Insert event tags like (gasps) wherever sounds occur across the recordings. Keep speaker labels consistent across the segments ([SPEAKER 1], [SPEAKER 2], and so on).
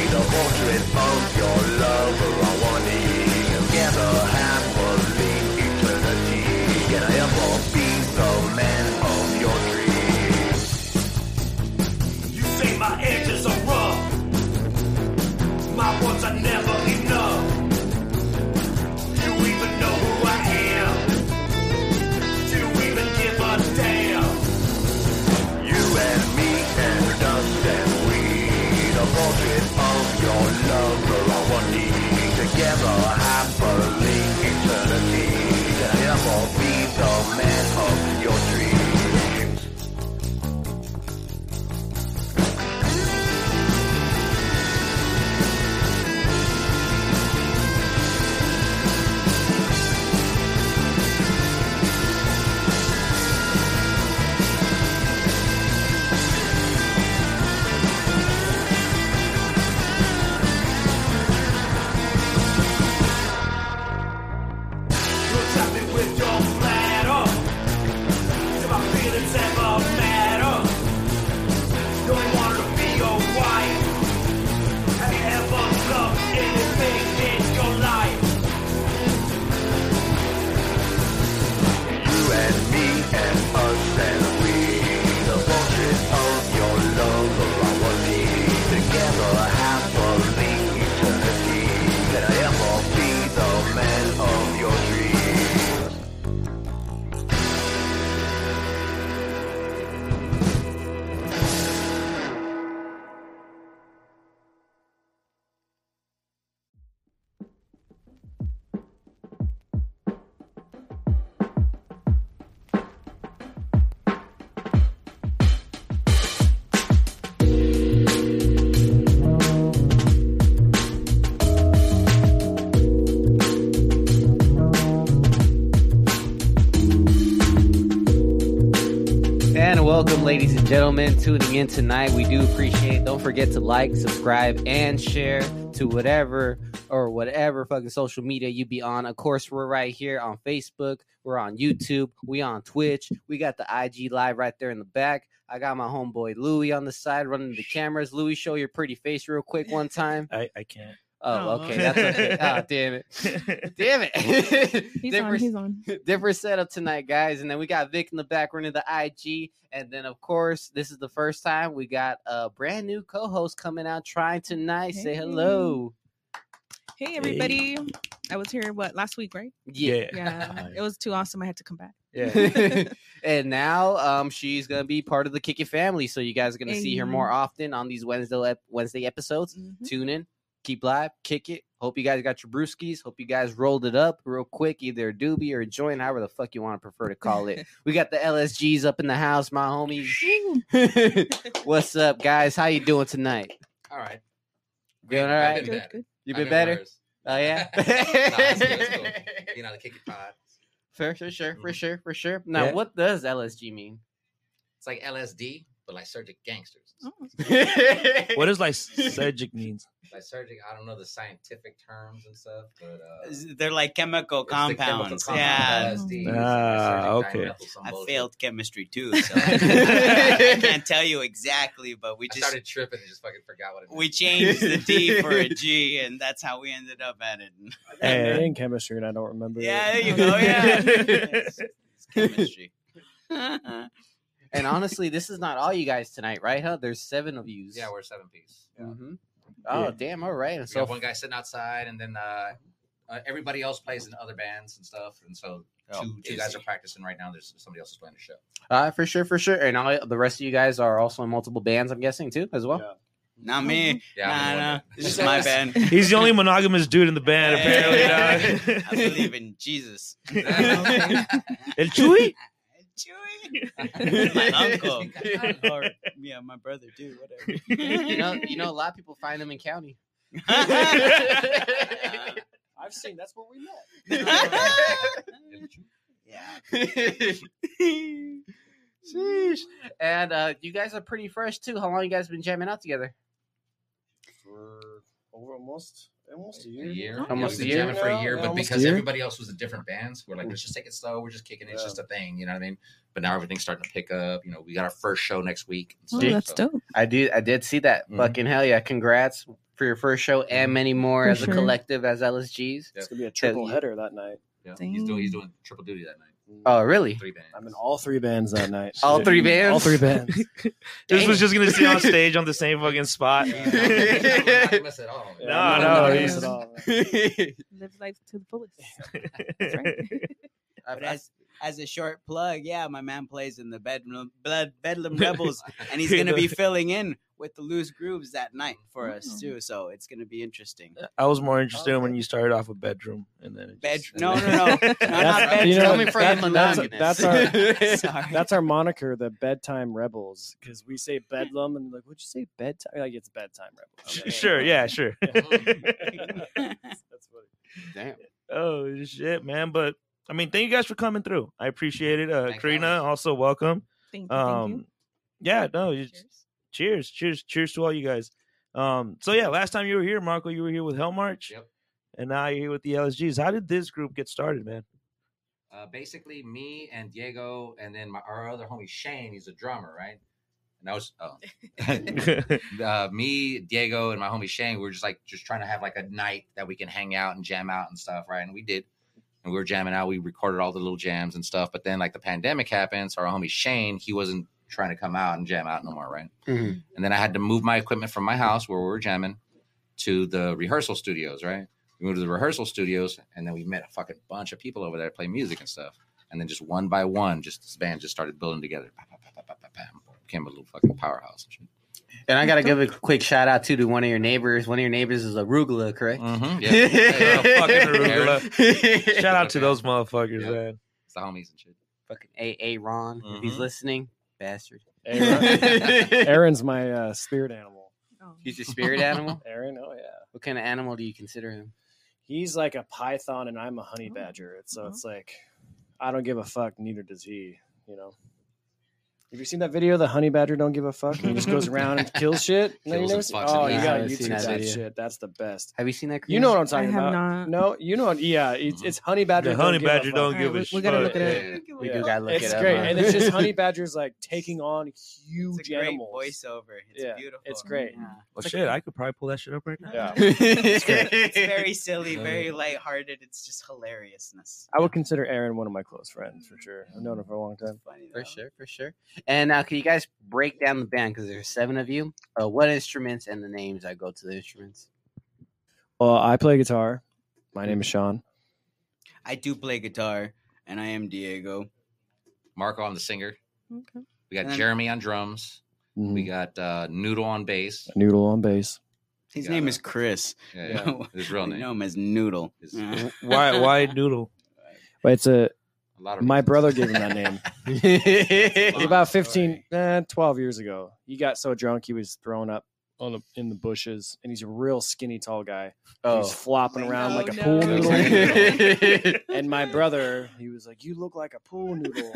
[SPEAKER 1] portrait of your lover I want to eat together happily eternity Can I ever be the man of your dreams?
[SPEAKER 2] You say my edges are rough. My words are never enough. You even know who I am. Do you even give a damn?
[SPEAKER 1] You and me and dust and weed A portrait of your lover I want to eat together happily eternity Can I ever be the man of your dreams?
[SPEAKER 2] You'll trap me with your flatter. Do my feelings ever matter? No one wanted to be your wife. Have you ever loved anything in your life?
[SPEAKER 1] You and me and us and we The portrait of your lover I will leave Together happily eternity Can I ever be the man of your dreams?
[SPEAKER 3] And welcome, ladies and gentlemen, tuning in tonight. We do appreciate. Don't forget to like, subscribe, and share to whatever or whatever fucking social media you be on. Of course, we're right here on Facebook. We're on YouTube. We on Twitch. We got the IG live right there in the back. I got my homeboy Louie on the side running the cameras. Louie, show your pretty face real quick one time.
[SPEAKER 4] I, I can't.
[SPEAKER 3] Oh,
[SPEAKER 5] Oh.
[SPEAKER 3] okay, that's okay. Ah, damn it, damn it.
[SPEAKER 5] (laughs) He's
[SPEAKER 3] Different-
[SPEAKER 5] on.
[SPEAKER 3] (laughs)
[SPEAKER 5] He's on.
[SPEAKER 3] different setup tonight, guys. And then we got Vic in the back running the IG. And then, of course, this is the first time we got a brand new co-host coming out trying tonight. Say
[SPEAKER 5] Hey.
[SPEAKER 3] hello.
[SPEAKER 5] Hey, everybody. I was here, what, last week, right?
[SPEAKER 4] yeah.
[SPEAKER 6] (laughs)
[SPEAKER 5] Yeah. it was too awesome. I had to come back.
[SPEAKER 7] (laughs)
[SPEAKER 4] Yeah.
[SPEAKER 3] (laughs) and now um, she's gonna be part of the Kick It family, so you guys are gonna see her more often on these Wednesday ep- Wednesday episodes.
[SPEAKER 5] Mhm.
[SPEAKER 3] Tune in, keep live, kick it. Hope you guys got your brewskis. Hope you guys rolled it up real quick, either a doobie or a joint, however the fuck you want to prefer to call
[SPEAKER 5] (laughs)
[SPEAKER 3] it. we got the LSGs up in the house, my homies.
[SPEAKER 5] Woo.
[SPEAKER 3] (laughs) What's up, guys? How you doing tonight?
[SPEAKER 7] All right.
[SPEAKER 3] Doing all
[SPEAKER 7] I've been
[SPEAKER 3] right?
[SPEAKER 5] Good,
[SPEAKER 7] better.
[SPEAKER 5] good.
[SPEAKER 3] You
[SPEAKER 7] I've
[SPEAKER 3] been
[SPEAKER 7] been
[SPEAKER 3] better?
[SPEAKER 7] worse.
[SPEAKER 3] Oh yeah.
[SPEAKER 7] (laughs) Nah, it's good, it's You know, the kick it pod.
[SPEAKER 3] Fair, (laughs) for sure, for
[SPEAKER 7] Mhm.
[SPEAKER 3] sure, for sure. Now,
[SPEAKER 4] Yeah.
[SPEAKER 3] what does
[SPEAKER 4] (laughs)
[SPEAKER 3] LSG mean?
[SPEAKER 7] It's like LSD, but like Surgic gangsters.
[SPEAKER 5] Oh,
[SPEAKER 3] (laughs)
[SPEAKER 4] what does
[SPEAKER 7] (laughs)
[SPEAKER 4] like surgic means?
[SPEAKER 7] Like Surgic, I don't know the scientific terms and stuff, but uh, it's
[SPEAKER 8] They're like chemical
[SPEAKER 7] the chemical
[SPEAKER 8] compounds.
[SPEAKER 7] compound
[SPEAKER 8] yeah.
[SPEAKER 7] of LSD.
[SPEAKER 4] Ah,
[SPEAKER 7] It's like Surgic
[SPEAKER 4] okay.
[SPEAKER 7] dimethyl, some
[SPEAKER 8] I
[SPEAKER 7] bullshit.
[SPEAKER 8] failed chemistry
[SPEAKER 7] (laughs)
[SPEAKER 8] too, so I can't tell you exactly, but we
[SPEAKER 7] I
[SPEAKER 8] just
[SPEAKER 7] started tripping and just fucking forgot what it
[SPEAKER 8] we changed the D for
[SPEAKER 7] (laughs)
[SPEAKER 8] a G, and that's how we ended up at it.
[SPEAKER 4] And-
[SPEAKER 6] in chemistry and I don't remember. it.
[SPEAKER 8] Yeah, there you
[SPEAKER 6] (laughs)
[SPEAKER 8] go. Yeah, it's, it's chemistry.
[SPEAKER 3] (laughs)
[SPEAKER 4] (laughs)
[SPEAKER 3] and honestly, this is not all you guys tonight, right? Huh? There's seven of you.
[SPEAKER 7] means. Yeah, we're seven piece. Yeah.
[SPEAKER 3] Mhm. Oh
[SPEAKER 4] Yeah.
[SPEAKER 3] damn! All right. And
[SPEAKER 7] So
[SPEAKER 3] So
[SPEAKER 7] one guy sitting outside, and then uh, uh, everybody else plays in other bands and stuff. And so two
[SPEAKER 8] Oh,
[SPEAKER 7] two guys
[SPEAKER 8] busy.
[SPEAKER 7] are practicing right now. There's somebody else is playing the show.
[SPEAKER 3] uh, for sure, for sure. And all the rest of you guys are also in multiple bands, I'm guessing too, as well.
[SPEAKER 8] Not me.
[SPEAKER 7] Yeah, I'm in one
[SPEAKER 8] nah, nah.
[SPEAKER 7] band. (laughs)
[SPEAKER 8] This is my band.
[SPEAKER 4] He's
[SPEAKER 3] (laughs)
[SPEAKER 8] (laughs)
[SPEAKER 4] the only monogamous dude in the band, (laughs) apparently.
[SPEAKER 8] I believe in
[SPEAKER 7] (laughs)
[SPEAKER 8] Jesus.
[SPEAKER 4] Dog. El
[SPEAKER 8] (laughs)
[SPEAKER 4] Chuy?
[SPEAKER 8] Chewy. my
[SPEAKER 9] (laughs)
[SPEAKER 3] (laughs)
[SPEAKER 8] uncle. or, yeah, my brother too. Whatever.
[SPEAKER 3] you know, you know, a lot of people find them
[SPEAKER 9] (laughs)
[SPEAKER 3] in county.
[SPEAKER 6] I've seen that's where we met.
[SPEAKER 3] (laughs)
[SPEAKER 8] yeah.
[SPEAKER 3] Sheesh. And uh, you guys are pretty fresh too. How long you guys been jamming out together?
[SPEAKER 7] For
[SPEAKER 6] over almost almost a
[SPEAKER 7] a
[SPEAKER 6] year.
[SPEAKER 7] year.
[SPEAKER 9] Almost
[SPEAKER 7] We've
[SPEAKER 9] a year
[SPEAKER 7] been jamming for
[SPEAKER 6] now,
[SPEAKER 7] a year,
[SPEAKER 6] yeah,
[SPEAKER 7] but
[SPEAKER 6] almost a
[SPEAKER 7] because
[SPEAKER 6] year.
[SPEAKER 7] everybody else was in different bands, we're like, let's just take it slow. We're just kicking it. It's
[SPEAKER 6] Yeah.
[SPEAKER 7] just a thing, you know what I mean? But now everything's starting to pick up. You know, we got our first show next week.
[SPEAKER 5] Oh,
[SPEAKER 7] So-
[SPEAKER 5] that's dope.
[SPEAKER 9] I did. I did see that.
[SPEAKER 7] Mhm.
[SPEAKER 9] Fucking hell yeah! Congrats for your first show
[SPEAKER 7] Mm-hmm.
[SPEAKER 9] and many more
[SPEAKER 5] For
[SPEAKER 9] as
[SPEAKER 5] sure.
[SPEAKER 9] a collective as LSGs.
[SPEAKER 6] It's gonna be a triple
[SPEAKER 9] you-
[SPEAKER 6] header that night.
[SPEAKER 7] Yeah, he's doing he's doing triple duty that
[SPEAKER 5] (laughs)
[SPEAKER 7] night.
[SPEAKER 9] Oh really?
[SPEAKER 7] Three bands.
[SPEAKER 6] I'm in all Mm. three bands that night.
[SPEAKER 9] All three bands?
[SPEAKER 6] All three bands.
[SPEAKER 4] This
[SPEAKER 9] Damn.
[SPEAKER 4] was just gonna sit on stage on the same fucking
[SPEAKER 8] (laughs)
[SPEAKER 4] spot.
[SPEAKER 7] Yeah, I'm not- I'm not miss at all.
[SPEAKER 6] Yeah,
[SPEAKER 4] No,
[SPEAKER 6] I'm
[SPEAKER 4] no,
[SPEAKER 6] not gonna
[SPEAKER 4] he's-
[SPEAKER 6] miss it all. (laughs)
[SPEAKER 5] Live life to the fullest.
[SPEAKER 9] (laughs)
[SPEAKER 5] That's right.
[SPEAKER 4] That's
[SPEAKER 5] (laughs)
[SPEAKER 9] I-
[SPEAKER 8] But as as a short plug, yeah, my man plays in the Bedlam Blood
[SPEAKER 9] (laughs)
[SPEAKER 8] Bedlam Rebels, and he's gonna be filling in with the loose grooves that night for us
[SPEAKER 9] Oh.
[SPEAKER 5] Mm.
[SPEAKER 8] too. So it's gonna be interesting.
[SPEAKER 4] Uh, I was more interested in when you started off with bedroom and then it
[SPEAKER 8] Bed
[SPEAKER 4] just-
[SPEAKER 8] no no
[SPEAKER 4] (laughs)
[SPEAKER 8] no, no not
[SPEAKER 6] That's- you know,
[SPEAKER 8] bedroom.
[SPEAKER 9] Coming from
[SPEAKER 6] that's-
[SPEAKER 9] the
[SPEAKER 6] that's-
[SPEAKER 9] monogamous.
[SPEAKER 6] that's our
[SPEAKER 5] (laughs)
[SPEAKER 8] Sorry.
[SPEAKER 6] That's our moniker, the bedtime rebels, because we say bedlam and like, what'd you say bedtime? Like it's bedtime rebels.
[SPEAKER 4] Sh- Sure, yeah, sure.
[SPEAKER 6] (laughs) That's funny.
[SPEAKER 9] Damn.
[SPEAKER 4] oh shit, man! But I mean, thank you guys for coming through. I appreciate it. Uh,
[SPEAKER 7] Thank
[SPEAKER 4] Karina,
[SPEAKER 7] y'all.
[SPEAKER 4] also welcome.
[SPEAKER 5] Thank you. thank you.
[SPEAKER 4] Um, yeah, no, you-
[SPEAKER 5] Cheers.
[SPEAKER 4] cheers, cheers, cheers to all you guys. Um, so yeah, last time you were here, Marco, you were here with Hell March,
[SPEAKER 7] Yep.
[SPEAKER 4] and now you're here with the LSGs. How did this group get started, man?
[SPEAKER 7] Uh, basically, me and Diego, and then my, our other homie Shane. He's a drummer, right? And I was oh. uh, me, Diego, and my homie Shane. We were just like just trying to have like a night that we can hang out and jam out and stuff, right? And we did. And we were jamming out. We recorded all the little jams and stuff. But then like the pandemic happened, so our homie Shane, he wasn't trying to come out and jam out no more, right?
[SPEAKER 9] Mhm.
[SPEAKER 7] And then I had to move my equipment from my house where we were jamming to the rehearsal studios, right? We moved to the rehearsal studios, and then we met a fucking bunch of people over there that play music and stuff. And then just one by one, just this band just started building together. Pa, pa, pa, pa, pa, pa, pa. Became a little fucking powerhouse. And
[SPEAKER 9] And I gotta give a quick shout out too to one of your neighbors. One of your neighbors is arugula,
[SPEAKER 7] shit.
[SPEAKER 9] correct? (laughs)
[SPEAKER 7] Mm-hmm.
[SPEAKER 3] (laughs)
[SPEAKER 6] uh,
[SPEAKER 4] Yeah, (laughs) fucking
[SPEAKER 9] arugula.
[SPEAKER 4] Shout out to those motherfuckers,
[SPEAKER 7] Yeah.
[SPEAKER 4] man.
[SPEAKER 7] the homies and shit.
[SPEAKER 9] Fucking A. A. Ron, if he's
[SPEAKER 6] Mm-hmm.
[SPEAKER 7] Mhm.
[SPEAKER 9] listening, bastard. (laughs)
[SPEAKER 6] Aaron-
[SPEAKER 3] (laughs)
[SPEAKER 6] Aaron's my uh, spirit animal.
[SPEAKER 5] Oh.
[SPEAKER 9] He's your spirit animal.
[SPEAKER 6] (laughs) Aaron, oh yeah.
[SPEAKER 9] What kind of animal do you consider him?
[SPEAKER 6] He's like a python and I'm a honey
[SPEAKER 5] Oh.
[SPEAKER 6] badger. It's, so
[SPEAKER 5] Oh.
[SPEAKER 6] it's like, I don't give a fuck, neither does he, you know. Have you seen that video? The honey badger don't give a fuck. He just goes around
[SPEAKER 8] (laughs)
[SPEAKER 6] and kills shit. No, you
[SPEAKER 7] Kills
[SPEAKER 6] never
[SPEAKER 7] and
[SPEAKER 6] seen-
[SPEAKER 7] fucks
[SPEAKER 6] Oh,
[SPEAKER 7] and
[SPEAKER 6] you
[SPEAKER 7] eats.
[SPEAKER 9] I haven't seen
[SPEAKER 6] got YouTube
[SPEAKER 9] that
[SPEAKER 6] that
[SPEAKER 9] video.
[SPEAKER 6] shit. That's the best.
[SPEAKER 9] Have you seen that?
[SPEAKER 6] You know what I'm
[SPEAKER 5] I
[SPEAKER 6] talking
[SPEAKER 5] have
[SPEAKER 6] about?
[SPEAKER 5] not.
[SPEAKER 6] No, you know what? Yeah, it's,
[SPEAKER 7] Mhm.
[SPEAKER 6] it's honey badger.
[SPEAKER 4] The
[SPEAKER 6] don't
[SPEAKER 4] honey
[SPEAKER 6] give a
[SPEAKER 4] badger
[SPEAKER 6] fuck.
[SPEAKER 4] don't
[SPEAKER 5] All
[SPEAKER 4] give
[SPEAKER 5] right,
[SPEAKER 4] a
[SPEAKER 5] we-
[SPEAKER 4] shit.
[SPEAKER 5] we gotta look it up.
[SPEAKER 7] Yeah.
[SPEAKER 5] We
[SPEAKER 9] We
[SPEAKER 6] Yeah.
[SPEAKER 9] do gotta look
[SPEAKER 6] it's
[SPEAKER 9] it up.
[SPEAKER 6] great,
[SPEAKER 9] huh?
[SPEAKER 6] and it's just
[SPEAKER 8] (laughs)
[SPEAKER 9] (laughs)
[SPEAKER 6] honey badgers like taking on huge
[SPEAKER 8] It's a great
[SPEAKER 6] animals.
[SPEAKER 8] voiceover. It's
[SPEAKER 6] Yeah,
[SPEAKER 8] beautiful.
[SPEAKER 6] it's great.
[SPEAKER 8] Yeah.
[SPEAKER 4] Well, shit, I could probably pull that shit up right now.
[SPEAKER 6] Yeah.
[SPEAKER 4] (laughs)
[SPEAKER 8] It's, great. It's very silly, very lighthearted. It's just hilariousness.
[SPEAKER 6] I would consider Aaron one of my close friends for sure. I've known him for a long time.
[SPEAKER 8] Funny
[SPEAKER 9] For
[SPEAKER 8] though.
[SPEAKER 9] sure, for sure. And now, can you guys break down the band because there's seven of you? Uh, what instruments and the names that go to the instruments?
[SPEAKER 6] Well, I play guitar. My name is Sean.
[SPEAKER 8] I do play guitar, and I am Diego.
[SPEAKER 7] Marco on the singer.
[SPEAKER 5] Okay.
[SPEAKER 7] We got
[SPEAKER 8] And-
[SPEAKER 7] Jeremy on drums. We got uh, Noodle on bass.
[SPEAKER 6] Noodle on bass.
[SPEAKER 8] His
[SPEAKER 7] Got
[SPEAKER 8] name
[SPEAKER 7] it.
[SPEAKER 8] is Chris. (laughs)
[SPEAKER 7] Yeah, yeah. His real
[SPEAKER 8] I
[SPEAKER 7] name.
[SPEAKER 8] know him as Noodle. (laughs)
[SPEAKER 4] (laughs)
[SPEAKER 7] His-
[SPEAKER 8] Yeah.
[SPEAKER 9] (laughs)
[SPEAKER 4] Why, why noodle?
[SPEAKER 6] But it's a
[SPEAKER 7] A lot of
[SPEAKER 6] my
[SPEAKER 7] reasons.
[SPEAKER 6] brother gave him that name
[SPEAKER 7] Long
[SPEAKER 6] about 15,
[SPEAKER 7] story.
[SPEAKER 6] eh, 12 years ago. He got so drunk he was thrown up on the, in the bushes, and he's a real skinny, tall guy. He's flopping around
[SPEAKER 5] Oh,
[SPEAKER 6] like a
[SPEAKER 5] no.
[SPEAKER 6] pool
[SPEAKER 7] Looks
[SPEAKER 6] noodle.
[SPEAKER 7] like
[SPEAKER 6] and my brother, he was like, "You look like a pool noodle,"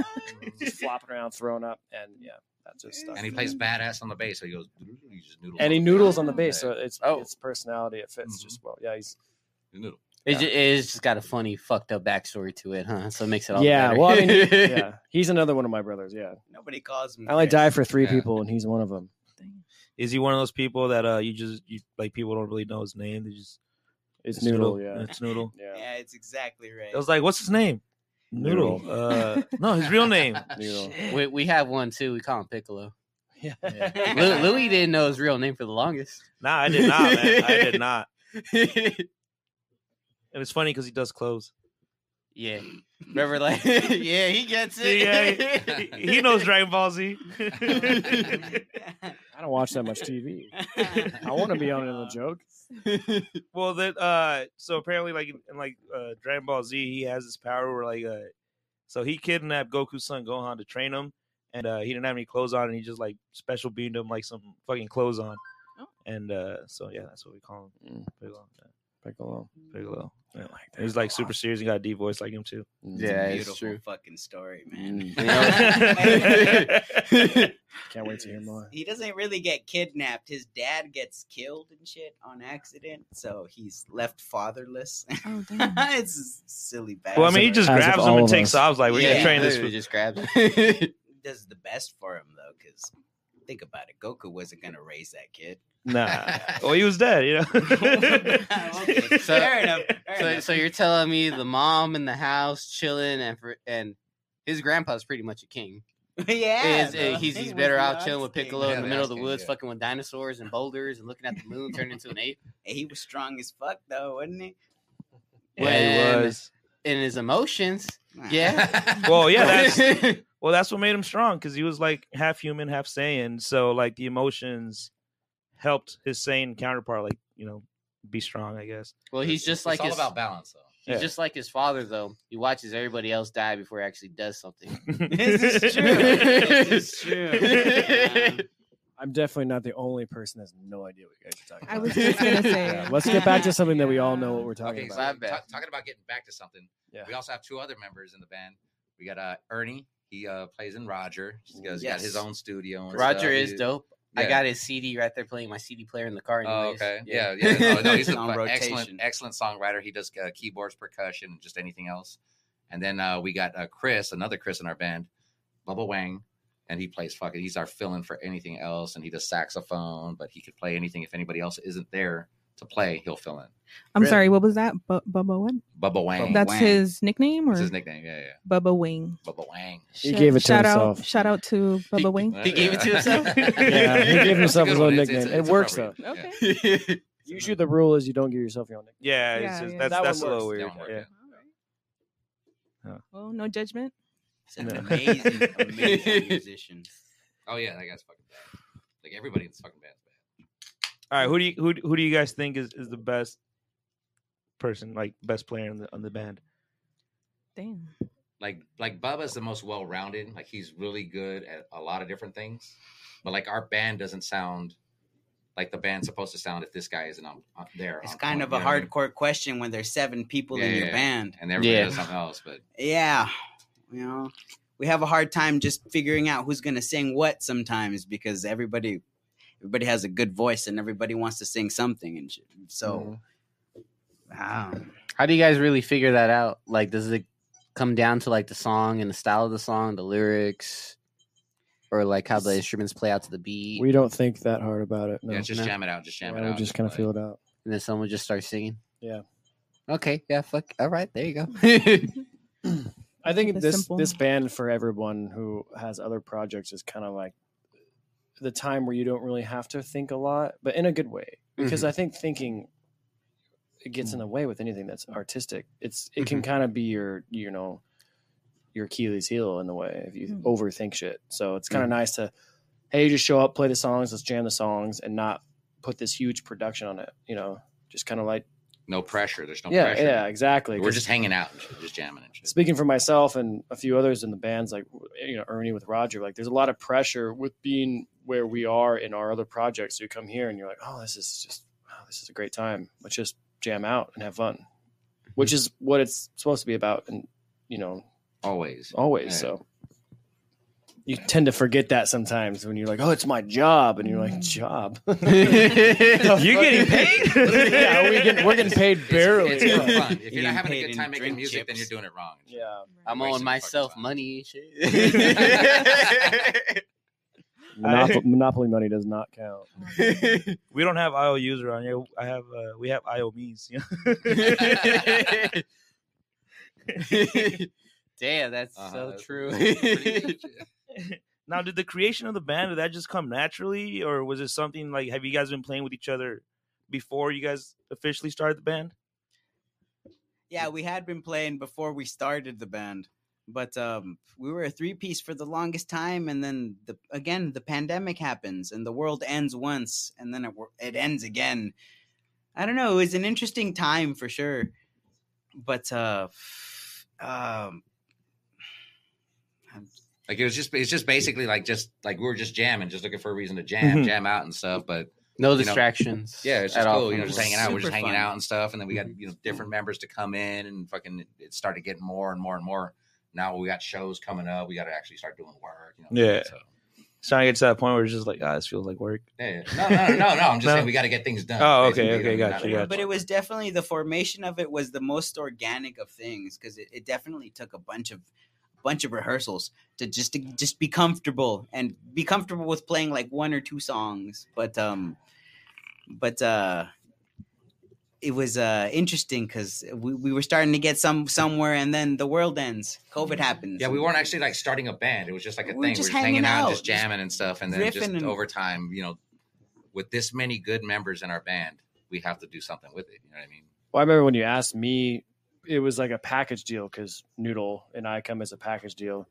[SPEAKER 6] just flopping around, throwing up, and yeah, that just stuff.
[SPEAKER 7] And he plays badass on the bass. So he goes. He just noodles.
[SPEAKER 6] And he
[SPEAKER 7] on the
[SPEAKER 6] noodles
[SPEAKER 7] bass.
[SPEAKER 6] on the bass, so
[SPEAKER 7] Yeah,
[SPEAKER 6] it's
[SPEAKER 9] Oh.
[SPEAKER 6] it's personality. It fits just well. Yeah, he's
[SPEAKER 7] he noodle.
[SPEAKER 9] It's, just, it's just got a funny, fucked up backstory to it, huh? So it makes it all
[SPEAKER 6] yeah.
[SPEAKER 9] better.
[SPEAKER 6] Well, I mean, he-
[SPEAKER 9] (laughs)
[SPEAKER 6] yeah, he's another one of my brothers. Yeah,
[SPEAKER 8] Nobody calls me.
[SPEAKER 6] I only
[SPEAKER 8] Chris.
[SPEAKER 6] die for three
[SPEAKER 7] Yeah.
[SPEAKER 6] people, and he's one of them.
[SPEAKER 4] Is he one of those people that uh you just you like people don't really know his name? They just
[SPEAKER 6] It's noodle. Yeah,
[SPEAKER 4] It's noodle.
[SPEAKER 6] yeah.
[SPEAKER 8] Yeah, it's exactly right.
[SPEAKER 4] I was like, what's his name? Noodle.
[SPEAKER 3] (laughs)
[SPEAKER 6] (laughs)
[SPEAKER 4] Uh, no, his real name.
[SPEAKER 6] Noodle.
[SPEAKER 9] (laughs) we, we have one too. We call him Piccolo.
[SPEAKER 6] Yeah.
[SPEAKER 9] Lu- Louis didn't know his real name for the longest.
[SPEAKER 4] Nah, I did not, man. I
[SPEAKER 9] (laughs)
[SPEAKER 4] did not. It was funny because he does clothes.
[SPEAKER 9] yeah. Remember, like, yeah, he gets it.
[SPEAKER 4] Yeah, He knows Dragon Ball Z. (laughs)
[SPEAKER 6] I don't watch that
[SPEAKER 7] (laughs)
[SPEAKER 6] much TV. I want to be on it in the joke.
[SPEAKER 4] well, that uh, so apparently, like in like uh, Dragon Ball Z, he has this power where like uh, so he kidnapped Goku's son Gohan to train him, and uh, he didn't have any clothes on, and he just like special beamed him like some fucking clothes on,
[SPEAKER 5] Oh.
[SPEAKER 4] and uh, so yeah, that's what we call him.
[SPEAKER 6] Mm.
[SPEAKER 4] Pretty long, yeah.
[SPEAKER 6] Piccolo.
[SPEAKER 4] Piccolo. Yeah. He's like super serious. He got a deep voice like him too.
[SPEAKER 8] It's
[SPEAKER 10] Mm. Yeah,
[SPEAKER 8] a
[SPEAKER 10] it's
[SPEAKER 8] beautiful
[SPEAKER 10] true. Mm.
[SPEAKER 8] fucking story, man. (laughs)
[SPEAKER 4] (laughs)
[SPEAKER 10] (laughs)
[SPEAKER 6] Can't wait to hear more.
[SPEAKER 8] he doesn't really get kidnapped. His dad gets killed and shit on accident, so he's left fatherless. (laughs)
[SPEAKER 5] Oh damn.
[SPEAKER 8] it's silly bad.
[SPEAKER 4] Well, I mean, he just
[SPEAKER 6] As of
[SPEAKER 4] grabs him
[SPEAKER 6] all
[SPEAKER 4] and
[SPEAKER 6] of
[SPEAKER 4] takes
[SPEAKER 6] us.
[SPEAKER 4] off. Like we're
[SPEAKER 8] Yeah.
[SPEAKER 4] gonna train this.
[SPEAKER 10] Literally
[SPEAKER 4] fool.
[SPEAKER 10] just (laughs) grabbed it.
[SPEAKER 8] (laughs) does the best for him though, because think about it, Goku wasn't gonna raise
[SPEAKER 4] (laughs)
[SPEAKER 8] that kid. (laughs)
[SPEAKER 4] Nah. Uh, Well, he was dead. You
[SPEAKER 9] (laughs)
[SPEAKER 4] know.
[SPEAKER 8] Okay,
[SPEAKER 10] (laughs) So-
[SPEAKER 8] fair enough. fair
[SPEAKER 10] so,
[SPEAKER 8] enough.
[SPEAKER 10] so you're telling me the mom in the house chilling and for, and his grandpa's pretty much a king.
[SPEAKER 8] (laughs) yeah,
[SPEAKER 10] Is-
[SPEAKER 8] bro.
[SPEAKER 10] uh, he's
[SPEAKER 8] It
[SPEAKER 10] he's
[SPEAKER 8] was
[SPEAKER 10] better out
[SPEAKER 8] not
[SPEAKER 10] chilling with
[SPEAKER 8] his thing.
[SPEAKER 10] Piccolo
[SPEAKER 7] Yeah,
[SPEAKER 10] in the
[SPEAKER 7] the
[SPEAKER 10] middle of the
[SPEAKER 7] house king,
[SPEAKER 10] woods,
[SPEAKER 7] yeah.
[SPEAKER 10] fucking with dinosaurs and boulders and looking at the moon, turned into an ape.
[SPEAKER 8] And (laughs) he was strong as fuck though, wasn't he?
[SPEAKER 4] yeah, he
[SPEAKER 10] When-
[SPEAKER 4] was.
[SPEAKER 10] And his emotions,
[SPEAKER 8] Nah.
[SPEAKER 10] yeah.
[SPEAKER 8] (laughs)
[SPEAKER 4] (laughs) Well, yeah. That's well, that's what made him strong because he was like half human, half Saiyan. So like the emotions helped his Saiyan counterpart, like you know, be strong. I guess.
[SPEAKER 10] (laughs) well, he's
[SPEAKER 7] It's
[SPEAKER 10] just like
[SPEAKER 7] all
[SPEAKER 10] his,
[SPEAKER 7] about balance, though.
[SPEAKER 10] he's
[SPEAKER 4] Yeah.
[SPEAKER 10] just like his father though. He watches everybody else die before he actually does something.
[SPEAKER 8] (laughs) This
[SPEAKER 10] (laughs)
[SPEAKER 8] is true. This is true. Yeah.
[SPEAKER 6] (laughs) I'm definitely not the only person that's no idea what you guys are talking about.
[SPEAKER 5] I was just gonna say.
[SPEAKER 6] (laughs) Yeah, let's get back to something that we all know what we're talking
[SPEAKER 7] Okay, so
[SPEAKER 10] my
[SPEAKER 6] about.
[SPEAKER 10] bad.
[SPEAKER 7] ta- talking about getting back to something.
[SPEAKER 6] Yeah.
[SPEAKER 7] We also have two other members in the band. We got uh, Ernie. He uh, plays in Roger. He's got, he's got
[SPEAKER 8] Yes.
[SPEAKER 7] his own studio. And
[SPEAKER 10] Roger
[SPEAKER 7] stuff.
[SPEAKER 10] is
[SPEAKER 7] He-
[SPEAKER 10] dope. I
[SPEAKER 7] yeah.
[SPEAKER 10] got his CD right there playing my CD player in the car.
[SPEAKER 7] Oh,
[SPEAKER 10] Anyways.
[SPEAKER 7] okay. Yeah, yeah. No,
[SPEAKER 10] (laughs)
[SPEAKER 7] no,
[SPEAKER 3] (laughs)
[SPEAKER 7] he's
[SPEAKER 8] It's
[SPEAKER 7] a
[SPEAKER 8] on
[SPEAKER 7] fu-
[SPEAKER 8] rotation.
[SPEAKER 7] excellent, excellent songwriter. He does uh, keyboards, percussion, and just anything else. And then uh, we got uh, Chris, another Chris in our band, Bubba Wang, and he plays fucking. He's our fill-in for anything else, and he does saxophone, but he could play anything. If anybody else isn't there to play, he'll fill in.
[SPEAKER 5] I'm
[SPEAKER 8] Really?
[SPEAKER 5] sorry. What was that? Bu- Bubba what?
[SPEAKER 7] Bubba Wang.
[SPEAKER 5] That's
[SPEAKER 8] Wang.
[SPEAKER 5] his nickname, or
[SPEAKER 7] That's his nickname. Yeah, yeah.
[SPEAKER 5] Bubba Wing.
[SPEAKER 7] Bubba Wang.
[SPEAKER 6] He gave it to
[SPEAKER 5] shout
[SPEAKER 6] himself.
[SPEAKER 5] Out, shout out to
[SPEAKER 10] He-
[SPEAKER 5] Bubba Wing.
[SPEAKER 10] He gave it to himself?
[SPEAKER 6] (laughs) (laughs)
[SPEAKER 7] (laughs)
[SPEAKER 6] Yeah, he gave
[SPEAKER 7] That's a
[SPEAKER 6] himself
[SPEAKER 7] good
[SPEAKER 6] his
[SPEAKER 7] one.
[SPEAKER 6] own
[SPEAKER 7] It's-
[SPEAKER 6] nickname.
[SPEAKER 7] it's- it's
[SPEAKER 6] it works though.
[SPEAKER 7] appropriate. Yeah. (laughs)
[SPEAKER 5] Okay.
[SPEAKER 6] Usually the rule is you don't give yourself your own nickname.
[SPEAKER 4] Yeah, it's
[SPEAKER 5] Yeah,
[SPEAKER 4] just-
[SPEAKER 5] yeah.
[SPEAKER 4] that's
[SPEAKER 6] That one
[SPEAKER 4] that's a little
[SPEAKER 6] works.
[SPEAKER 4] weird.
[SPEAKER 7] That one
[SPEAKER 4] Yeah.
[SPEAKER 7] works,
[SPEAKER 4] Huh.
[SPEAKER 5] Well, Oh, no judgment.
[SPEAKER 8] He's an
[SPEAKER 4] No.
[SPEAKER 8] amazing,
[SPEAKER 6] (laughs)
[SPEAKER 8] amazing musician.
[SPEAKER 7] Oh yeah, that guy's fucking bad. Like everybody in this fucking band's bad.
[SPEAKER 4] All right, who do you who do- who do you guys think is, is the best person, like best player in the on the band?
[SPEAKER 5] Damn.
[SPEAKER 7] Like like Bubba's the most well rounded. Like he's really good at a lot of different things. But like our band doesn't sound like the band's supposed to sound if this guy isn't on, on there.
[SPEAKER 8] It's
[SPEAKER 7] on
[SPEAKER 8] kind
[SPEAKER 7] point,
[SPEAKER 8] of a
[SPEAKER 7] you know what I mean?
[SPEAKER 8] hardcore question when there's seven people
[SPEAKER 7] Yeah,
[SPEAKER 8] in
[SPEAKER 7] yeah,
[SPEAKER 8] your
[SPEAKER 7] yeah.
[SPEAKER 8] band.
[SPEAKER 7] And everybody
[SPEAKER 10] Yeah.
[SPEAKER 7] does something else, but
[SPEAKER 8] (laughs) Yeah. You know, we have a hard time just figuring out who's going to sing what sometimes because everybody everybody has a good voice and everybody wants to sing something and shit.
[SPEAKER 7] Mm-hmm.
[SPEAKER 8] So wow.
[SPEAKER 10] How do you guys really figure that out? Like, does it come down to like the song and the style of the song, the lyrics, or like how the instruments play out to the beat,
[SPEAKER 6] We don't think that hard about it. No.
[SPEAKER 7] yeah, just
[SPEAKER 10] no.
[SPEAKER 7] jam it out, just jam
[SPEAKER 6] Yeah,
[SPEAKER 7] it
[SPEAKER 6] we
[SPEAKER 7] out.
[SPEAKER 6] just kind of feel it out.
[SPEAKER 10] and then someone just starts singing?
[SPEAKER 6] Yeah.
[SPEAKER 10] Okay. Yeah. Fuck. All right. There you go.
[SPEAKER 6] I
[SPEAKER 5] Keep
[SPEAKER 6] think
[SPEAKER 5] it
[SPEAKER 6] this
[SPEAKER 5] simple.
[SPEAKER 6] this band for everyone who has other projects is kind of like the time where you don't really have to think a lot, but in a good way. Because I think thinking it gets in the way with anything that's artistic. It's it can kind of be your you know your Achilles heel in the way if you
[SPEAKER 5] Mm.
[SPEAKER 6] overthink shit. So it's kind of nice to hey, just show up, play the songs, let's jam the songs, and not put this huge production on it. You know, just kind of like
[SPEAKER 7] No pressure. There's no
[SPEAKER 6] yeah,
[SPEAKER 7] pressure.
[SPEAKER 6] yeah, exactly.
[SPEAKER 7] We're
[SPEAKER 6] 'Cause
[SPEAKER 7] just hanging out and shit, just jamming and shit.
[SPEAKER 6] speaking for myself and a few others in the bands, like you know Ernie with Roger, like there's a lot of pressure with being where we are in our other projects. you come here and you're like, oh, this is just, wow, this is a great time. Let's just jam out and have fun, which is what it's supposed to be about, and you know
[SPEAKER 7] Always.
[SPEAKER 6] always.
[SPEAKER 7] Yeah.
[SPEAKER 6] So you tend to forget that sometimes when you're like, oh, it's my job, and you're like,
[SPEAKER 7] (laughs)
[SPEAKER 6] job. (laughs)
[SPEAKER 4] You're getting paid.
[SPEAKER 6] yeah, we getting, we're getting paid
[SPEAKER 7] It's-
[SPEAKER 6] barely.
[SPEAKER 7] It's, for
[SPEAKER 8] (laughs)
[SPEAKER 7] fun. If you're
[SPEAKER 8] You
[SPEAKER 7] not
[SPEAKER 8] get
[SPEAKER 7] having
[SPEAKER 8] paid
[SPEAKER 7] a good
[SPEAKER 8] in
[SPEAKER 7] time making
[SPEAKER 8] drink
[SPEAKER 7] music, then
[SPEAKER 8] chips.
[SPEAKER 7] you're doing it wrong.
[SPEAKER 6] yeah.
[SPEAKER 10] I'm
[SPEAKER 7] Wasting
[SPEAKER 10] owing
[SPEAKER 7] fucking
[SPEAKER 10] myself
[SPEAKER 7] time. (laughs)
[SPEAKER 10] money. (laughs) and
[SPEAKER 8] (laughs)
[SPEAKER 10] Shit.
[SPEAKER 4] (laughs)
[SPEAKER 6] Monop- monopoly money does not count.
[SPEAKER 4] we don't have IOUs around here. I have uh, we have IOBs. You know?
[SPEAKER 7] (laughs)
[SPEAKER 4] (laughs)
[SPEAKER 10] Damn, that's
[SPEAKER 7] Uh-huh,
[SPEAKER 10] so
[SPEAKER 7] that's-
[SPEAKER 10] true.
[SPEAKER 7] pretty much it.
[SPEAKER 4] Now, did the creation of the band did that just come naturally, or was it something like have you guys been playing with each other before you guys officially started the band?
[SPEAKER 8] Yeah, we had been playing before we started the band, but um, we were a three piece for the longest time, and then the again the pandemic happens, and the world ends once, and then it wor- it ends again. I don't know. It was an interesting time for sure, but uh, um,
[SPEAKER 7] Like it was just it's just basically like just like we were just jamming, just looking for a reason to jam,
[SPEAKER 4] Mhm.
[SPEAKER 7] jam out and stuff. But
[SPEAKER 10] Mm-hmm. No
[SPEAKER 7] you know,
[SPEAKER 10] distractions.
[SPEAKER 7] yeah, it's
[SPEAKER 10] at
[SPEAKER 7] just
[SPEAKER 10] all
[SPEAKER 7] cool. You know,
[SPEAKER 10] from
[SPEAKER 7] just hanging out. We're just
[SPEAKER 5] Super
[SPEAKER 7] hanging
[SPEAKER 5] fun. Mm-hmm.
[SPEAKER 7] out and stuff. And then we got you know different members to come in and fucking it started getting more and more and more. Now we got shows coming up. We got to actually start doing work. You know,
[SPEAKER 4] Yeah.
[SPEAKER 7] So,
[SPEAKER 4] It's trying to get to that point where it's just like, ah, this feels like work.
[SPEAKER 7] yeah, yeah. (laughs) No, no, no, no. I'm just
[SPEAKER 4] No.
[SPEAKER 7] saying we got to get things done.
[SPEAKER 4] Oh, okay,
[SPEAKER 7] basically, you know,
[SPEAKER 4] okay,
[SPEAKER 7] we're
[SPEAKER 4] gotcha,
[SPEAKER 7] not-
[SPEAKER 4] gotcha.
[SPEAKER 8] But it was definitely the formation of it was the most organic of things because it, it definitely took a bunch of bunch of rehearsals to just to just be comfortable and be comfortable with playing like one or two songs. But um, but uh, it was uh interesting because we, we were starting to get some somewhere, and then the world ends. COVID happens.
[SPEAKER 7] Yeah, we weren't actually like starting a band. It was just like a
[SPEAKER 8] We were
[SPEAKER 7] thing.
[SPEAKER 8] just
[SPEAKER 7] we're just hanging
[SPEAKER 8] hanging
[SPEAKER 7] out,
[SPEAKER 8] out,
[SPEAKER 7] just
[SPEAKER 8] just
[SPEAKER 7] jamming and stuff. And then just
[SPEAKER 8] riffing and-
[SPEAKER 7] over time, you know, with this many good members in our band, we have to do something with it. You know what I mean?
[SPEAKER 6] Well, I remember when you asked me, it was like a package deal because Noodle and I come as a package deal.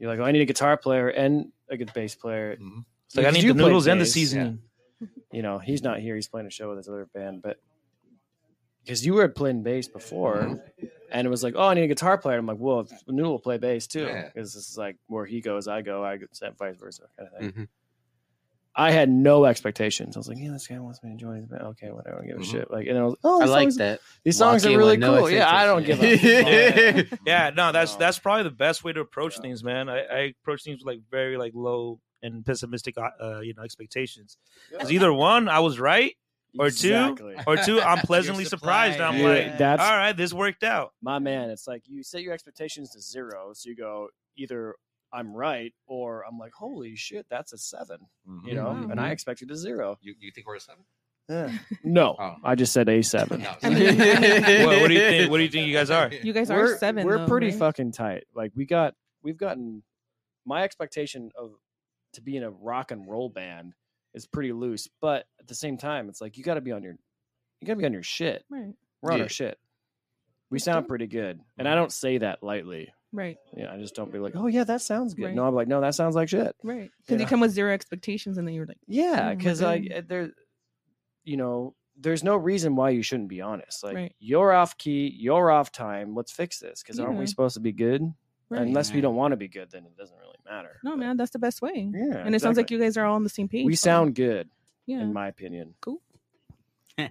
[SPEAKER 6] You're like, oh, I need a guitar player and a good bass player.
[SPEAKER 7] Mhm.
[SPEAKER 4] Mm-hmm. It's like I
[SPEAKER 6] Because
[SPEAKER 4] need
[SPEAKER 6] you
[SPEAKER 4] the
[SPEAKER 6] play
[SPEAKER 4] noodles and the
[SPEAKER 6] bass,
[SPEAKER 4] seasoning.
[SPEAKER 6] You know, he's not here. He's playing a show with his other band, but because you were playing bass before,
[SPEAKER 4] Mm-hmm.
[SPEAKER 6] and it was like, oh, I need a guitar player. I'm like, well, Noodle will play bass too, because
[SPEAKER 7] Yeah.
[SPEAKER 6] this is like where he goes, I go, I go, vice versa kind of thing.
[SPEAKER 4] Mm.
[SPEAKER 10] Mhm.
[SPEAKER 6] I had no expectations. I was like, yeah, this guy wants me to join his band. Okay, whatever,
[SPEAKER 5] (laughs)
[SPEAKER 6] I don't give a
[SPEAKER 7] Mhm.
[SPEAKER 6] shit. Like, and I was, like, oh,
[SPEAKER 10] Mm-hmm. I
[SPEAKER 6] these
[SPEAKER 10] like
[SPEAKER 6] songs-
[SPEAKER 10] that.
[SPEAKER 6] These songs
[SPEAKER 10] Walk
[SPEAKER 6] are
[SPEAKER 10] in
[SPEAKER 6] really
[SPEAKER 10] with no
[SPEAKER 6] cool. Yeah, I don't give
[SPEAKER 10] (laughs)
[SPEAKER 6] a.
[SPEAKER 10] expectations.
[SPEAKER 7] (laughs)
[SPEAKER 4] Yeah, no, that's
[SPEAKER 6] No.
[SPEAKER 4] that's probably the best way to approach things, man. I, I approach things with like very like low and pessimistic, uh, you know, expectations. Because either one, I was right, (laughs) Or two?
[SPEAKER 6] Exactly.
[SPEAKER 4] or two,
[SPEAKER 6] (laughs)
[SPEAKER 4] I'm
[SPEAKER 7] You're
[SPEAKER 4] pleasantly surprised. and I'm
[SPEAKER 6] Yeah,
[SPEAKER 4] like,
[SPEAKER 6] that's
[SPEAKER 4] all right, this worked out.
[SPEAKER 6] my man. It's like you set your expectations to zero, so you go either I'm right or I'm like, holy shit, that's a seven,
[SPEAKER 10] Mm-hmm.
[SPEAKER 7] Mhm.
[SPEAKER 6] you know,
[SPEAKER 5] Mhm.
[SPEAKER 4] Mm-hmm.
[SPEAKER 6] and I expected a zero.
[SPEAKER 7] You, you think we're a seven?
[SPEAKER 4] (laughs)
[SPEAKER 6] Yeah. No,
[SPEAKER 7] Oh.
[SPEAKER 6] I just said a seven.
[SPEAKER 7] (laughs) No.
[SPEAKER 4] What, (laughs) what do you think? What do you think you
[SPEAKER 6] (laughs)
[SPEAKER 4] guys (laughs) are?
[SPEAKER 5] You guys
[SPEAKER 6] we're
[SPEAKER 5] are seven.
[SPEAKER 6] we're
[SPEAKER 5] though,
[SPEAKER 6] pretty
[SPEAKER 5] right?
[SPEAKER 6] fucking tight. Like we got we've gotten my expectation of to be in a rock and roll band is pretty loose, but at the same time, it's like you got to be on your you got to be on your shit.
[SPEAKER 5] Right.
[SPEAKER 6] We're on
[SPEAKER 10] Yeah.
[SPEAKER 6] our shit. We
[SPEAKER 5] Let's do
[SPEAKER 6] sound
[SPEAKER 5] it.
[SPEAKER 6] pretty good, and
[SPEAKER 4] Mm-hmm.
[SPEAKER 6] I don't say that lightly.
[SPEAKER 5] Right.
[SPEAKER 6] Yeah, I just don't be like, oh yeah, that sounds good.
[SPEAKER 5] Right.
[SPEAKER 6] No, I'm like, no, that sounds like shit.
[SPEAKER 5] Right.
[SPEAKER 6] Yeah.
[SPEAKER 5] Because you come with zero expectations, and then you're like,
[SPEAKER 6] Yeah,
[SPEAKER 5] Mm, we're
[SPEAKER 6] because like
[SPEAKER 5] good.
[SPEAKER 6] uh, there, you know, there's no reason why you shouldn't be honest. Like
[SPEAKER 5] Right.
[SPEAKER 6] you're off key, you're off time. Let's fix this because aren't
[SPEAKER 5] Yeah.
[SPEAKER 6] we supposed to be good?
[SPEAKER 5] right.
[SPEAKER 6] Unless we
[SPEAKER 8] Yeah.
[SPEAKER 6] don't want to be good, then it doesn't really matter.
[SPEAKER 5] no,
[SPEAKER 6] but-
[SPEAKER 5] man, that's the best way.
[SPEAKER 6] Yeah,
[SPEAKER 5] and it sounds like you guys are all on the same page.
[SPEAKER 6] We
[SPEAKER 5] so,
[SPEAKER 6] sound good,
[SPEAKER 5] yeah.
[SPEAKER 6] in my opinion.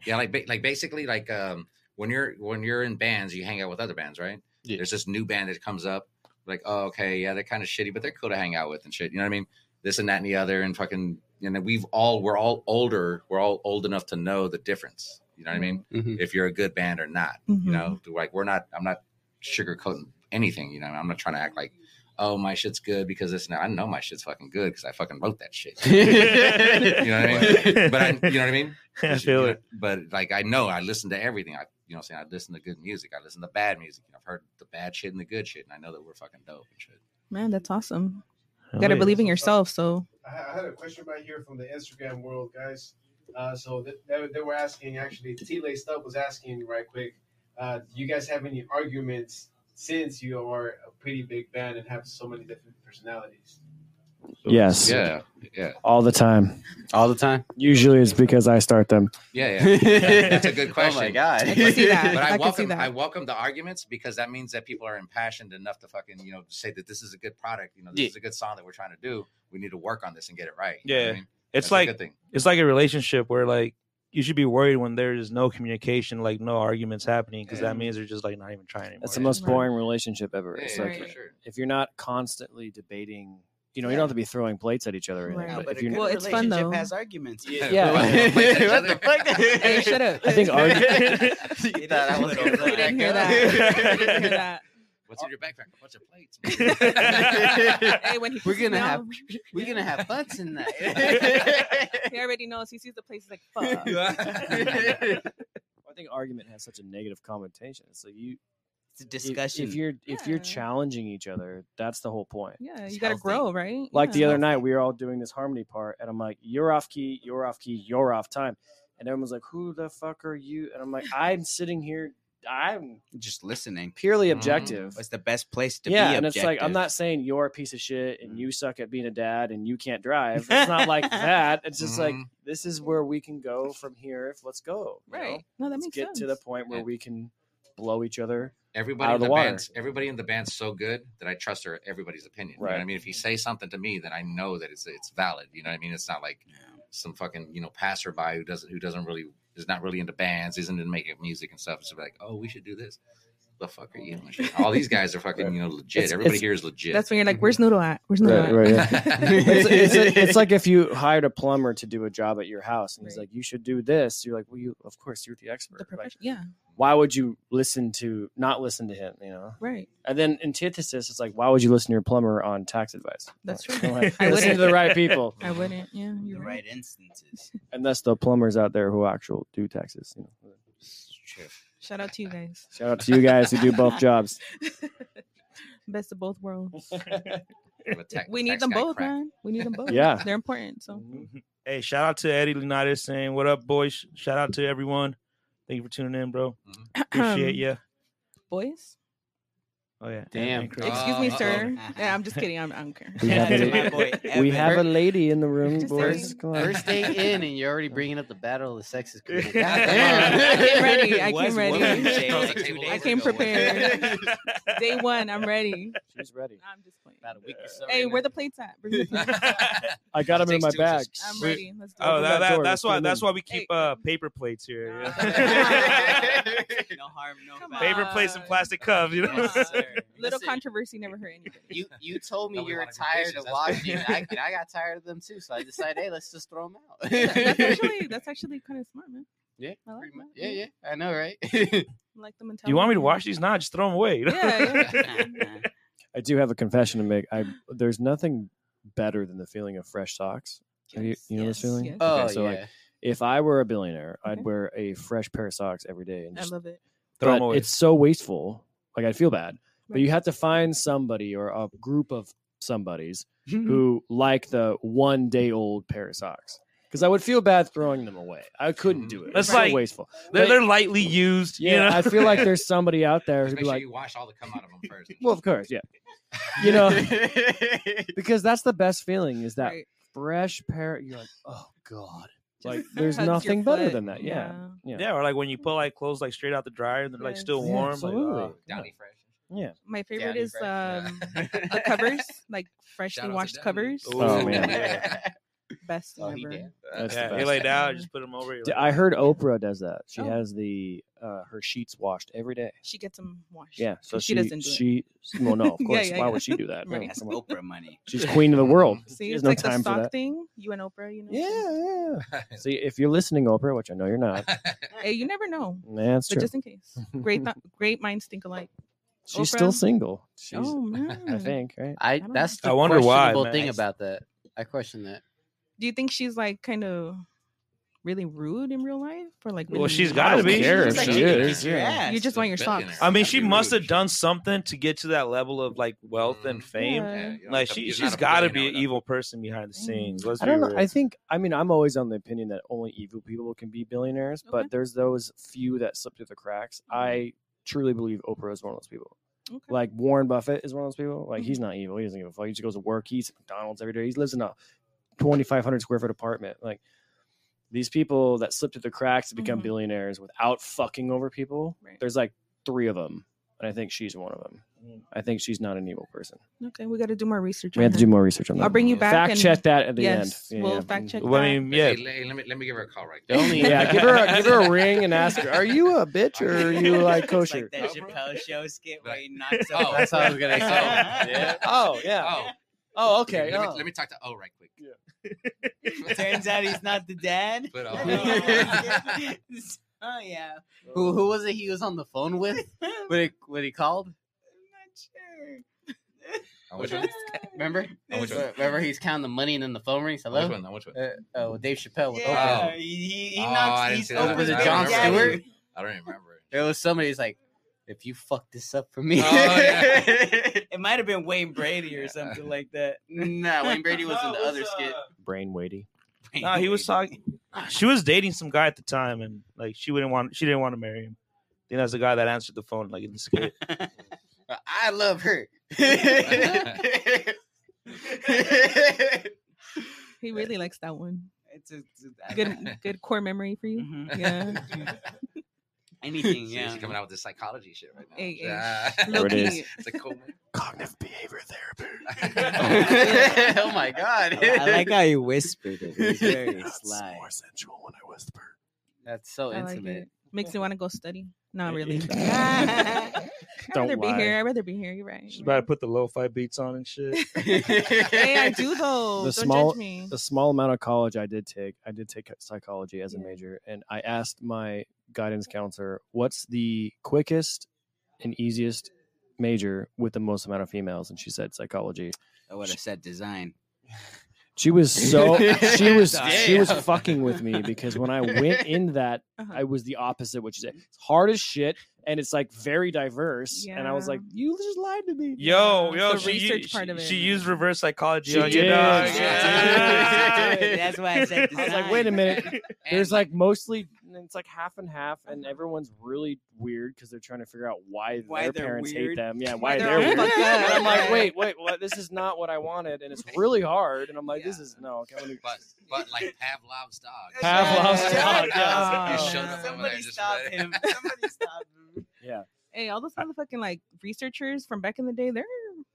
[SPEAKER 7] yeah, like ba- like basically like um when you're when you're in bands, you hang out with other bands, right?
[SPEAKER 10] Yeah.
[SPEAKER 7] There's this new band that comes up, like oh okay, yeah, they're kind of shitty, but they're cool to hang out with and shit. You know what I mean? This and that and the other, and fucking and then we've all we're all older, we're all old enough to know the difference. You know what I mean?
[SPEAKER 10] Mhm.
[SPEAKER 7] If you're a good band or not,
[SPEAKER 5] Mhm.
[SPEAKER 7] you know, like we're not. I'm not sugarcoating anything. You know, I'm not trying to act like. Oh, my shit's good because this. and that. I know my shit's fucking good because I fucking wrote that shit. You know what I mean?
[SPEAKER 5] (laughs)
[SPEAKER 7] But I, you know what I mean?
[SPEAKER 4] I
[SPEAKER 7] Because, you
[SPEAKER 4] feel
[SPEAKER 7] know,
[SPEAKER 4] it.
[SPEAKER 7] But like I know I listen to everything. I you know what I'm saying I listen to good music. I listen to bad music. I've heard the bad shit and the good shit, and I know that we're fucking dope and shit.
[SPEAKER 5] Man, that's awome. You gotta believe in yourself. So
[SPEAKER 11] I I had a question right here from the Instagram world, guys. Uh, so th- they, they were asking, actually, T-Lay Stubb was asking right quick, uh, do you guys have any arguments since you are a pretty big band and have so many different personalities?
[SPEAKER 6] Yes,
[SPEAKER 7] Yeah, yeah,
[SPEAKER 6] all the time.
[SPEAKER 10] All the time.
[SPEAKER 6] Usually, it's because I start them. (laughs)
[SPEAKER 7] yeah, yeah.
[SPEAKER 5] (laughs)
[SPEAKER 10] That's
[SPEAKER 7] a good
[SPEAKER 10] (laughs) Oh my
[SPEAKER 7] question.
[SPEAKER 10] god.
[SPEAKER 5] I can see that.
[SPEAKER 7] But I,
[SPEAKER 5] I can see
[SPEAKER 7] welcome
[SPEAKER 5] that.
[SPEAKER 7] I welcome the arguments because that means that people are impassioned enough to fucking you know say that this is a good product. You know, this
[SPEAKER 10] Yeah.
[SPEAKER 7] is a good song that we're trying to do. We need to work on this and get it right. You know
[SPEAKER 4] Yeah.
[SPEAKER 7] what I mean?
[SPEAKER 4] It's
[SPEAKER 7] That's a
[SPEAKER 4] like
[SPEAKER 7] good thing.
[SPEAKER 4] it's like a relationship where like you should be worried when there is no communication, like no arguments happening, because that
[SPEAKER 7] Yeah. (laughs)
[SPEAKER 4] means they're just like not even trying anymore.
[SPEAKER 6] That's the most boring relationship ever.
[SPEAKER 7] Yeah,
[SPEAKER 6] It's
[SPEAKER 7] yeah,
[SPEAKER 6] like
[SPEAKER 7] for
[SPEAKER 5] Right.
[SPEAKER 7] sure.
[SPEAKER 6] if you're not constantly debating, you know, you don't have to be throwing plates at each other. Or anything,
[SPEAKER 5] Right.
[SPEAKER 8] No,
[SPEAKER 6] but
[SPEAKER 8] but
[SPEAKER 6] if
[SPEAKER 8] a
[SPEAKER 6] you're,
[SPEAKER 8] good
[SPEAKER 5] Well, it's fun,
[SPEAKER 8] relationship
[SPEAKER 5] though.
[SPEAKER 8] has arguments.
[SPEAKER 7] (laughs)
[SPEAKER 6] Yeah.
[SPEAKER 5] (laughs)
[SPEAKER 8] (laughs)
[SPEAKER 10] What the
[SPEAKER 5] hey, shut up.
[SPEAKER 6] I think
[SPEAKER 1] (laughs)
[SPEAKER 6] argu- (laughs)
[SPEAKER 10] You thought I was
[SPEAKER 8] It is
[SPEAKER 10] gonna
[SPEAKER 5] (laughs) We didn't hear
[SPEAKER 10] back
[SPEAKER 5] that.
[SPEAKER 10] (laughs) up?
[SPEAKER 5] We didn't hear that.
[SPEAKER 7] What's in your backpack? What's your
[SPEAKER 5] (laughs)
[SPEAKER 7] plates?
[SPEAKER 10] (laughs)
[SPEAKER 5] Hey, when he
[SPEAKER 10] We're
[SPEAKER 5] sees-
[SPEAKER 10] gonna
[SPEAKER 5] now,
[SPEAKER 10] have-
[SPEAKER 5] (laughs)
[SPEAKER 10] We're gonna have fun (laughs) tonight.
[SPEAKER 5] He already knows. He sees the place. He's like, fuck.
[SPEAKER 6] I think argument has such a negative connotation. It's like you
[SPEAKER 8] It's a
[SPEAKER 6] if-
[SPEAKER 8] discussion.
[SPEAKER 6] If, you're if you're
[SPEAKER 5] Yeah.
[SPEAKER 6] challenging each other, that's the whole point.
[SPEAKER 5] Yeah,
[SPEAKER 8] It's
[SPEAKER 5] you gotta
[SPEAKER 8] healthy.
[SPEAKER 5] grow, right?
[SPEAKER 6] Like the
[SPEAKER 5] Yeah.
[SPEAKER 6] other night, we were all doing this harmony part, and I'm like, "You're off key, you're off key, you're off time," and everyone's like, "Who the fuck are you?" And I'm like, "I'm sitting here, I'm
[SPEAKER 8] just listening. Mm-hmm.
[SPEAKER 6] purely
[SPEAKER 7] Mhm.
[SPEAKER 6] objective."
[SPEAKER 8] It's the best place to
[SPEAKER 6] yeah,
[SPEAKER 8] be.
[SPEAKER 6] and it's like I'm
[SPEAKER 8] (laughs) objective.
[SPEAKER 6] not saying you're a piece of shit and you suck at being a dad and you can't drive. It's not like that. It's just
[SPEAKER 12] Mm-hmm.
[SPEAKER 6] like
[SPEAKER 7] Mhm.
[SPEAKER 6] this is where we can go from here. If let's go, you know?
[SPEAKER 5] right? No, that
[SPEAKER 6] Let's
[SPEAKER 5] makes
[SPEAKER 6] get
[SPEAKER 5] sense.
[SPEAKER 6] to the point where
[SPEAKER 7] Yeah.
[SPEAKER 6] we can blow each other.
[SPEAKER 7] everybody
[SPEAKER 6] out
[SPEAKER 7] in
[SPEAKER 6] of
[SPEAKER 7] the,
[SPEAKER 6] the water.
[SPEAKER 7] band's everybody in the band's so good that I trust her everybody's opinion. You know what
[SPEAKER 6] Right.
[SPEAKER 7] I mean, if you say something to me, then I know that it's it's valid. You know what I mean? It's not like some fucking you know passerby who doesn't who doesn't really is not really into bands, isn't into making music and stuff. It's like, oh, we should do this. The fuck are you? All these guys are fucking you know legit.
[SPEAKER 5] It's-
[SPEAKER 7] Everybody
[SPEAKER 5] it's-
[SPEAKER 7] here is legit.
[SPEAKER 5] That's when you're like, "Where's Noodle at? Where's Noodle
[SPEAKER 6] Right, right,
[SPEAKER 5] at?"
[SPEAKER 6] yeah.
[SPEAKER 7] (laughs)
[SPEAKER 6] (laughs)
[SPEAKER 5] (laughs)
[SPEAKER 6] it's, it's, it's like if you hired a plumber to do a job at your house, and he's like, "You should do this." You're like, "Well, you of course you're the expert. Like,
[SPEAKER 5] yeah,
[SPEAKER 6] why would you listen to not listen to him? You know."
[SPEAKER 5] right.
[SPEAKER 6] And then antithesis is like, why would you listen to your plumber on tax advice?
[SPEAKER 5] That's
[SPEAKER 6] Like, (laughs)
[SPEAKER 5] true.
[SPEAKER 6] like,
[SPEAKER 5] I
[SPEAKER 6] listen to the
[SPEAKER 5] wouldn't. (laughs)
[SPEAKER 6] right people,
[SPEAKER 5] I wouldn't. Yeah,
[SPEAKER 8] the
[SPEAKER 5] you're
[SPEAKER 8] right
[SPEAKER 5] right. (laughs)
[SPEAKER 8] instances.
[SPEAKER 6] and that's the plumbers out there who actually do taxes. You know.
[SPEAKER 5] Shout out to you guys.
[SPEAKER 6] Shout out to you guys who do both jobs.
[SPEAKER 5] (laughs) Best of both
[SPEAKER 7] (laughs)
[SPEAKER 5] worlds.
[SPEAKER 7] a tech-
[SPEAKER 5] we need
[SPEAKER 7] tax
[SPEAKER 5] them
[SPEAKER 7] guy
[SPEAKER 5] both,
[SPEAKER 7] crack. Mm-hmm.
[SPEAKER 5] man. We need them both.
[SPEAKER 6] Yeah.
[SPEAKER 5] they're important. So
[SPEAKER 4] Hey, shout out to Eddie Leonidas saying, What up, boys? Shout out to everyone. Thank you for tuning in, bro.
[SPEAKER 7] Mm-hmm.
[SPEAKER 5] (clears throat)
[SPEAKER 4] Appreciate you.
[SPEAKER 5] boys.
[SPEAKER 4] Oh, yeah.
[SPEAKER 10] Damn.
[SPEAKER 4] And Chris.
[SPEAKER 5] Excuse me,
[SPEAKER 7] uh-oh.
[SPEAKER 10] (laughs)
[SPEAKER 5] sir. Yeah, I'm just kidding. I'm, I don't care. (laughs)
[SPEAKER 6] We have,
[SPEAKER 8] That's my
[SPEAKER 6] a,
[SPEAKER 8] boy.
[SPEAKER 6] we
[SPEAKER 8] Evan.
[SPEAKER 6] have a lady in the room,
[SPEAKER 5] Just
[SPEAKER 6] boys.
[SPEAKER 5] saying. (laughs)
[SPEAKER 6] Come on.
[SPEAKER 10] First day in, and you're already bringing up the battle of the sexes. God
[SPEAKER 5] I came
[SPEAKER 10] damn.
[SPEAKER 6] (laughs)
[SPEAKER 5] (laughs) ready. I
[SPEAKER 8] Was
[SPEAKER 5] came ready.
[SPEAKER 8] woman
[SPEAKER 10] (laughs)
[SPEAKER 8] shaming
[SPEAKER 7] Throws the
[SPEAKER 8] two
[SPEAKER 7] table
[SPEAKER 8] days
[SPEAKER 5] I came
[SPEAKER 8] ago.
[SPEAKER 5] prepared. (laughs) Day one, I'm ready.
[SPEAKER 6] She's ready.
[SPEAKER 5] I'm just playing.
[SPEAKER 10] About a week or so
[SPEAKER 5] Hey,
[SPEAKER 10] in.
[SPEAKER 5] where the plates at? Bring the plates.
[SPEAKER 6] (laughs) I got him in
[SPEAKER 7] Takes
[SPEAKER 6] my
[SPEAKER 7] two is
[SPEAKER 6] bag.
[SPEAKER 7] just-
[SPEAKER 5] I'm
[SPEAKER 4] We-
[SPEAKER 5] ready. Let's do
[SPEAKER 4] Oh,
[SPEAKER 5] it.
[SPEAKER 6] Open that
[SPEAKER 4] that, that-
[SPEAKER 6] door,
[SPEAKER 4] that's
[SPEAKER 6] come
[SPEAKER 4] why.
[SPEAKER 6] on
[SPEAKER 4] That's
[SPEAKER 6] in.
[SPEAKER 4] why we keep
[SPEAKER 5] Hey.
[SPEAKER 4] uh, paper plates here.
[SPEAKER 5] (laughs)
[SPEAKER 8] Ah.
[SPEAKER 4] yeah.
[SPEAKER 8] no harm, no
[SPEAKER 5] Come
[SPEAKER 8] foul.
[SPEAKER 4] paper plates and plastic cups. You know.
[SPEAKER 8] Yes, sir.
[SPEAKER 5] Little
[SPEAKER 10] Listen.
[SPEAKER 5] controversy never hurt anybody.
[SPEAKER 10] You you told me
[SPEAKER 7] Nobody
[SPEAKER 10] you were
[SPEAKER 7] wanted to
[SPEAKER 10] tired
[SPEAKER 7] dishes,
[SPEAKER 10] of
[SPEAKER 7] that's
[SPEAKER 10] watching, and
[SPEAKER 7] why.
[SPEAKER 10] I, and I got tired of them too. So I decided, hey, let's just throw them out.
[SPEAKER 7] (laughs)
[SPEAKER 5] that's actually that's actually kind of smart, man.
[SPEAKER 10] (laughs) yeah,
[SPEAKER 5] I like
[SPEAKER 10] pretty much.
[SPEAKER 5] that,
[SPEAKER 10] yeah,
[SPEAKER 5] yeah.
[SPEAKER 10] yeah. I know, right?
[SPEAKER 5] I like the mentality.
[SPEAKER 4] Do (laughs) you want me to wash these? Nah, just throw them away. you know?
[SPEAKER 5] Yeah, yeah.
[SPEAKER 6] (laughs)
[SPEAKER 7] (laughs)
[SPEAKER 6] I do have a confession to make. I there's nothing better than the feeling of fresh socks. Have you, you know this feeling?
[SPEAKER 5] yes.
[SPEAKER 10] oh
[SPEAKER 6] so, like,
[SPEAKER 10] yeah.
[SPEAKER 6] If I were a billionaire, I'd
[SPEAKER 5] Okay.
[SPEAKER 6] wear a fresh pair of socks every day. And
[SPEAKER 5] I
[SPEAKER 6] just,
[SPEAKER 5] love it.
[SPEAKER 4] Throw
[SPEAKER 6] but
[SPEAKER 4] them away.
[SPEAKER 6] it's so wasteful. Like I'd feel bad. But
[SPEAKER 5] Right.
[SPEAKER 6] you have to find somebody or a group of
[SPEAKER 5] (laughs)
[SPEAKER 6] somebodies who like the one day old pair of socks. Because I would feel bad throwing them away. I couldn't do it.
[SPEAKER 4] (laughs) Mm, That's
[SPEAKER 6] It's so
[SPEAKER 4] like-
[SPEAKER 6] wasteful.
[SPEAKER 4] they're,
[SPEAKER 6] but-
[SPEAKER 4] they're lightly used.
[SPEAKER 6] Yeah,
[SPEAKER 4] you know?
[SPEAKER 6] I feel
[SPEAKER 4] (laughs)
[SPEAKER 6] like there's somebody out there
[SPEAKER 7] Just
[SPEAKER 6] who'd
[SPEAKER 7] make
[SPEAKER 6] be
[SPEAKER 7] sure
[SPEAKER 6] like,
[SPEAKER 7] you wash all the cum out
[SPEAKER 6] (laughs)
[SPEAKER 7] of them first.
[SPEAKER 6] "Well, of course, yeah." You know, (laughs) because that's the best feeling is that
[SPEAKER 5] Right.
[SPEAKER 6] fresh pair. You're like, "Oh God!"
[SPEAKER 5] (laughs)
[SPEAKER 6] Like
[SPEAKER 5] Just
[SPEAKER 6] there's
[SPEAKER 5] hugs your
[SPEAKER 6] nothing better
[SPEAKER 5] foot.
[SPEAKER 6] than that. Yeah, yeah,
[SPEAKER 4] Yeah, or like when you pull like clothes like straight out the dryer and they're like still
[SPEAKER 5] Yes.
[SPEAKER 6] Yeah,
[SPEAKER 4] warm. like,
[SPEAKER 6] absolutely.
[SPEAKER 4] oh.
[SPEAKER 7] Downy fresh.
[SPEAKER 5] My favorite
[SPEAKER 7] Downy
[SPEAKER 5] is
[SPEAKER 7] fresh.
[SPEAKER 5] um
[SPEAKER 7] Yeah. (laughs)
[SPEAKER 5] the covers, like
[SPEAKER 7] Shout out
[SPEAKER 5] freshly
[SPEAKER 7] to
[SPEAKER 5] washed
[SPEAKER 7] Downy.
[SPEAKER 5] covers.
[SPEAKER 6] Oh, man.
[SPEAKER 5] (laughs) Best
[SPEAKER 7] Oh, he
[SPEAKER 5] ever.
[SPEAKER 7] did.
[SPEAKER 6] That's the
[SPEAKER 4] yeah, you
[SPEAKER 6] best.
[SPEAKER 4] lay
[SPEAKER 5] (laughs)
[SPEAKER 4] down, just put them over. you
[SPEAKER 6] D- I heard Oprah does that. She
[SPEAKER 5] Oh.
[SPEAKER 6] has the uh, her sheets washed every day.
[SPEAKER 5] She gets them washed.
[SPEAKER 6] Yeah, so
[SPEAKER 5] she doesn't do it.
[SPEAKER 6] she, Well, no, of
[SPEAKER 5] (laughs) Yeah,
[SPEAKER 6] course.
[SPEAKER 5] yeah,
[SPEAKER 6] Why
[SPEAKER 5] yeah.
[SPEAKER 6] would she do that?
[SPEAKER 5] (laughs) Right.
[SPEAKER 6] No,
[SPEAKER 8] That's
[SPEAKER 6] come on.
[SPEAKER 8] Oprah money.
[SPEAKER 6] She's queen of the world.
[SPEAKER 5] See,
[SPEAKER 6] She has
[SPEAKER 5] it's
[SPEAKER 6] no
[SPEAKER 5] like the
[SPEAKER 6] time for
[SPEAKER 5] stock
[SPEAKER 6] that.
[SPEAKER 5] thing. You and Oprah, you know.
[SPEAKER 6] Yeah, yeah. See, if you're listening, Oprah, which I know you're not,
[SPEAKER 7] (laughs)
[SPEAKER 5] Hey, you never know.
[SPEAKER 6] that's
[SPEAKER 5] But
[SPEAKER 6] true.
[SPEAKER 5] just in case,
[SPEAKER 6] (laughs)
[SPEAKER 5] great, th- great minds think alike.
[SPEAKER 6] She's
[SPEAKER 5] Oprah-
[SPEAKER 6] still single. She's,
[SPEAKER 5] oh man,
[SPEAKER 6] I think, right?
[SPEAKER 10] I,
[SPEAKER 5] don't
[SPEAKER 10] that's the
[SPEAKER 4] know. I wonder why,
[SPEAKER 10] questionable
[SPEAKER 4] man.
[SPEAKER 10] thing
[SPEAKER 4] Nice.
[SPEAKER 10] about that. I question that.
[SPEAKER 5] Do you think she's like kind of really rude in real life, or like?
[SPEAKER 4] Well,
[SPEAKER 5] really-
[SPEAKER 4] she's got to
[SPEAKER 6] don't
[SPEAKER 4] be.
[SPEAKER 6] care
[SPEAKER 5] It's
[SPEAKER 6] if
[SPEAKER 5] like
[SPEAKER 6] she
[SPEAKER 5] you-
[SPEAKER 6] is.
[SPEAKER 8] Your
[SPEAKER 6] Yeah.
[SPEAKER 8] ass.
[SPEAKER 5] You just
[SPEAKER 7] The
[SPEAKER 5] want your socks.
[SPEAKER 7] billionaire.
[SPEAKER 4] I mean,
[SPEAKER 7] Gotta
[SPEAKER 4] she
[SPEAKER 7] be
[SPEAKER 4] must
[SPEAKER 7] rude.
[SPEAKER 4] have done something to get to that level of like wealth and
[SPEAKER 7] Mhm.
[SPEAKER 4] fame.
[SPEAKER 5] Yeah.
[SPEAKER 7] Yeah, you're
[SPEAKER 4] Like
[SPEAKER 7] not a-
[SPEAKER 4] she,
[SPEAKER 7] you're
[SPEAKER 4] she's
[SPEAKER 7] not a
[SPEAKER 4] got to be
[SPEAKER 7] billionaire
[SPEAKER 4] an
[SPEAKER 7] without
[SPEAKER 4] evil person behind the
[SPEAKER 5] Dang.
[SPEAKER 4] scenes. Let's
[SPEAKER 6] I don't
[SPEAKER 4] be
[SPEAKER 6] know.
[SPEAKER 4] real.
[SPEAKER 6] I think I mean I'm always on the opinion that only evil people can be billionaires,
[SPEAKER 5] Okay. Mm-hmm.
[SPEAKER 6] but there's those few that slip through the cracks. I truly believe Oprah is one of those people.
[SPEAKER 5] Okay. Mm-hmm.
[SPEAKER 6] Like Warren Buffett is one of those people. Like he's not evil. He doesn't give a fuck. He just goes to work. He eats at McDonald's every day. He lives in a 2,500 square foot apartment. Like these people that slip through the cracks to become
[SPEAKER 5] Mhm.
[SPEAKER 6] billionaires without fucking over people.
[SPEAKER 5] Right.
[SPEAKER 6] There's like three of them, and I think she's one of them.
[SPEAKER 4] Mm.
[SPEAKER 6] I think she's not an evil person.
[SPEAKER 5] okay, we got to do more research.
[SPEAKER 6] We have
[SPEAKER 5] on
[SPEAKER 6] to
[SPEAKER 5] that.
[SPEAKER 6] do more research on that.
[SPEAKER 5] I'll bring you
[SPEAKER 7] Mm.
[SPEAKER 5] back.
[SPEAKER 6] fact
[SPEAKER 5] and,
[SPEAKER 6] check that at the
[SPEAKER 5] yes,
[SPEAKER 6] end.
[SPEAKER 5] we'll
[SPEAKER 6] Yeah. (laughs)
[SPEAKER 5] fact check.
[SPEAKER 4] Well, I
[SPEAKER 5] that.
[SPEAKER 4] mean, yeah,
[SPEAKER 7] Hey, hey, let me let me give her a call right
[SPEAKER 10] The
[SPEAKER 7] now.
[SPEAKER 10] only
[SPEAKER 6] yeah, give her a, give
[SPEAKER 7] (laughs)
[SPEAKER 6] her a ring and ask her, "Are you a bitch or are
[SPEAKER 8] (laughs)
[SPEAKER 6] you like
[SPEAKER 8] It's
[SPEAKER 6] kosher?"
[SPEAKER 8] like that Chappelle show skit where
[SPEAKER 7] Like-
[SPEAKER 8] he knocks
[SPEAKER 7] Oh, that's
[SPEAKER 10] what I was gonna say. (laughs)
[SPEAKER 8] Yeah.
[SPEAKER 6] (laughs) Oh yeah.
[SPEAKER 7] Oh,
[SPEAKER 6] Oh
[SPEAKER 7] let
[SPEAKER 6] okay.
[SPEAKER 7] me- Let me,
[SPEAKER 6] oh. (laughs)
[SPEAKER 7] let me talk to O right quick.
[SPEAKER 8] Turns out he's
[SPEAKER 10] (laughs)
[SPEAKER 8] not the dad. (laughs)
[SPEAKER 7] But, um,
[SPEAKER 3] Oh,
[SPEAKER 7] (laughs) uh,
[SPEAKER 8] oh yeah.
[SPEAKER 10] who, who was it he was on the phone with when he, when he called?
[SPEAKER 8] I'm
[SPEAKER 7] On which
[SPEAKER 8] not sure.
[SPEAKER 7] one?
[SPEAKER 10] Remember?
[SPEAKER 7] Oh, which one?
[SPEAKER 10] Remember he's (laughs) counting the money and then the phone rings. Hello?
[SPEAKER 7] On which one? On which one?
[SPEAKER 10] Uh, oh, Dave Chappelle with Oprah.
[SPEAKER 7] Oh.
[SPEAKER 8] Yeah, he, he, he
[SPEAKER 7] Oh,
[SPEAKER 8] knocks.
[SPEAKER 7] I didn't
[SPEAKER 8] he's
[SPEAKER 7] see that.
[SPEAKER 8] open
[SPEAKER 10] Was it
[SPEAKER 8] the
[SPEAKER 10] Jon
[SPEAKER 8] door.
[SPEAKER 10] (laughs) Stewart?
[SPEAKER 7] I don't even remember.
[SPEAKER 10] There was somebody who's like, if you fuck this up for me.
[SPEAKER 7] Oh, yeah.
[SPEAKER 8] (laughs) It might have been Wayne Brady or
[SPEAKER 7] Yeah.
[SPEAKER 8] something like that.
[SPEAKER 10] (laughs) nah, Wayne Brady was in
[SPEAKER 4] No,
[SPEAKER 10] the
[SPEAKER 4] it
[SPEAKER 10] other
[SPEAKER 4] was,
[SPEAKER 10] skit.
[SPEAKER 4] uh,
[SPEAKER 6] Brain weighty.
[SPEAKER 4] No, he was talking. She was dating some guy at the time, and like she wouldn't want, she didn't want to marry him. I think that's the guy that answered the phone, like in the skit.
[SPEAKER 10] (laughs) I love her. (laughs)
[SPEAKER 5] (laughs) he really likes that one.
[SPEAKER 8] It's a, it's a-
[SPEAKER 5] Good, good core memory for you.
[SPEAKER 8] Mhm.
[SPEAKER 5] Yeah.
[SPEAKER 8] (laughs)
[SPEAKER 5] (laughs)
[SPEAKER 8] Anything,
[SPEAKER 7] She's
[SPEAKER 8] yeah.
[SPEAKER 7] coming out with this psychology shit right now.
[SPEAKER 5] Hey, hey,
[SPEAKER 7] Oh, Yeah.
[SPEAKER 5] low
[SPEAKER 6] There it
[SPEAKER 5] key.
[SPEAKER 7] It's like cool. (laughs)
[SPEAKER 8] (laughs)
[SPEAKER 6] Cognitive behavior therapy. (laughs)
[SPEAKER 3] oh my god!
[SPEAKER 8] I like how you whispered it. It's very
[SPEAKER 3] That's
[SPEAKER 8] sly.
[SPEAKER 3] more
[SPEAKER 8] sensual when I whisper.
[SPEAKER 3] That's so
[SPEAKER 5] I like
[SPEAKER 3] intimate.
[SPEAKER 5] it. Makes me want to go study. Not really.
[SPEAKER 4] Don't
[SPEAKER 5] (laughs) I'd rather be
[SPEAKER 4] lie.
[SPEAKER 5] here. I'd rather be here. You're right.
[SPEAKER 4] She's about to put the lo-fi beats on and
[SPEAKER 5] (laughs)
[SPEAKER 4] shit.
[SPEAKER 5] hey,
[SPEAKER 6] (laughs)
[SPEAKER 5] I do though.
[SPEAKER 6] the
[SPEAKER 5] Don't
[SPEAKER 6] small
[SPEAKER 5] judge me.
[SPEAKER 6] the small amount of college I did take, I did take psychology as a major, and I asked my guidance counselor, "What's the quickest and easiest major with the most amount of females?" And she said psychology.
[SPEAKER 8] I would have said design.
[SPEAKER 6] She was
[SPEAKER 4] (laughs)
[SPEAKER 6] so she was she was
[SPEAKER 8] Damn.
[SPEAKER 6] fucking with me because when I went in that, I was the opposite what she said. It's hard as shit, and it's like very diverse, and I was like, "You just lied to me."
[SPEAKER 4] Yo,
[SPEAKER 6] Yeah,
[SPEAKER 4] yo,
[SPEAKER 6] the
[SPEAKER 4] she,
[SPEAKER 6] research
[SPEAKER 4] u-
[SPEAKER 6] part of
[SPEAKER 4] she-
[SPEAKER 6] it.
[SPEAKER 4] she used reverse psychology
[SPEAKER 6] She
[SPEAKER 4] on you,
[SPEAKER 6] did.
[SPEAKER 4] dog.
[SPEAKER 6] She
[SPEAKER 4] Yeah.
[SPEAKER 6] did. That's why I
[SPEAKER 4] (laughs)
[SPEAKER 6] said (laughs) I was like, wait a minute. There's like mostly it's like half and half, and everyone's really weird because they're trying to figure out why,
[SPEAKER 8] Why
[SPEAKER 6] their
[SPEAKER 8] they're
[SPEAKER 6] parents hate
[SPEAKER 8] weird.
[SPEAKER 6] them. Yeah,
[SPEAKER 8] Why
[SPEAKER 6] why,
[SPEAKER 8] they're
[SPEAKER 6] they're
[SPEAKER 8] all
[SPEAKER 6] weird.
[SPEAKER 8] fucked
[SPEAKER 6] And
[SPEAKER 8] up.
[SPEAKER 6] I'm like,
[SPEAKER 8] Yeah.
[SPEAKER 6] wait, wait, what? This is not what I wanted, and it's really hard. And I'm like, this is no. Okay, I'm gonna...
[SPEAKER 7] But but like Pavlov's dog. (laughs)
[SPEAKER 6] Pavlov's Shut dog, up.
[SPEAKER 7] yeah.
[SPEAKER 6] yes.
[SPEAKER 8] Oh.
[SPEAKER 7] He showed up over there
[SPEAKER 8] Somebody
[SPEAKER 7] and just
[SPEAKER 8] stop
[SPEAKER 7] (laughs) let it-
[SPEAKER 8] him. Somebody stop him.
[SPEAKER 6] Yeah.
[SPEAKER 5] Hey, all those motherfucking like researchers from back in the day, they're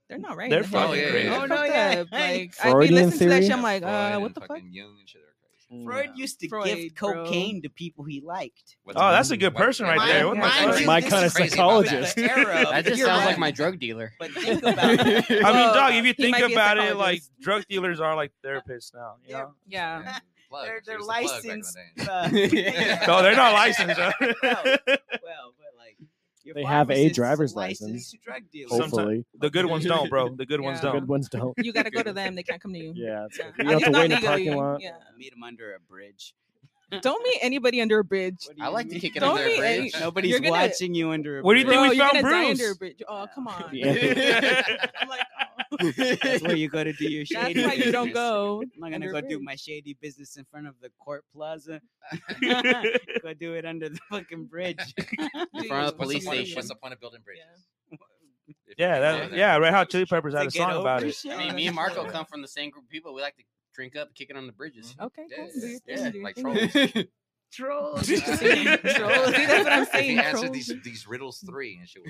[SPEAKER 5] they're not right.
[SPEAKER 4] They're
[SPEAKER 5] in the head.
[SPEAKER 4] fucking
[SPEAKER 7] yeah,
[SPEAKER 4] crazy.
[SPEAKER 7] yeah.
[SPEAKER 5] Oh
[SPEAKER 7] Oh,
[SPEAKER 5] no, yeah. Like I'd
[SPEAKER 6] Freudian
[SPEAKER 5] be listening to that
[SPEAKER 6] theory?
[SPEAKER 5] shit. I'm like,
[SPEAKER 7] Freud
[SPEAKER 5] uh, what
[SPEAKER 7] and
[SPEAKER 5] the fuck?
[SPEAKER 7] fucking Jung and shit are crazy.
[SPEAKER 8] Freud used to
[SPEAKER 5] Freud,
[SPEAKER 8] gift
[SPEAKER 5] bro.
[SPEAKER 8] cocaine to people he liked.
[SPEAKER 7] What's
[SPEAKER 4] Oh, that's
[SPEAKER 7] crazy-
[SPEAKER 4] a good
[SPEAKER 7] what-
[SPEAKER 4] person right
[SPEAKER 7] Mind-
[SPEAKER 4] there. What the
[SPEAKER 7] mind
[SPEAKER 4] fuck?
[SPEAKER 7] you,
[SPEAKER 6] My
[SPEAKER 7] this
[SPEAKER 6] kind of
[SPEAKER 7] is crazy about that.
[SPEAKER 6] psychologist.
[SPEAKER 8] The era of-
[SPEAKER 3] (laughs) That just
[SPEAKER 8] You're
[SPEAKER 3] sounds
[SPEAKER 8] right.
[SPEAKER 3] like my drug dealer.
[SPEAKER 8] But think about
[SPEAKER 3] (laughs)
[SPEAKER 8] it.
[SPEAKER 4] (laughs) I mean,
[SPEAKER 5] Well,
[SPEAKER 4] dog, if you
[SPEAKER 5] he
[SPEAKER 4] think
[SPEAKER 5] might be a
[SPEAKER 4] about it, like
[SPEAKER 5] psychologist.
[SPEAKER 4] drug dealers are like therapists now. You know?
[SPEAKER 5] Yeah.
[SPEAKER 7] Plug.
[SPEAKER 8] They're,
[SPEAKER 7] She
[SPEAKER 8] they're
[SPEAKER 7] was the plug back in the
[SPEAKER 8] licensed.
[SPEAKER 7] day.
[SPEAKER 8] uh,
[SPEAKER 6] (laughs)
[SPEAKER 8] (laughs)
[SPEAKER 3] Yeah.
[SPEAKER 4] No, they're not licensed. (laughs)
[SPEAKER 8] well,
[SPEAKER 4] huh?
[SPEAKER 8] but like your
[SPEAKER 6] They have a
[SPEAKER 8] pharmacist is
[SPEAKER 6] driver's
[SPEAKER 8] licensed
[SPEAKER 6] license.
[SPEAKER 8] Drug dealer.
[SPEAKER 4] Sometimes-
[SPEAKER 6] Hopefully,
[SPEAKER 4] the good ones don't, bro. The good ones
[SPEAKER 5] Yeah.
[SPEAKER 6] the
[SPEAKER 4] don't.
[SPEAKER 6] good ones
[SPEAKER 8] (laughs)
[SPEAKER 6] don't.
[SPEAKER 5] You gotta go to them. They can't come to you.
[SPEAKER 6] Yeah, it's
[SPEAKER 5] Yeah.
[SPEAKER 6] you
[SPEAKER 5] At
[SPEAKER 6] have
[SPEAKER 5] least
[SPEAKER 6] to
[SPEAKER 5] not
[SPEAKER 6] wait in the
[SPEAKER 5] legally.
[SPEAKER 6] parking lot.
[SPEAKER 5] Yeah.
[SPEAKER 8] Meet him under a bridge.
[SPEAKER 5] Don't meet anybody under a bridge.
[SPEAKER 8] What do
[SPEAKER 3] I
[SPEAKER 8] you
[SPEAKER 3] like to
[SPEAKER 8] mean?
[SPEAKER 3] kick it
[SPEAKER 5] Don't
[SPEAKER 3] under a
[SPEAKER 5] be
[SPEAKER 3] bridge.
[SPEAKER 7] eh,
[SPEAKER 5] any-
[SPEAKER 8] Nobody's
[SPEAKER 5] You're gonna-
[SPEAKER 8] watching you under a
[SPEAKER 4] What do you
[SPEAKER 8] bridge.
[SPEAKER 4] think we
[SPEAKER 5] Bro, you're
[SPEAKER 4] found
[SPEAKER 5] gonna die
[SPEAKER 4] Bruce?
[SPEAKER 5] under a bridge. Oh
[SPEAKER 3] (laughs)
[SPEAKER 5] come on.
[SPEAKER 6] The anthro-
[SPEAKER 5] I'm like, oh,
[SPEAKER 8] That's where you go to do your shady.
[SPEAKER 5] (laughs) that's why you don't
[SPEAKER 8] business.
[SPEAKER 5] go.
[SPEAKER 8] I'm not gonna
[SPEAKER 5] under a
[SPEAKER 8] go do
[SPEAKER 5] bridge.
[SPEAKER 8] my shady business in front of the court
[SPEAKER 5] (laughs)
[SPEAKER 8] plaza. go do it under the
[SPEAKER 4] (laughs)
[SPEAKER 8] fucking bridge.
[SPEAKER 5] Dude,
[SPEAKER 3] front of a
[SPEAKER 7] What's the
[SPEAKER 3] police
[SPEAKER 7] point of-
[SPEAKER 3] station.
[SPEAKER 7] What's the point of building bridges? If
[SPEAKER 4] Yeah,
[SPEAKER 7] you
[SPEAKER 4] that,
[SPEAKER 7] go
[SPEAKER 4] yeah,
[SPEAKER 7] there-
[SPEAKER 4] right. How Chili Peppers had
[SPEAKER 8] To
[SPEAKER 4] a
[SPEAKER 8] get
[SPEAKER 4] song about
[SPEAKER 8] over
[SPEAKER 4] it.
[SPEAKER 8] shit.
[SPEAKER 3] I mean, me and Marco
[SPEAKER 4] (laughs)
[SPEAKER 3] come from the same group of people. We like to drink up, kick it on the bridges.
[SPEAKER 5] Okay,
[SPEAKER 7] Yeah,
[SPEAKER 5] cool. Do your
[SPEAKER 7] yeah,
[SPEAKER 5] thing, do your
[SPEAKER 7] like
[SPEAKER 5] thing.
[SPEAKER 7] trolls.
[SPEAKER 8] (laughs) Trolls.
[SPEAKER 7] See,
[SPEAKER 3] Oh,
[SPEAKER 5] Trolls. See, that's what
[SPEAKER 3] (laughs)
[SPEAKER 5] I'm
[SPEAKER 7] If
[SPEAKER 5] saying.
[SPEAKER 7] you answer
[SPEAKER 5] trolls.
[SPEAKER 7] these these riddles three and shit.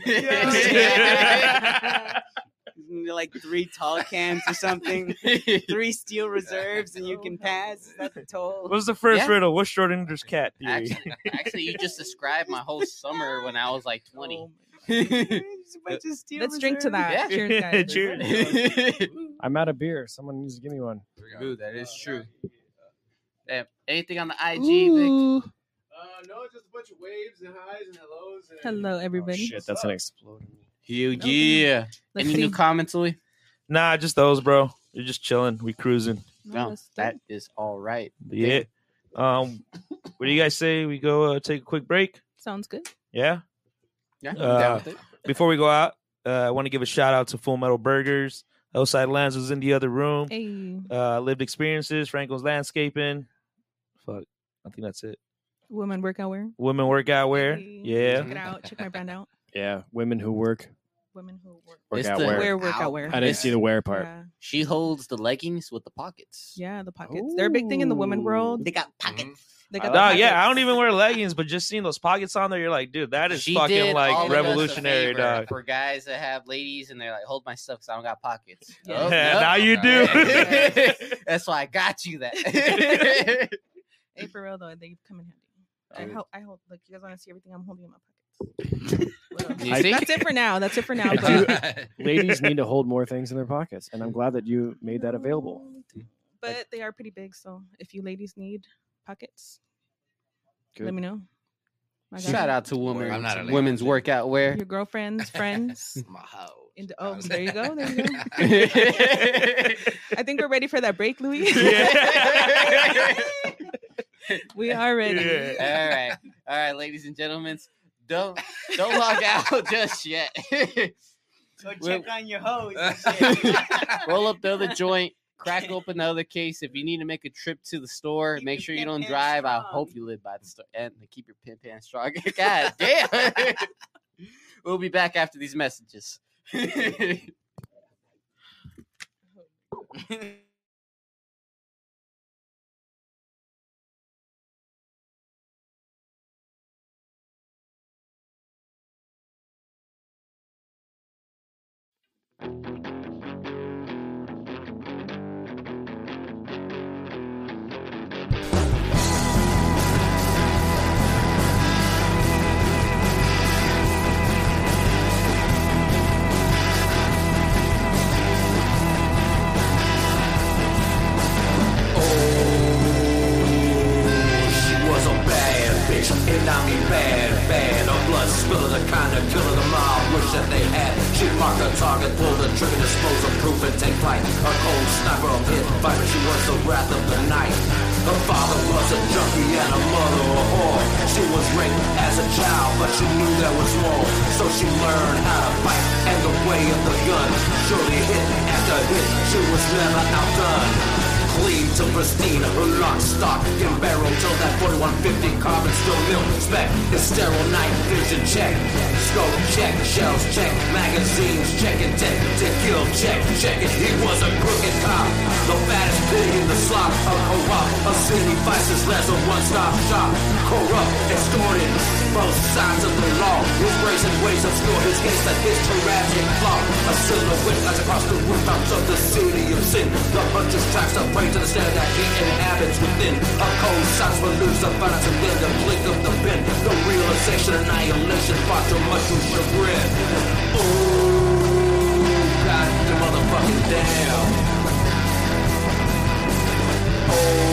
[SPEAKER 8] Yeah. like three tall cans
[SPEAKER 5] (laughs)
[SPEAKER 8] or something, three steel reserves, and you can
[SPEAKER 5] Oh,
[SPEAKER 8] pass. Is that the toll?
[SPEAKER 4] What's the first
[SPEAKER 3] Yeah.
[SPEAKER 4] riddle? What's Schrodinger's cat theory?
[SPEAKER 3] Actually, (laughs)
[SPEAKER 4] (laughs)
[SPEAKER 3] actually, you just described my whole summer when I was like 20.
[SPEAKER 8] It's a
[SPEAKER 3] (laughs)
[SPEAKER 8] bunch of steel
[SPEAKER 5] Let's drink to
[SPEAKER 8] reserves.
[SPEAKER 6] (laughs)
[SPEAKER 5] that.
[SPEAKER 3] Yeah.
[SPEAKER 5] Cheers,
[SPEAKER 4] (laughs)
[SPEAKER 5] guys.
[SPEAKER 4] Cheers.
[SPEAKER 3] (laughs)
[SPEAKER 6] I'm out of beer. Someone needs to give me one.
[SPEAKER 3] Ooh, that is true. Damn, anything on the IG, Vic?
[SPEAKER 5] Ooh.
[SPEAKER 11] Uh, no, it's just a bunch of waves and highs and hellos. And
[SPEAKER 5] (laughs) Hello, everybody.
[SPEAKER 6] Oh, shit, that's an exploding.
[SPEAKER 3] Hell
[SPEAKER 5] Okay.
[SPEAKER 3] yeah.
[SPEAKER 5] Let's
[SPEAKER 3] Any
[SPEAKER 5] see.
[SPEAKER 3] new comments, Louis?
[SPEAKER 4] Nah, just those, bro. We're just chilling. We cruising.
[SPEAKER 5] No,
[SPEAKER 3] No,
[SPEAKER 5] let's do
[SPEAKER 3] that
[SPEAKER 5] it.
[SPEAKER 3] is all right.
[SPEAKER 4] Yeah. Um, what do you guys say? We go uh, take a quick break.
[SPEAKER 5] sounds good.
[SPEAKER 4] Yeah.
[SPEAKER 3] Yeah, I'm
[SPEAKER 4] Uh,
[SPEAKER 3] down with it.
[SPEAKER 4] Before we go out, uh, I want to give a shout out to Full Metal Burgers. Outside Lands was in the other room.
[SPEAKER 5] Hey,
[SPEAKER 4] Uh, lived experiences. Franco's landscaping. Fuck, I think that's it.
[SPEAKER 5] women workout wear.
[SPEAKER 4] Women workout wear.
[SPEAKER 5] Hey,
[SPEAKER 4] Yeah.
[SPEAKER 5] Check it out. Check my brand out.
[SPEAKER 6] Yeah, women who work
[SPEAKER 5] Women who work.
[SPEAKER 6] work
[SPEAKER 3] It's
[SPEAKER 6] out
[SPEAKER 3] the-
[SPEAKER 6] wear.
[SPEAKER 5] Wear workout wear.
[SPEAKER 6] I didn't see the wear part.
[SPEAKER 5] Yeah.
[SPEAKER 3] She holds the leggings with the pockets.
[SPEAKER 5] yeah, the pockets. They're a big thing in the women world.
[SPEAKER 8] They got pockets.
[SPEAKER 7] Mhm.
[SPEAKER 5] They got the
[SPEAKER 4] Dog, yeah, I
[SPEAKER 5] pockets.
[SPEAKER 4] don't even wear leggings, but just seeing those pockets on there, you're like, dude, that is
[SPEAKER 3] She
[SPEAKER 4] fucking
[SPEAKER 3] did all
[SPEAKER 4] like
[SPEAKER 3] of us a
[SPEAKER 4] revolutionary,
[SPEAKER 3] favor
[SPEAKER 4] dog.
[SPEAKER 3] For guys that have ladies and they're like, hold my stuff because I don't got
[SPEAKER 5] (laughs)
[SPEAKER 3] pockets.
[SPEAKER 5] Yeah.
[SPEAKER 3] Oh,
[SPEAKER 4] Yeah,
[SPEAKER 3] no.
[SPEAKER 4] now you
[SPEAKER 7] Okay.
[SPEAKER 4] do.
[SPEAKER 3] (laughs) That's why I got you that.
[SPEAKER 5] Hey, for real though, they come in handy. I hope. I hope. Look, you guys want to see everything I'm holding in my pockets.
[SPEAKER 3] You
[SPEAKER 6] I-
[SPEAKER 3] see?
[SPEAKER 5] That's (laughs) it for now. That's it for now.
[SPEAKER 6] I
[SPEAKER 5] but-
[SPEAKER 6] do- (laughs) Ladies need to hold more things in their pockets, and I'm glad that you made that available.
[SPEAKER 5] But they are pretty big, so if you ladies need pockets,
[SPEAKER 6] Good.
[SPEAKER 5] let me know.
[SPEAKER 3] (laughs)
[SPEAKER 5] I got
[SPEAKER 3] Shout
[SPEAKER 5] you.
[SPEAKER 3] out to women,
[SPEAKER 7] I'm not a lady.
[SPEAKER 3] women's workout wear.
[SPEAKER 5] Your girlfriends, friends.
[SPEAKER 7] My hoe.
[SPEAKER 5] In the- oh, there you go, there you go.
[SPEAKER 3] yeah.
[SPEAKER 5] I think we're ready for that break, Louis. (laughs) we are ready.
[SPEAKER 4] Yeah.
[SPEAKER 3] all right, all right, ladies and gentlemen, don't don't log out (laughs) just yet.
[SPEAKER 8] Go check
[SPEAKER 3] Well-
[SPEAKER 8] on your hoes.
[SPEAKER 7] (laughs)
[SPEAKER 8] and shit.
[SPEAKER 3] Roll up the other joint, crack open the other case. If you need to make a trip to the store,
[SPEAKER 8] Keep
[SPEAKER 3] make
[SPEAKER 8] your
[SPEAKER 3] sure you
[SPEAKER 8] pimp
[SPEAKER 3] don't
[SPEAKER 8] hand
[SPEAKER 3] drive. I
[SPEAKER 8] strong.
[SPEAKER 3] hope you live by the store and keep your pimp hand strong. (laughs) God damn. (laughs) we'll be back after these messages. (laughs)
[SPEAKER 1] that they had. She marked a target, pulled a trigger, dispose of proof, and take flight. A cold sniper, a hit fight. She was the wrath of the night. Her father was a junkie and her mother a whore. She was raped as a child, but she knew there was more. So she learned how to fight and the way of the gun. Surely hit after hit, she was never outdone clean to pristine. Her lock, stock, and barrel till that 4150 carbon still milk spec. It's sterile night vision check, scope check, shells check, magazines check and tech to kill check, check it. He was a crooked cop, the fattest pig in the slop, a corrupt, a city vices less a one-stop shop, corrupt, extorted, both sides of the law. His race and ways obscure his case that his Jurassic flaw, a silhouette lies across the rooftops of the city of sin. The hunter's tracks are prey to the standard that he inhabits within. A cold shots for lose the violence and then the blink of the pen. The realization, annihilation, brought to much to chagrin. Ooh, god the motherfucking damn. Oh,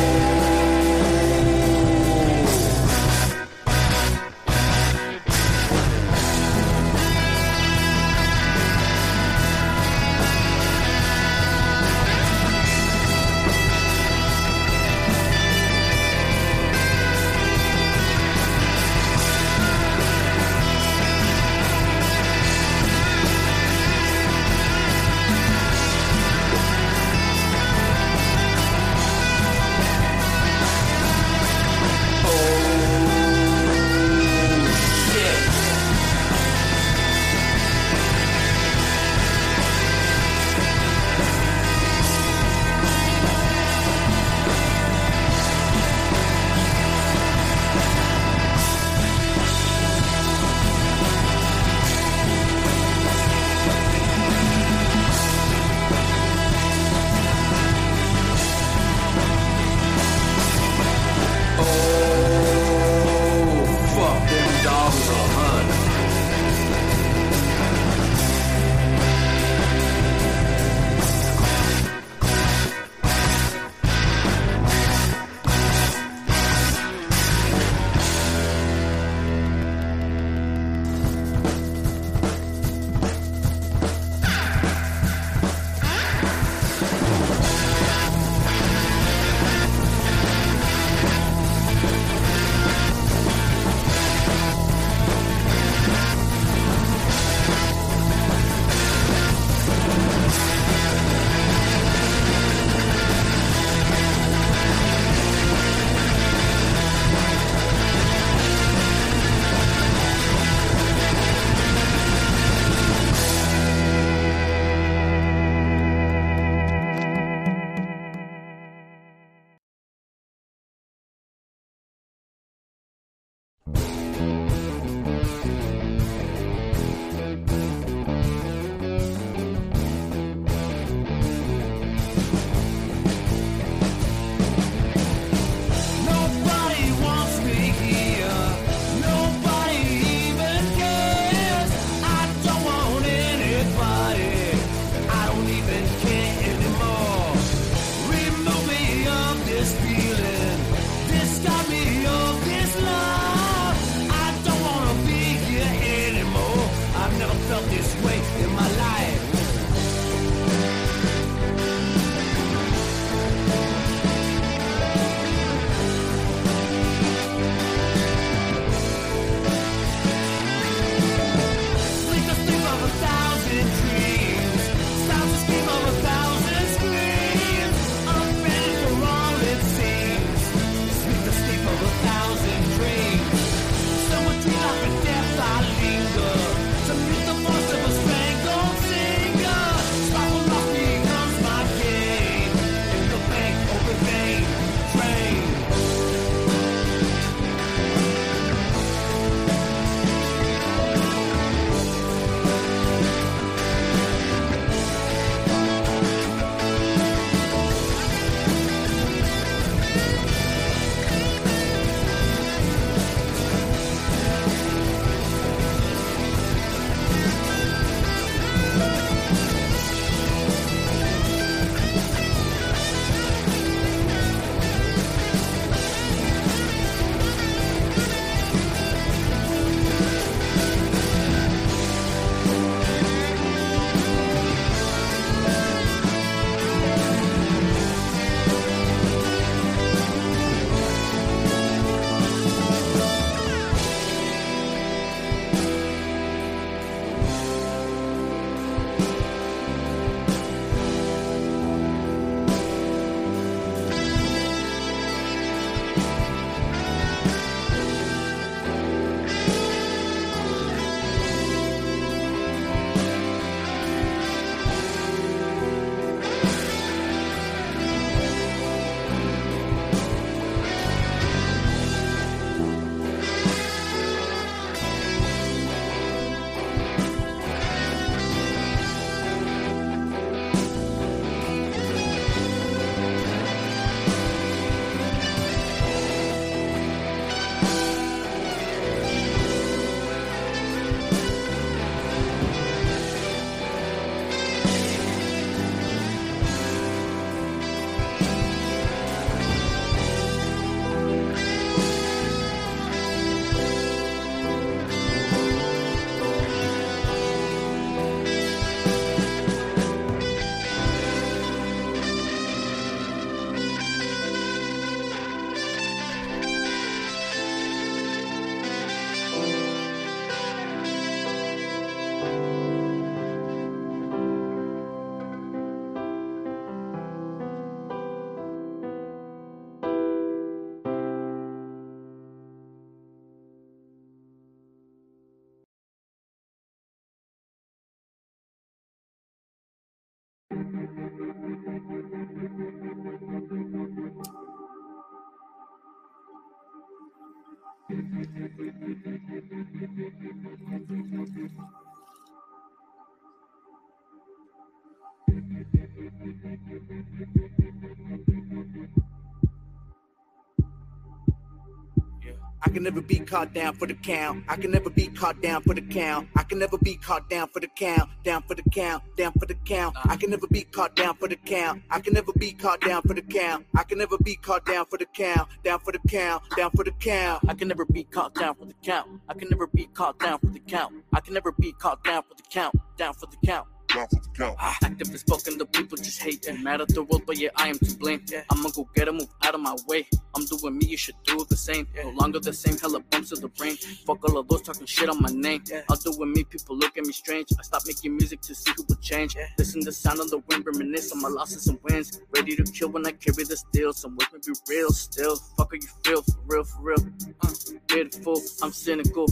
[SPEAKER 13] I can never be caught down for the count. I can never be caught down for the count. I can never be caught down for the count. Down for the count. Down for the count. I can never be caught down for the count. I can never be caught down for the count. I can never be caught down for the count. Down for the count. Down for the count. I can never be caught down for the count. I can never be caught down for the count. I can never be caught down for the count. Down for the count. Down for the count. Actively spoken, the people just hate. Mad at the world, but yeah, I am to blame. I'ma go get 'em, move out of my way. I'm doing me, you should do the same. No longer the same, hella bumps to the brain. Fuck all of those talking shit on my name. I'll do with me, people look at me strange. I stopped making music to see who would change. Listen to sound on the wind, reminisce on my losses and wins. Ready to kill when I carry the steel. Some with me be real still. Fuck are you feel for real, for real. Uh, pitiful, I'm cynical.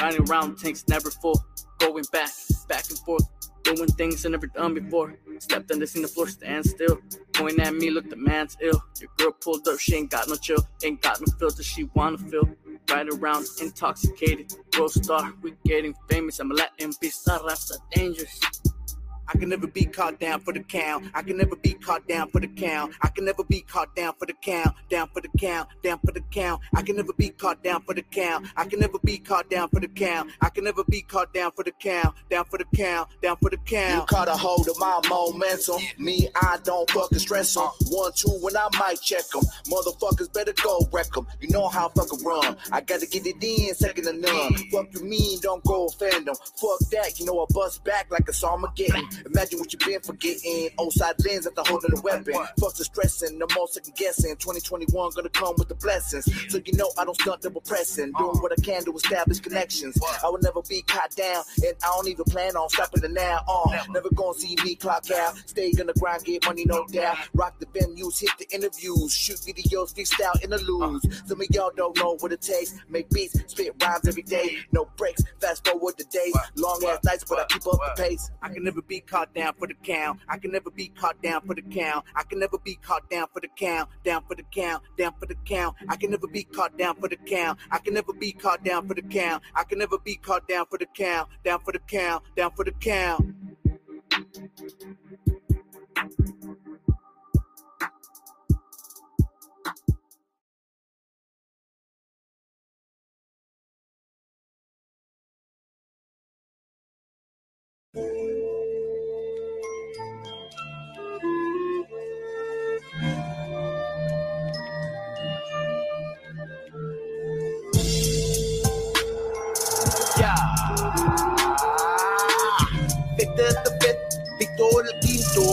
[SPEAKER 13] Riding around, tanks never full. Going back, back and forth. Doing things I never done before. Stepped on this in the floor, stand still. Point at me, look, the man's ill. Your girl pulled up, she ain't got no chill. Ain't got no filter, she wanna feel. Right around, intoxicated. World star, we getting famous. I'm a Latin beast, our raps are dangerous. I can never be caught down for the count. I can never be caught down for the count. I can never be caught down for the count. Down for the count. Down for the count. I can never be caught down for the count. I can never be caught down for the count. I can never be caught down for the count. Down for the count. Down for the count.
[SPEAKER 2] You caught a hold of my momentum. Me, I don't fucking stress 'em. Uh, One, two, when I might check 'em. Motherfuckers better go wreck 'em. You know how I fucking run. I gotta get it in, second to none. Fuck you mean, don't go offend 'em. Fuck that, you know I bust back like it's Armageddon. Imagine what you been forgetting. Old side lens after holding a weapon. Fuck the stressing, the most second guessing. 2021 gonna come with the blessings. So you know I don't stunt double pressing. Doing what I can to establish connections. I will never be caught down, and I don't even plan on stopping it now. Uh, never gonna see me clock out. Stay gonna grind, get money, no doubt. Rock the venues, hit the interviews, shoot videos, freestyle interludes.
[SPEAKER 13] Uh.
[SPEAKER 2] Some of y'all don't know what it takes. Make beats, spit rhymes every day. No breaks, fast forward the days. Long ass nights, but I keep up the pace.
[SPEAKER 13] I can never be caught down for the count. I can never be caught down for the count. I can never be caught down for the count. Down for the count. Down for the count. I can never be caught down for the count. I can never be caught down for the count. I can never be caught down for the count. Down for the count. Down for the count.
[SPEAKER 2] Ya. Victor the Fifth, Víctor el Quinto.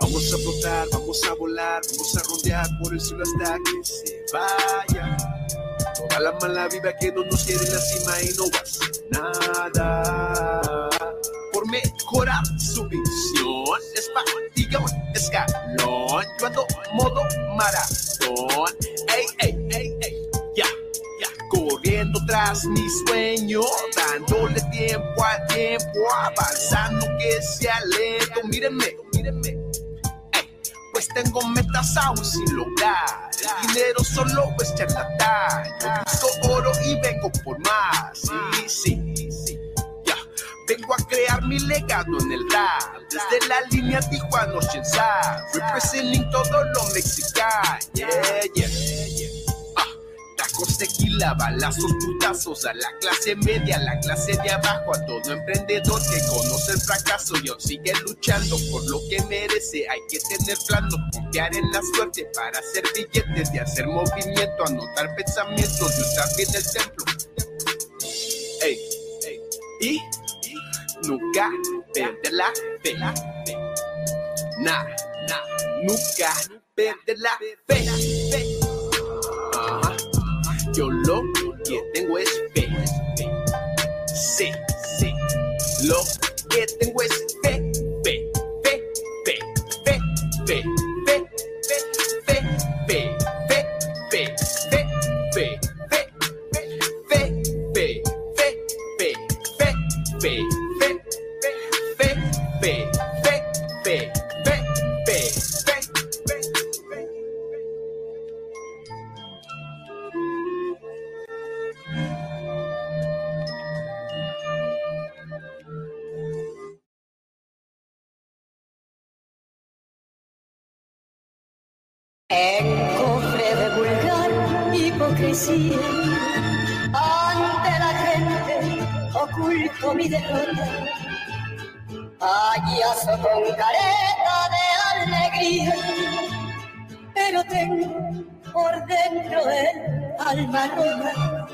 [SPEAKER 14] Vamos a flotar, vamos a volar, vamos a rondear por el cielo hasta que se vaya. Toda la mala vida que no nos quiere en la cima y no vas nada. Por mejorar su visión, es fatiga un escalón. Yo ando modo maratón. Ey, ey, ey, ey, ya, ya. Corriendo tras mi sueño, dándole tiempo a tiempo, avanzando que sea lento. Mírenme, mírenme. Pues tengo metas aún sin lograr. El dinero solo es charlatán. Yo busco oro y vengo por más. Sí, sí, sí. Ya. Vengo a crear mi legado en el rap. Desde la línea Tijuana Oceanside. Representing todo lo mexicano. Yeah, yeah. Ah, Tacos, tequila, balazos, putazos a la clase media, a la clase de abajo, a todo emprendedor que conoce el fracaso y aún sigue luchando por lo que merece. Hay que tener plan, no confiar en la suerte para hacer billetes, de hacer movimiento, anotar pensamientos, de usar bien el templo. Ey, ey, y nunca perder la fe. Nah, nah, nunca perder la fe. Ajá. Yo lo que tengo es fe. Sí, sí. Lo que tengo es fe. Fe, fe, fe, fe, fe, fe, fe, fe, fe, fe, fe, fe, fe, fe, fe, fe, fe, fe, fe, fe, fe, fe, fe, fe, fe, fe, fe.
[SPEAKER 1] En cofre de vulgar hipocresía,
[SPEAKER 15] ante la gente oculto mi derrota.
[SPEAKER 1] payaso con careta de alegría, pero tengo por dentro el alma roja.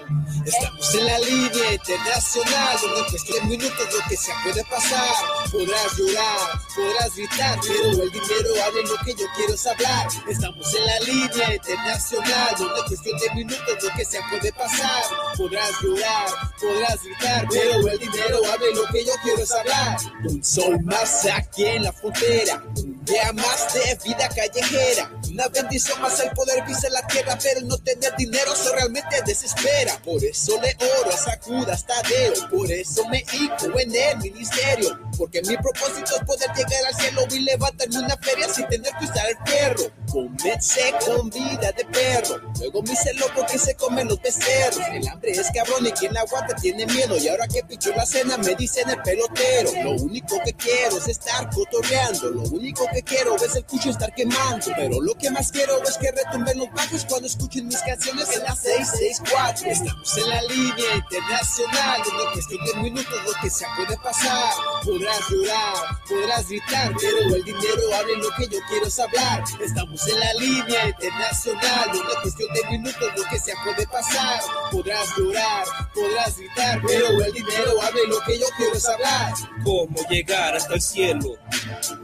[SPEAKER 14] Estamos en la línea internacional, donde pues tres minutos lo que se puede pasar. Podrás llorar, podrás gritar, pero el dinero habla lo que yo quiero es hablar. Estamos en la línea internacional, donde pues tres minutos lo que se puede pasar. Podrás llorar, podrás gritar, pero el dinero habla lo que yo quiero es hablar. Un sol más aquí en la frontera, un día más de vida callejera. Una bendición más el poder pisar la tierra, pero no tener dinero eso realmente desespera. Por eso le oro a Sacudas Tadeo, por eso me hinco en el ministerio. Porque mi propósito es poder llegar al cielo y levantarme una feria sin tener que usar el perro. Comencé con vida de perro, luego me hice loco que se comen los becerros. El hambre es cabrón y quien aguanta tiene miedo. Y ahora que pichó la cena me dicen el pelotero. Lo único que quiero es estar cotorreando, lo único que quiero es el cucho estar quemando. Pero lo que más quiero es que retumben los bajos cuando escuchen mis canciones en las 664. Estamos en la línea internacional, donde que estoy en minutos lo que se puede pasar. Podrás llorar, podrás gritar, pero el dinero hable lo que yo quiero es hablar. Estamos en la línea internacional, una cuestión de minutos lo que se puede pasar. Podrás llorar, podrás gritar, pero el dinero hable lo que yo quiero es hablar.
[SPEAKER 4] cómo llegar hasta el cielo.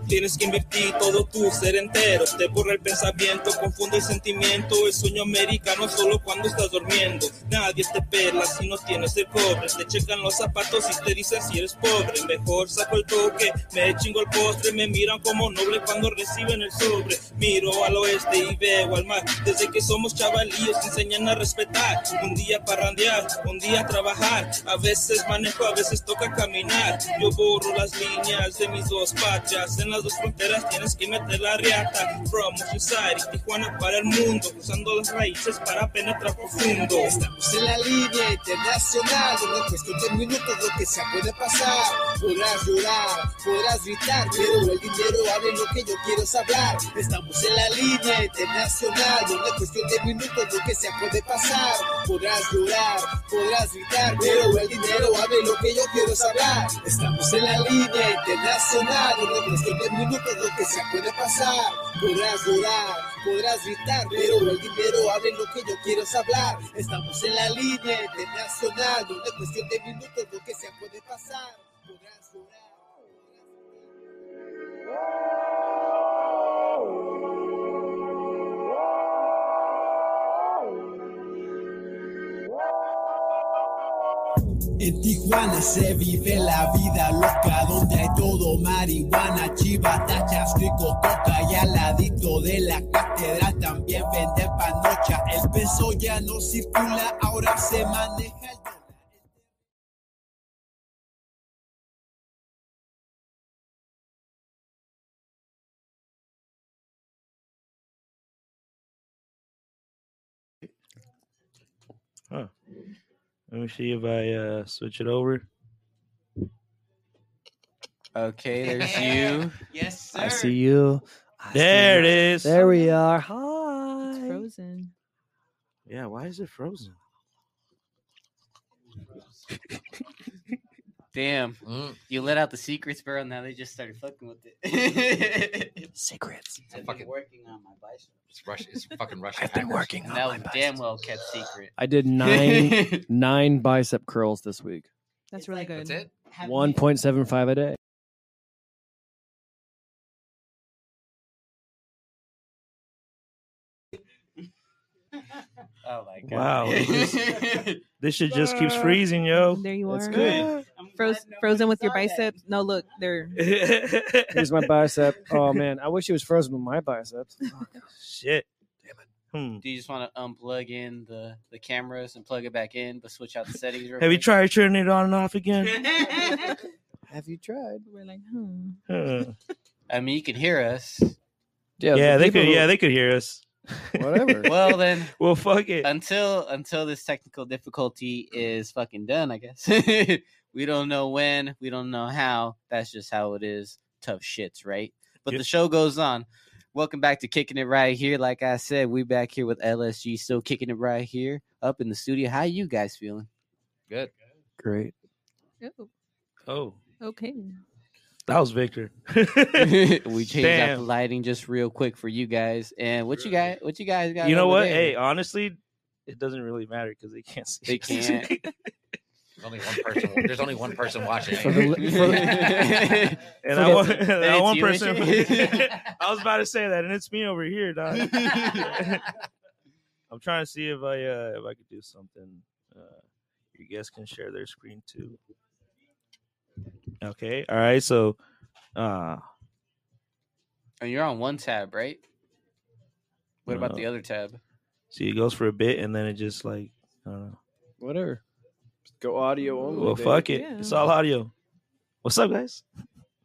[SPEAKER 4] Tienes que invertir todo tu ser entero. Te borra el pensamiento, confunde el sentimiento. El sueño americano solo cuando estás durmiendo. Nadie te pela si no tienes el cobre. Te checan los zapatos y te dicen si eres pobre. Mejor saco el toque, me chingo el postre. Me miran como noble cuando reciben el sobre. Miro al oeste y veo al mar. Desde que somos chavalillos enseñan a respetar. Un día parrandear, un día trabajar. A veces manejo, a veces toca caminar. Yo borro las líneas de mis dos patrias. En las dos fronteras tienes que meter la riata. From Society, Tijuana para el mundo. Cruzando las raíces para penetrar profundo.
[SPEAKER 14] Estamos en la línea internacional, donde en cuestión de minutos lo que se puede pasar. Podrás llorar, podrás gritar, pero el dinero hable lo que yo quiero es hablar. Estamos en la línea internacional, donde en cuestión de minutos lo que se puede pasar. Podrás llorar, podrás gritar, pero el dinero hable lo que yo quiero es hablar. Estamos en la línea internacional, donde en cuestión de minutos lo que se puede pasar. Podrás llorar, podrás gritar, pero el dinero hable lo que yo quiero es hablar. Estamos en la línea internacional, donde en cuestión de minutos lo que se puede pasar. Podrás llorar.
[SPEAKER 16] En Tijuana se vive la vida loca, donde hay todo marihuana, chivas, tachas, rico, coca y al ladito de la catedral también vende panocha. El peso ya no circula, ahora se maneja el
[SPEAKER 12] Huh. Let me see if I uh, switch it over.
[SPEAKER 7] (laughs)
[SPEAKER 3] Okay, there's you.
[SPEAKER 8] yes,
[SPEAKER 12] I see you. there it is.
[SPEAKER 6] There we are. Hi.
[SPEAKER 5] It's frozen.
[SPEAKER 12] Yeah, why is it frozen?
[SPEAKER 3] Damn, you let out the secrets, bro. Now they just started fucking with it.
[SPEAKER 17] (laughs)
[SPEAKER 3] (laughs)
[SPEAKER 6] secrets.
[SPEAKER 8] I've been working on my bicep.
[SPEAKER 17] It's Russian. It's fucking Russian.
[SPEAKER 6] I've been working on
[SPEAKER 3] That was damn well kept secret.
[SPEAKER 6] I
[SPEAKER 4] (laughs)
[SPEAKER 6] did nine nine bicep curls this week.
[SPEAKER 5] That's really good.
[SPEAKER 17] That's it.
[SPEAKER 6] One point seven five a day.
[SPEAKER 3] Oh my
[SPEAKER 12] Wow. this shit just keeps freezing, yo.
[SPEAKER 5] There you
[SPEAKER 12] That's
[SPEAKER 5] are. (gasps)
[SPEAKER 12] good.
[SPEAKER 5] Froze, frozen with your biceps. No, look, they're.
[SPEAKER 6] Here's my bicep.
[SPEAKER 4] (laughs)
[SPEAKER 6] Oh man, I wish it was frozen with my biceps.
[SPEAKER 12] Shit. Damn it. Hmm.
[SPEAKER 3] Do you just want to unplug in the, the cameras and plug it back in, but switch out the settings? real
[SPEAKER 12] Have you
[SPEAKER 3] quick?
[SPEAKER 12] tried turning it on and off
[SPEAKER 7] (laughs)
[SPEAKER 12] again?
[SPEAKER 3] (laughs)
[SPEAKER 6] Have you tried?
[SPEAKER 5] We're like, hmm.
[SPEAKER 12] Huh.
[SPEAKER 3] I mean, you can hear us.
[SPEAKER 12] yeah, they could. Yeah, they could hear us.
[SPEAKER 9] (laughs)
[SPEAKER 6] Whatever.
[SPEAKER 3] (laughs)
[SPEAKER 4] (laughs)
[SPEAKER 3] Well then.
[SPEAKER 12] well, fuck it.
[SPEAKER 3] Until until this technical difficulty is fucking done,
[SPEAKER 9] (laughs)
[SPEAKER 3] I guess. we don't know when. We don't know how. That's just how it is. Tough shits, right? But the show goes on.
[SPEAKER 9] Welcome back to Kicking It Right Here. Like I said, we back here with LSG, still kicking it right here up in the studio. How you guys feeling?
[SPEAKER 7] Good.
[SPEAKER 6] Great.
[SPEAKER 5] Oh,
[SPEAKER 4] Oh,
[SPEAKER 5] okay.
[SPEAKER 4] that was Victor. (laughs)
[SPEAKER 9] (laughs) we changed out the lighting just real quick for you guys. And what you guys, what you guys got?
[SPEAKER 4] You know
[SPEAKER 9] over
[SPEAKER 4] what?
[SPEAKER 9] there?
[SPEAKER 4] Hey, honestly, it doesn't really matter because they can't see.
[SPEAKER 9] They
[SPEAKER 4] us.
[SPEAKER 9] can't.
[SPEAKER 12] (laughs)
[SPEAKER 7] There's only one person. There's only one person watching.
[SPEAKER 4] For the li-
[SPEAKER 7] (laughs)
[SPEAKER 4] for the- (laughs) and I (laughs) want, and I want person. (laughs)
[SPEAKER 7] (laughs)
[SPEAKER 4] I was about to say that, and it's me over here, dog. (laughs) I'm trying to see if I uh, if I could do something. Uh, your guests can share their screen too. Okay. All right. So, uh,
[SPEAKER 9] And you're on one tab, right? What about
[SPEAKER 4] No.
[SPEAKER 9] the other tab?
[SPEAKER 4] uh, see, it goes for a bit, and then it just like I don't know.
[SPEAKER 6] Whatever. Just go audio only.
[SPEAKER 4] Well,
[SPEAKER 6] baby.
[SPEAKER 4] fuck it. It's all audio. What's up, guys?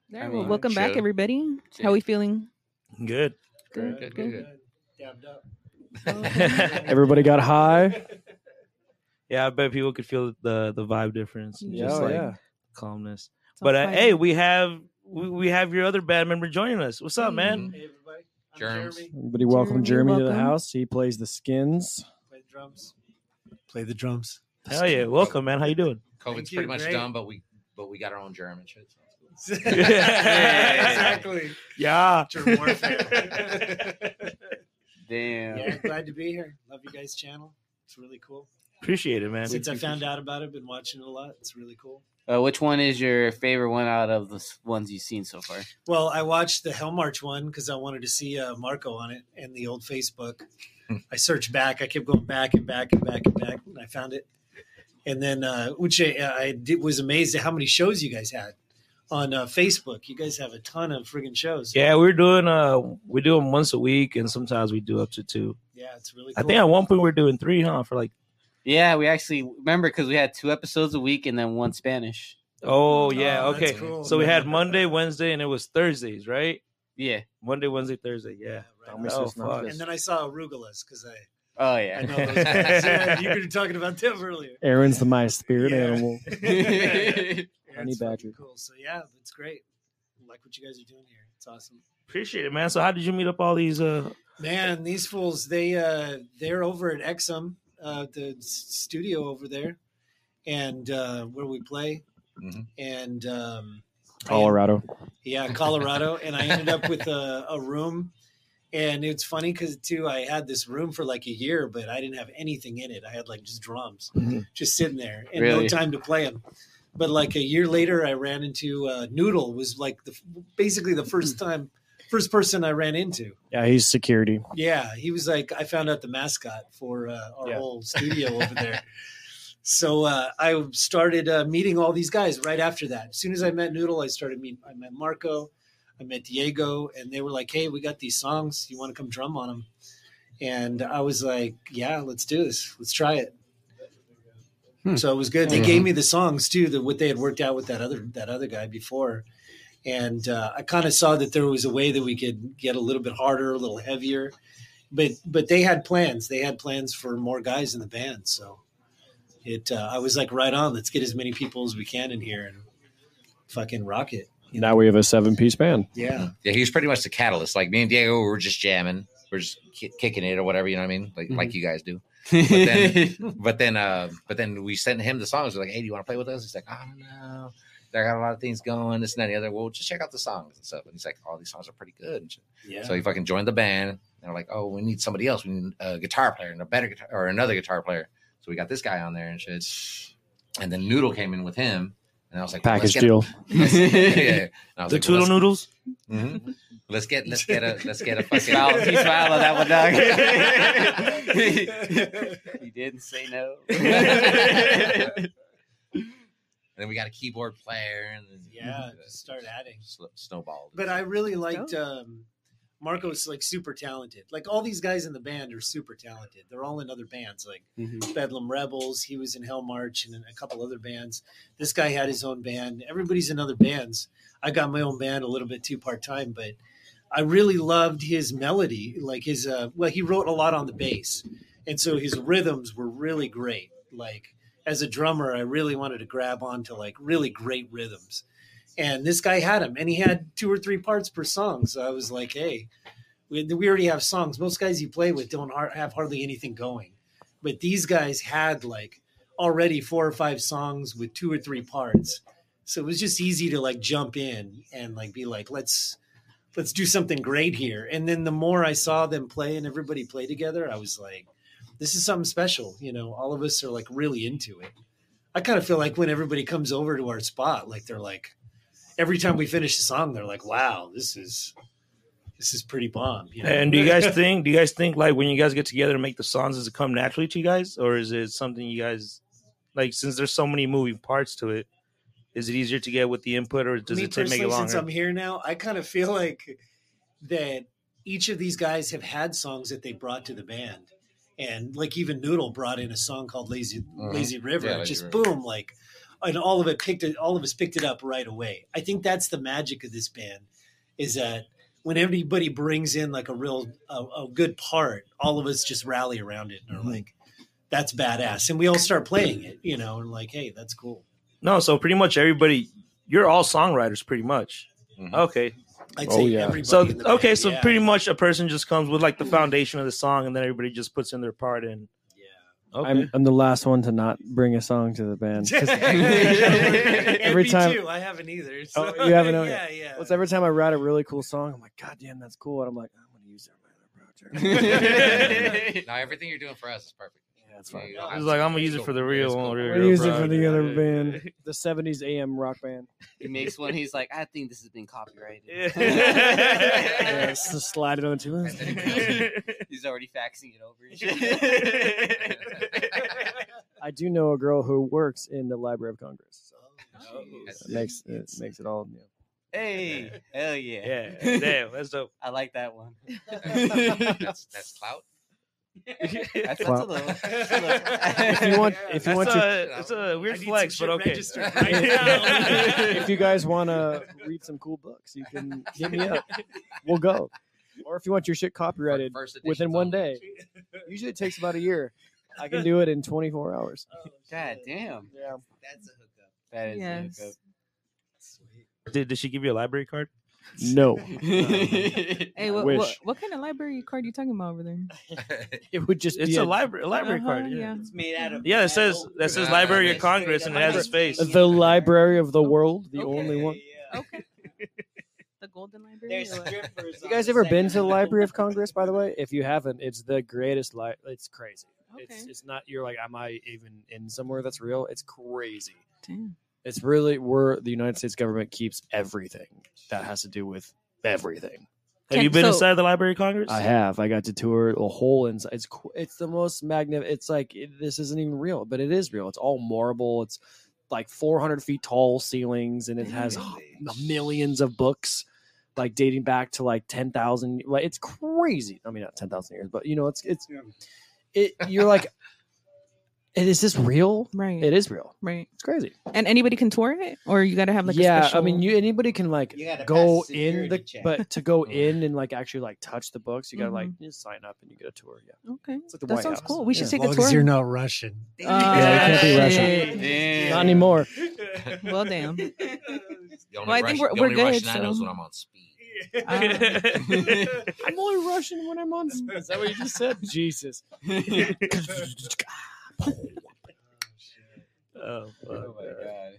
[SPEAKER 5] There,
[SPEAKER 4] I
[SPEAKER 5] well,
[SPEAKER 4] mean,
[SPEAKER 5] welcome back,
[SPEAKER 4] sure.
[SPEAKER 5] everybody. How we (laughs) feeling?
[SPEAKER 4] Good.
[SPEAKER 5] Good,
[SPEAKER 7] good,
[SPEAKER 12] (laughs)
[SPEAKER 6] Everybody got (laughs) high.
[SPEAKER 4] Yeah, I bet people could feel the the vibe difference. and
[SPEAKER 6] Yeah,
[SPEAKER 4] just
[SPEAKER 6] oh,
[SPEAKER 4] like
[SPEAKER 6] yeah.
[SPEAKER 4] calmness.
[SPEAKER 6] It's on
[SPEAKER 4] but uh,
[SPEAKER 6] fire.
[SPEAKER 4] hey, we have we, we have your other band member joining us. What's up, man?
[SPEAKER 11] Hey, everybody. I'm Jeremy.
[SPEAKER 6] Everybody, welcome Jeremy, to the
[SPEAKER 11] welcome.
[SPEAKER 6] house. He plays the skins.
[SPEAKER 11] Play drums.
[SPEAKER 12] Play the drums.
[SPEAKER 4] Hell yeah, welcome, man. How you doing?
[SPEAKER 7] COVID's
[SPEAKER 11] you,
[SPEAKER 7] pretty much
[SPEAKER 11] great.
[SPEAKER 7] done, but we but we got our own germ and shit. so
[SPEAKER 12] (laughs)
[SPEAKER 4] (laughs)
[SPEAKER 7] it's cool.
[SPEAKER 11] exactly.
[SPEAKER 4] Yeah.
[SPEAKER 11] Germ warfare.
[SPEAKER 9] Damn.
[SPEAKER 12] Yeah, glad to be here. Love you guys' channel. It's really cool.
[SPEAKER 4] Appreciate it, man.
[SPEAKER 12] Since I found out about it, been watching it a lot. It's really cool.
[SPEAKER 9] Uh, which one is your favorite one out of the s- ones you've seen so far?
[SPEAKER 12] Well, I watched the Hell March one because I wanted to see uh, Marco on it and the old Facebook.
[SPEAKER 4] (laughs)
[SPEAKER 12] I searched back. I kept going back and back and back and back, and I found it. And then, uh, which I, I did, was amazed at how many shows you guys had on uh, Facebook. You guys have a ton of friggin' shows.
[SPEAKER 4] Yeah, we're doing uh we do them once a week, and sometimes we do up to two.
[SPEAKER 12] Yeah, it's really.
[SPEAKER 4] I think at one point we we're doing three, huh? For like,
[SPEAKER 9] Yeah, we actually remember because we had two episodes a week and then one Spanish.
[SPEAKER 4] oh yeah,
[SPEAKER 9] Oh, that's
[SPEAKER 4] okay.
[SPEAKER 9] cool.
[SPEAKER 4] So
[SPEAKER 9] (laughs)
[SPEAKER 4] we had Monday, Wednesday, and it was Thursdays, right?
[SPEAKER 9] Yeah,
[SPEAKER 4] Monday, Wednesday, Thursday. Yeah. oh, fuck.
[SPEAKER 12] And then I saw Arugulas because I.
[SPEAKER 9] Oh yeah.
[SPEAKER 12] I know those
[SPEAKER 4] (laughs)
[SPEAKER 12] guys. Yeah, you were talking about them earlier.
[SPEAKER 6] Aaron's the my
[SPEAKER 12] (laughs)
[SPEAKER 6] spirit animal.
[SPEAKER 4] (laughs)
[SPEAKER 12] Yeah,
[SPEAKER 6] Honey
[SPEAKER 12] it's
[SPEAKER 6] badger.
[SPEAKER 12] Cool. So yeah, it's great. I like what you guys are doing here. It's awesome.
[SPEAKER 4] Appreciate it, man. So how did you meet up all these? uh
[SPEAKER 12] Man, these fools, they uh they're over at Exum, uh the s- studio over there and uh where we play. And um
[SPEAKER 6] Colorado.
[SPEAKER 12] yeah, Colorado. and I ended up with a, a room. And it's funny because too, I had this room for like a year, but I didn't have anything in it. I had like just drums
[SPEAKER 1] Mm-hmm.
[SPEAKER 12] just sitting there and no
[SPEAKER 11] Really?
[SPEAKER 12] time to play them. But like a year later, I ran into uh, Noodle was like the basically the first time, first person I ran into.
[SPEAKER 6] Yeah, he's security.
[SPEAKER 12] Yeah, he was like, I found out the mascot for uh, our whole studio over there. So uh, I started uh, meeting all these guys right after that. As soon as I met Noodle, I started meet. I met Marco, I met Diego, and they were like, "Hey, we got these songs. You want to come drum on them?" And I was like, "Yeah, let's do this. Let's try it." So it was good. They
[SPEAKER 11] Mhm.
[SPEAKER 12] gave me the songs too, that what they had worked out with that other that other guy before, and uh, I kind of saw that there was a way that we could get a little bit harder, a little heavier, but but they had plans. They had plans for more guys in the band, so it. Uh, I was like, right on. Let's get as many people as we can in here and fucking rock it.
[SPEAKER 6] Now we have a seven piece band.
[SPEAKER 12] Yeah.
[SPEAKER 7] Yeah, he was pretty much the catalyst. Like me and Diego, we were just jamming, we are just ki- kicking it or whatever. You know what I mean? Like
[SPEAKER 4] Mm-hmm.
[SPEAKER 7] like you guys
[SPEAKER 4] (laughs)
[SPEAKER 7] do. But then, but then, uh, but then we sent him the songs. We're like, hey, do you want to play with us? He's like, I don't know. I got a lot of things going, this and that, and the other. Well, just check out the songs and stuff. And he's like, all these songs are pretty good. And shit.
[SPEAKER 12] Yeah.
[SPEAKER 7] So he fucking joined the band. And they're like, oh, we need somebody else. We need a guitar player and a better guitar or another guitar player. So we got this guy on there and shit. And then Noodle came in with him. And I was like, well, let's
[SPEAKER 6] Package
[SPEAKER 7] get-
[SPEAKER 6] deal.
[SPEAKER 7] Let's- yeah, (laughs) yeah. And I
[SPEAKER 4] The
[SPEAKER 7] was like, well,
[SPEAKER 4] Toodle
[SPEAKER 7] let's-
[SPEAKER 4] Noodles?
[SPEAKER 7] Mhm. Let's get let's
[SPEAKER 9] (laughs)
[SPEAKER 7] get a let's get a fucking
[SPEAKER 9] Smile- he smiled on that one,
[SPEAKER 7] (laughs)
[SPEAKER 9] dog. he didn't say no.
[SPEAKER 7] and then we got a keyboard player and then (laughs)
[SPEAKER 12] Yeah, just start adding.
[SPEAKER 7] Sl- snowballed. (laughs)
[SPEAKER 10] (laughs)
[SPEAKER 12] But I really liked um, Marco's like super talented. Like all these guys in the band are super talented. They're all in other bands, like Bedlam Rebels. He was in Hell March and in a couple other bands. This guy had his own band. Everybody's in other bands. I got my own band a little bit too part time, but I really loved his melody. Like his, uh, well, he wrote a lot on the bass, and so his rhythms were really great. Like as a drummer, I really wanted to grab onto like really great rhythms. And this guy had him, and he had two or three parts per song. So I was like, hey, We, we already have songs. Most guys you play with don't har- have hardly anything going, but these guys had like already four or five songs with two or three parts, so it was just easy to like jump in and like be like, let's let's do something great here. And then the more I saw them play and everybody play together, I was like, this is something special. You know, all of us are like really into it. I kind of feel like when everybody comes over to our spot, like they're like, every time we finish a song, they're like, wow, this is, this is pretty bomb. you know?
[SPEAKER 4] And do you guys think? Do you guys think like when you guys get together and make the songs, does it come naturally to you guys, or is it something you guys like? Since there's so many moving parts to it, is it easier to get with the input, or does
[SPEAKER 12] Me
[SPEAKER 4] it take, make
[SPEAKER 12] personally,
[SPEAKER 4] it
[SPEAKER 12] Since I'm
[SPEAKER 4] longer?
[SPEAKER 12] here now, I kind of feel like that each of these guys have had songs that they brought to the band, and like even Noodle brought in a song called "Lazy
[SPEAKER 11] Mhm.
[SPEAKER 12] Lazy River."
[SPEAKER 11] Yeah, Lazy
[SPEAKER 12] just
[SPEAKER 11] River.
[SPEAKER 12] boom, like, and all of it picked it. All of us picked it up right away. I think that's the magic of this band, is that when everybody brings in like a real a, a good part, all of us just rally around it and are like, "That's badass," and we all start playing it, you know, and like, "Hey, that's cool."
[SPEAKER 4] No, so pretty much everybody, you're all songwriters, pretty much. Okay.
[SPEAKER 12] I'd say Oh, yeah. everybody
[SPEAKER 4] So
[SPEAKER 12] in the
[SPEAKER 4] okay,
[SPEAKER 12] band,
[SPEAKER 4] so
[SPEAKER 12] yeah.
[SPEAKER 4] pretty much a person just comes with like the foundation of the song, and then everybody just puts in their part. And yeah, okay.
[SPEAKER 6] I'm, I'm the last one to not bring a song to
[SPEAKER 12] (laughs)
[SPEAKER 6] the band. 'Cause (laughs) every
[SPEAKER 12] me
[SPEAKER 6] time Oh,
[SPEAKER 12] too. I haven't either. So.
[SPEAKER 6] you haven't, known
[SPEAKER 12] (laughs) yeah,
[SPEAKER 6] yet.
[SPEAKER 12] yeah.
[SPEAKER 6] Well, it's every time I write a really cool song, I'm like, God damn, that's cool, and I'm like, I'm gonna use that for another project.
[SPEAKER 7] now everything you're doing for us is perfect. Yeah,
[SPEAKER 6] that's
[SPEAKER 7] fine.
[SPEAKER 4] He's like, I'm gonna use it for the real one.
[SPEAKER 6] I'm
[SPEAKER 4] real
[SPEAKER 6] gonna use it for
[SPEAKER 4] project."
[SPEAKER 6] the other band, the '70s AM rock band.
[SPEAKER 10] He makes one.
[SPEAKER 6] (laughs)
[SPEAKER 10] He's like, I think this has been
[SPEAKER 9] (laughs)
[SPEAKER 10] copyrighted.
[SPEAKER 3] (laughs)
[SPEAKER 6] yeah, it's just slide it onto us.
[SPEAKER 10] he's already faxing it
[SPEAKER 4] (laughs)
[SPEAKER 9] (laughs)
[SPEAKER 10] over. and shit.
[SPEAKER 6] I do know a girl who works in the Library of Congress.
[SPEAKER 10] Oh,
[SPEAKER 6] It makes it makes it all new.
[SPEAKER 4] (laughs)
[SPEAKER 10] Hey, hell yeah. (laughs)
[SPEAKER 4] Yeah, damn, that's dope.
[SPEAKER 10] I like that one.
[SPEAKER 7] that's, that's
[SPEAKER 4] (laughs)
[SPEAKER 7] clout.
[SPEAKER 10] That's, that's a
[SPEAKER 6] Clout.
[SPEAKER 10] little. that's a (laughs) little-
[SPEAKER 6] If you want, if you
[SPEAKER 4] That's
[SPEAKER 6] want
[SPEAKER 4] a-
[SPEAKER 6] to,
[SPEAKER 4] that's a weird flex, but okay. (laughs)
[SPEAKER 6] if you guys want to read some cool books, you can hit me up. We'll go. Or if you want your shit copyrighted within one day, (laughs) usually it takes about a year. I (laughs) can do it in 24 hours.
[SPEAKER 10] God damn.
[SPEAKER 6] Yeah.
[SPEAKER 10] That's a hookup. That is
[SPEAKER 5] Yes.
[SPEAKER 10] a hookup.
[SPEAKER 4] Did, did she give you a library card? Oh.
[SPEAKER 6] No.
[SPEAKER 10] (laughs)
[SPEAKER 5] Hey, what,
[SPEAKER 4] Wish.
[SPEAKER 5] what, what kind of library card are you talking about
[SPEAKER 6] (laughs)
[SPEAKER 5] over there?
[SPEAKER 6] it would just
[SPEAKER 4] It's
[SPEAKER 6] be
[SPEAKER 4] a library library
[SPEAKER 5] Uh-huh,
[SPEAKER 4] card. Yeah.
[SPEAKER 5] yeah.
[SPEAKER 8] It's made out of
[SPEAKER 4] Yeah, it says that says
[SPEAKER 6] Yeah,
[SPEAKER 4] Library of
[SPEAKER 6] that's
[SPEAKER 4] Congress and it has a space.
[SPEAKER 6] The Library of the World, the only one.
[SPEAKER 5] The Golden Library?
[SPEAKER 8] There's
[SPEAKER 5] or
[SPEAKER 3] (laughs)
[SPEAKER 5] what?
[SPEAKER 8] strippers.
[SPEAKER 6] You guys ever been to the Library of Congress, by the way? If you haven't, it's the greatest li It's crazy. It's it's not. You're like, am I even in somewhere that's real? It's crazy. It's really where the United States government keeps everything that has to do with everything.
[SPEAKER 4] Have you been inside the Library of Congress?
[SPEAKER 6] I have. I got to tour a whole inside. It's qu- it's the most magnificent. It's like it, this isn't even real, but it is real. It's all marble. It's like 400 feet tall ceilings, and it has h- millions of books, like dating back to like 10,000. Like it's crazy. I mean, not 10,000 years, but you know, it's it's it. You're
[SPEAKER 7] (laughs)
[SPEAKER 6] like, is this real?
[SPEAKER 5] Right.
[SPEAKER 6] It is real.
[SPEAKER 5] Right.
[SPEAKER 6] It's crazy.
[SPEAKER 5] And anybody can tour it, or you got to have like
[SPEAKER 6] yeah,
[SPEAKER 5] A special...
[SPEAKER 6] I mean, you anybody can like
[SPEAKER 5] gotta
[SPEAKER 6] go
[SPEAKER 5] pass the
[SPEAKER 6] in the,
[SPEAKER 5] security check.
[SPEAKER 6] but to
[SPEAKER 7] (laughs)
[SPEAKER 6] go in and like actually like touch the books, you gotta like
[SPEAKER 5] Mhm.
[SPEAKER 6] just sign up and you get a tour. Yeah.
[SPEAKER 5] Okay,
[SPEAKER 6] like the
[SPEAKER 5] that
[SPEAKER 6] White
[SPEAKER 5] sounds
[SPEAKER 6] House.
[SPEAKER 5] cool. We should
[SPEAKER 6] Yeah.
[SPEAKER 5] take
[SPEAKER 6] As
[SPEAKER 5] a
[SPEAKER 6] long
[SPEAKER 5] tour.
[SPEAKER 6] as you're
[SPEAKER 12] not Russian.
[SPEAKER 6] uh, Yeah, you can't be Russian.
[SPEAKER 7] Damn.
[SPEAKER 6] Not anymore.
[SPEAKER 5] well, damn.
[SPEAKER 7] The only
[SPEAKER 5] well, I think
[SPEAKER 7] Russian-
[SPEAKER 5] we're,
[SPEAKER 7] the
[SPEAKER 5] we're
[SPEAKER 7] only
[SPEAKER 5] good.
[SPEAKER 7] Russian I
[SPEAKER 5] so-
[SPEAKER 7] know is when I'm on speed.
[SPEAKER 5] Ah.
[SPEAKER 6] I'm only Russian when I'm on. Is that what you just (laughs) said? Jesus.
[SPEAKER 4] Oh,
[SPEAKER 10] my god.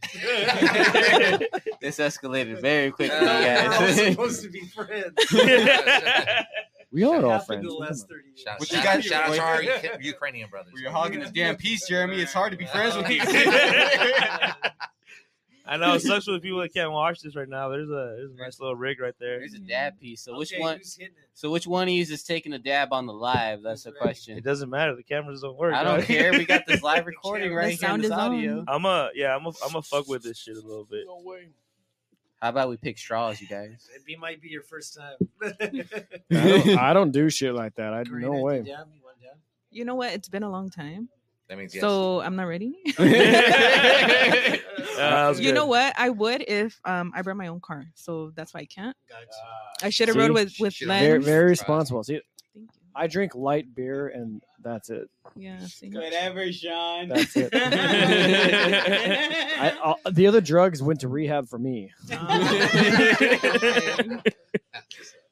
[SPEAKER 10] this escalated very quickly, guys.
[SPEAKER 12] to be friends.
[SPEAKER 6] (laughs) we are all
[SPEAKER 12] happened
[SPEAKER 6] friends.
[SPEAKER 12] the
[SPEAKER 6] What
[SPEAKER 12] last
[SPEAKER 6] am I-
[SPEAKER 7] Shout,
[SPEAKER 10] What
[SPEAKER 7] shout,
[SPEAKER 10] you guys-
[SPEAKER 7] shout out to our Uk- Ukrainian brothers.
[SPEAKER 10] (laughs) You're hogging this damn piece, Jeremy. It's hard to be friends
[SPEAKER 7] (laughs)
[SPEAKER 10] with you.
[SPEAKER 4] I know it sucks for the people that can't watch this right now. There's a there's a nice little rig right there.
[SPEAKER 10] There's a dab piece. So which
[SPEAKER 4] Okay,
[SPEAKER 10] one?
[SPEAKER 4] who's
[SPEAKER 10] So which one of you is taking a dab on the live? That's the question.
[SPEAKER 4] It doesn't matter. The cameras don't work.
[SPEAKER 10] I don't
[SPEAKER 4] dog.
[SPEAKER 10] care. We got
[SPEAKER 4] (laughs)
[SPEAKER 10] this live recording right here. in this audio.
[SPEAKER 4] I'm a yeah. I'm a I'm a fuck with this shit a little bit.
[SPEAKER 10] How about we pick straws, you guys?
[SPEAKER 12] It might be your first time.
[SPEAKER 6] (laughs) I don't, I don't do shit like that. I no way.
[SPEAKER 5] You know what? It's been a long time.
[SPEAKER 7] That means
[SPEAKER 5] So I'm not ready.
[SPEAKER 4] Uh, that was
[SPEAKER 5] (laughs) you
[SPEAKER 4] good.
[SPEAKER 5] know what? I would if um I brought my own car, so that's why I can't. I should have
[SPEAKER 6] See?
[SPEAKER 5] rode with with lens.
[SPEAKER 6] Very, very responsible. See, I drink light beer and that's it.
[SPEAKER 5] Yeah. see?
[SPEAKER 8] Whatever, Sean.
[SPEAKER 6] That's
[SPEAKER 3] (laughs)
[SPEAKER 8] (laughs)
[SPEAKER 6] it. I, all- the other drugs went to rehab for me.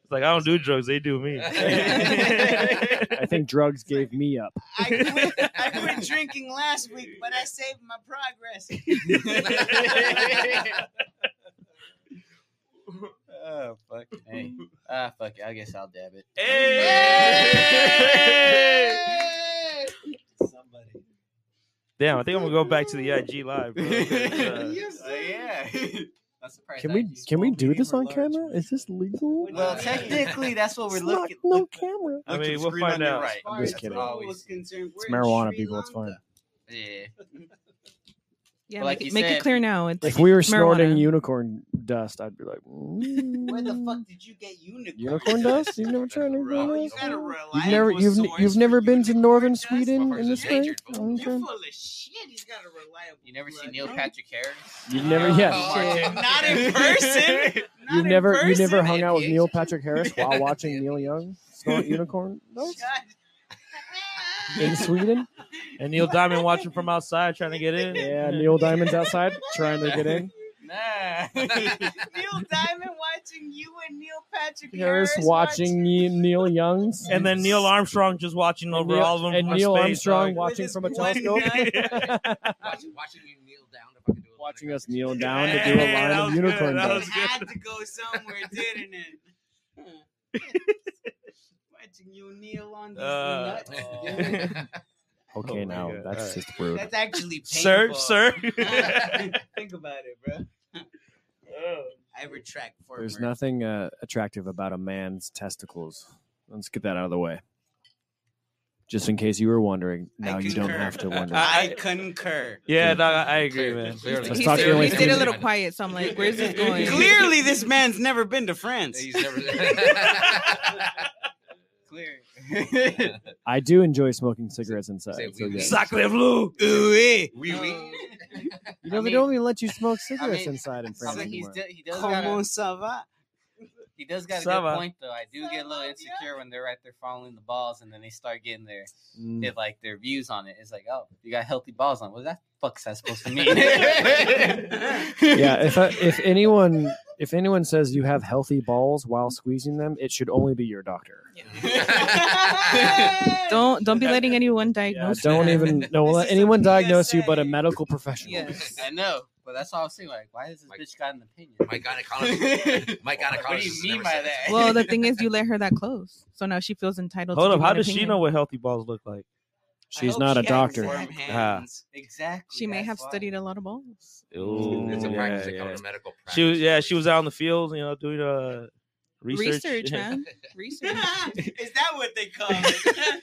[SPEAKER 4] It's like I don't do drugs; they do me.
[SPEAKER 6] (laughs) I think drugs gave me up.
[SPEAKER 3] I quit drinking last week, but I saved my
[SPEAKER 6] (laughs)
[SPEAKER 3] progress. (laughs)
[SPEAKER 8] Oh fuck! Hey, ah fuck it. I guess I'll dab it.
[SPEAKER 4] Damn, I think I'm gonna go back to the IG
[SPEAKER 10] (laughs)
[SPEAKER 4] live. Bro. Uh,
[SPEAKER 8] yeah.
[SPEAKER 3] I'm surprised.
[SPEAKER 6] Can we can we do this on camera? Is this legal?
[SPEAKER 8] Well, technically, that's what we're looking.
[SPEAKER 6] no camera.
[SPEAKER 4] I mean, we'll find out.
[SPEAKER 6] I'm just kidding. It's marijuana, people. It's fine.
[SPEAKER 8] Yeah.
[SPEAKER 5] Yeah,
[SPEAKER 8] Like
[SPEAKER 5] make,
[SPEAKER 8] you
[SPEAKER 5] it, make it
[SPEAKER 8] said-
[SPEAKER 5] clear now. It's
[SPEAKER 6] Like if we were
[SPEAKER 5] marijuana.
[SPEAKER 6] snorting unicorn dust, I'd be like, "Mm,
[SPEAKER 8] Where the fuck did you get unicorn?
[SPEAKER 6] unicorn dust? You've never tried anything
[SPEAKER 8] Bro, you
[SPEAKER 6] like
[SPEAKER 8] got a
[SPEAKER 6] that? You've never you've you've never been to northern Sweden in this way? Okay.
[SPEAKER 8] full of shit. He's got a reliable.
[SPEAKER 7] You never see Neil Patrick Harris?
[SPEAKER 6] You've never
[SPEAKER 3] Oh,
[SPEAKER 6] yes.
[SPEAKER 8] Not
[SPEAKER 6] (laughs)
[SPEAKER 8] in person.
[SPEAKER 6] You've never Oh, you never hung out with Neil Patrick Harris while watching Neil Young snort unicorn dust in Sweden?
[SPEAKER 4] And Neil Diamond watching from outside, trying to get in.
[SPEAKER 6] (laughs) Yeah, Neil Diamond's (laughs) outside trying to get in.
[SPEAKER 3] Neil Diamond watching you and Neil Patrick
[SPEAKER 6] Harris
[SPEAKER 3] Harris.
[SPEAKER 6] watching Ne- Neil Young's
[SPEAKER 4] And then Neil Armstrong just watching (laughs) over
[SPEAKER 6] Neil-
[SPEAKER 4] all of them.
[SPEAKER 6] and
[SPEAKER 4] from
[SPEAKER 6] Neil
[SPEAKER 4] space,
[SPEAKER 6] Armstrong
[SPEAKER 4] dog.
[SPEAKER 6] watching from a telescope,
[SPEAKER 7] Watching, watching you kneel down.
[SPEAKER 6] (laughs) watching us kneel down to do a line
[SPEAKER 7] that
[SPEAKER 6] of
[SPEAKER 7] was
[SPEAKER 6] unicorn
[SPEAKER 7] good, that
[SPEAKER 6] dust.
[SPEAKER 7] was
[SPEAKER 3] It had to go somewhere, didn't it? (laughs) watching you kneel on these
[SPEAKER 4] Uh,
[SPEAKER 6] (laughs)
[SPEAKER 4] oh.
[SPEAKER 3] nuts.
[SPEAKER 1] oh
[SPEAKER 7] (laughs)
[SPEAKER 6] Okay, now that's just rude.
[SPEAKER 3] That's actually painful.
[SPEAKER 4] Sir, sir.
[SPEAKER 3] (laughs) Think about it, bro.
[SPEAKER 8] I retract. For
[SPEAKER 6] (laughs) There's nothing uh, attractive about a man's testicles. Let's get that out of the way. Just in case you were wondering, now you don't have to
[SPEAKER 8] (laughs)
[SPEAKER 6] wonder.
[SPEAKER 3] I concur.
[SPEAKER 4] Yeah, dog, I, I agree, man.
[SPEAKER 6] Clearly.
[SPEAKER 5] He
[SPEAKER 6] Let's talk
[SPEAKER 5] stayed,
[SPEAKER 6] early
[SPEAKER 5] he stayed a
[SPEAKER 6] Tuesday.
[SPEAKER 5] little quiet, so I'm like, "Where's
[SPEAKER 8] (laughs)
[SPEAKER 5] (laughs) this going?"
[SPEAKER 8] Clearly, this man's never been to France.
[SPEAKER 3] (laughs)
[SPEAKER 8] He's
[SPEAKER 7] never.
[SPEAKER 6] (laughs)
[SPEAKER 3] Clear.
[SPEAKER 6] I do enjoy smoking cigarettes inside. so yes.
[SPEAKER 4] Sacre bleu.
[SPEAKER 8] Ooh,
[SPEAKER 7] oui, oui.
[SPEAKER 3] Oh.
[SPEAKER 6] You know, they don't
[SPEAKER 3] (laughs)
[SPEAKER 6] even let you smoke cigarettes inside in France anymore.
[SPEAKER 3] he does
[SPEAKER 8] Comment
[SPEAKER 3] gotta-
[SPEAKER 8] ça va?
[SPEAKER 3] He does got a
[SPEAKER 6] Ça va.
[SPEAKER 3] good point though. I do get a little insecure when they're right there following the balls, and then they start getting their
[SPEAKER 6] Mm.
[SPEAKER 3] their, like their views on it. It's like, oh, you got healthy balls on. What that fuck's that supposed to mean?
[SPEAKER 7] (laughs)
[SPEAKER 3] yeah,
[SPEAKER 6] yeah, if I, if anyone if anyone says you have healthy balls while squeezing them, it should only be your doctor.
[SPEAKER 5] don't don't be letting anyone
[SPEAKER 6] I
[SPEAKER 5] diagnose.
[SPEAKER 6] don't
[SPEAKER 5] you.
[SPEAKER 6] even no let anyone diagnose you but a medical professional.
[SPEAKER 3] I know, but that's all I'm saying. Like, why does this bitch got an opinion?
[SPEAKER 7] My
[SPEAKER 3] (laughs)
[SPEAKER 7] gynecologist. My gynecologist.
[SPEAKER 3] What do you mean by that?
[SPEAKER 5] Well, the thing
[SPEAKER 4] (laughs)
[SPEAKER 5] is, you let her that close, so now she feels entitled.
[SPEAKER 4] Hold
[SPEAKER 5] to
[SPEAKER 4] up,
[SPEAKER 5] give
[SPEAKER 4] how
[SPEAKER 5] an
[SPEAKER 4] does she
[SPEAKER 5] opinion.
[SPEAKER 4] know what healthy balls look like?
[SPEAKER 6] She's not a doctor.
[SPEAKER 4] Ah.
[SPEAKER 3] exactly.
[SPEAKER 5] She may have studied a lot of balls.
[SPEAKER 4] Ooh,
[SPEAKER 7] It's a
[SPEAKER 4] yeah,
[SPEAKER 7] practice. They
[SPEAKER 4] yeah.
[SPEAKER 7] call it a medical
[SPEAKER 4] She was yeah, she was out in the field, you know, doing uh research. (laughs)
[SPEAKER 5] Research, man. Research.
[SPEAKER 3] (laughs) Is that what they
[SPEAKER 5] (laughs)
[SPEAKER 3] call it?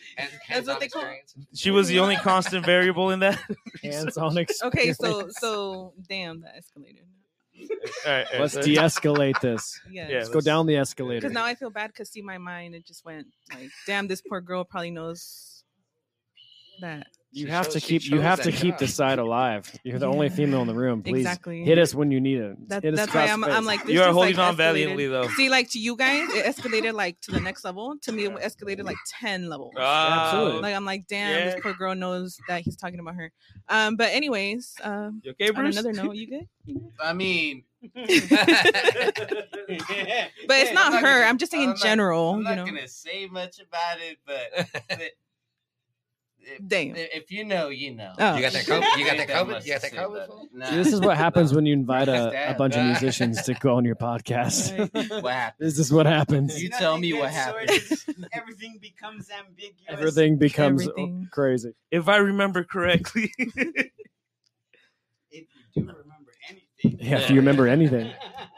[SPEAKER 5] That's what they call.
[SPEAKER 4] (laughs) She was the only
[SPEAKER 5] (laughs)
[SPEAKER 4] constant variable in that. (laughs)
[SPEAKER 6] Hands-on
[SPEAKER 5] Okay, so so damn that escalated.
[SPEAKER 4] All right, all right,
[SPEAKER 6] Let's
[SPEAKER 4] so-
[SPEAKER 6] de-escalate
[SPEAKER 8] (laughs)
[SPEAKER 6] this.
[SPEAKER 5] Yeah.
[SPEAKER 6] let's (laughs) go down the escalator.
[SPEAKER 5] Because now I feel bad because see my mind it just went like, damn, this poor girl probably knows that.
[SPEAKER 6] you have to
[SPEAKER 5] chose- she
[SPEAKER 6] keep you
[SPEAKER 5] chose
[SPEAKER 6] have
[SPEAKER 5] that
[SPEAKER 6] to keep
[SPEAKER 5] job.
[SPEAKER 6] the side alive. You're the only female in the room. Please
[SPEAKER 5] Exactly.
[SPEAKER 6] hit us when you need it.
[SPEAKER 5] That,
[SPEAKER 6] hit us
[SPEAKER 5] that's why
[SPEAKER 6] across
[SPEAKER 5] I'm,
[SPEAKER 6] the face.
[SPEAKER 5] I'm like this
[SPEAKER 4] You are
[SPEAKER 5] just,
[SPEAKER 4] holding
[SPEAKER 5] like,
[SPEAKER 4] on
[SPEAKER 5] escalated.
[SPEAKER 4] valiantly, though.
[SPEAKER 5] See, like to you guys, it escalated like to the next level. To me, it escalated like ten levels.
[SPEAKER 4] Ah, Absolutely.
[SPEAKER 5] Like I'm like, damn,
[SPEAKER 4] yeah.
[SPEAKER 5] this poor girl knows that he's talking about her. Um, but anyways, um,
[SPEAKER 4] You okay,
[SPEAKER 5] on
[SPEAKER 4] Bruce?
[SPEAKER 5] another note, you good?
[SPEAKER 3] (laughs) I
[SPEAKER 5] (laughs)
[SPEAKER 3] mean,
[SPEAKER 5] But it's not her. I'm just saying in general,
[SPEAKER 3] I'm
[SPEAKER 5] you
[SPEAKER 3] not
[SPEAKER 5] know.
[SPEAKER 3] gonna say much about it,
[SPEAKER 7] (laughs)
[SPEAKER 3] but it- if,
[SPEAKER 5] Damn.
[SPEAKER 3] if you know, you know.
[SPEAKER 5] Oh. You got that
[SPEAKER 7] COVID? You got that
[SPEAKER 3] Ain't
[SPEAKER 7] COVID?
[SPEAKER 3] much
[SPEAKER 7] You got
[SPEAKER 3] to
[SPEAKER 7] that
[SPEAKER 3] say about
[SPEAKER 7] COVID?
[SPEAKER 3] it. Nah.
[SPEAKER 6] See, this is
[SPEAKER 3] (laughs)
[SPEAKER 6] what happens when you invite a, a bunch of musicians to go on your (laughs) podcast.
[SPEAKER 3] (laughs) What happened?
[SPEAKER 6] this is what happens.
[SPEAKER 3] You tell me what happened.
[SPEAKER 8] (laughs) Everything becomes ambiguous.
[SPEAKER 6] Everything becomes
[SPEAKER 8] Everything.
[SPEAKER 6] crazy.
[SPEAKER 4] If I remember correctly. (laughs)
[SPEAKER 6] Yeah, if you remember anything.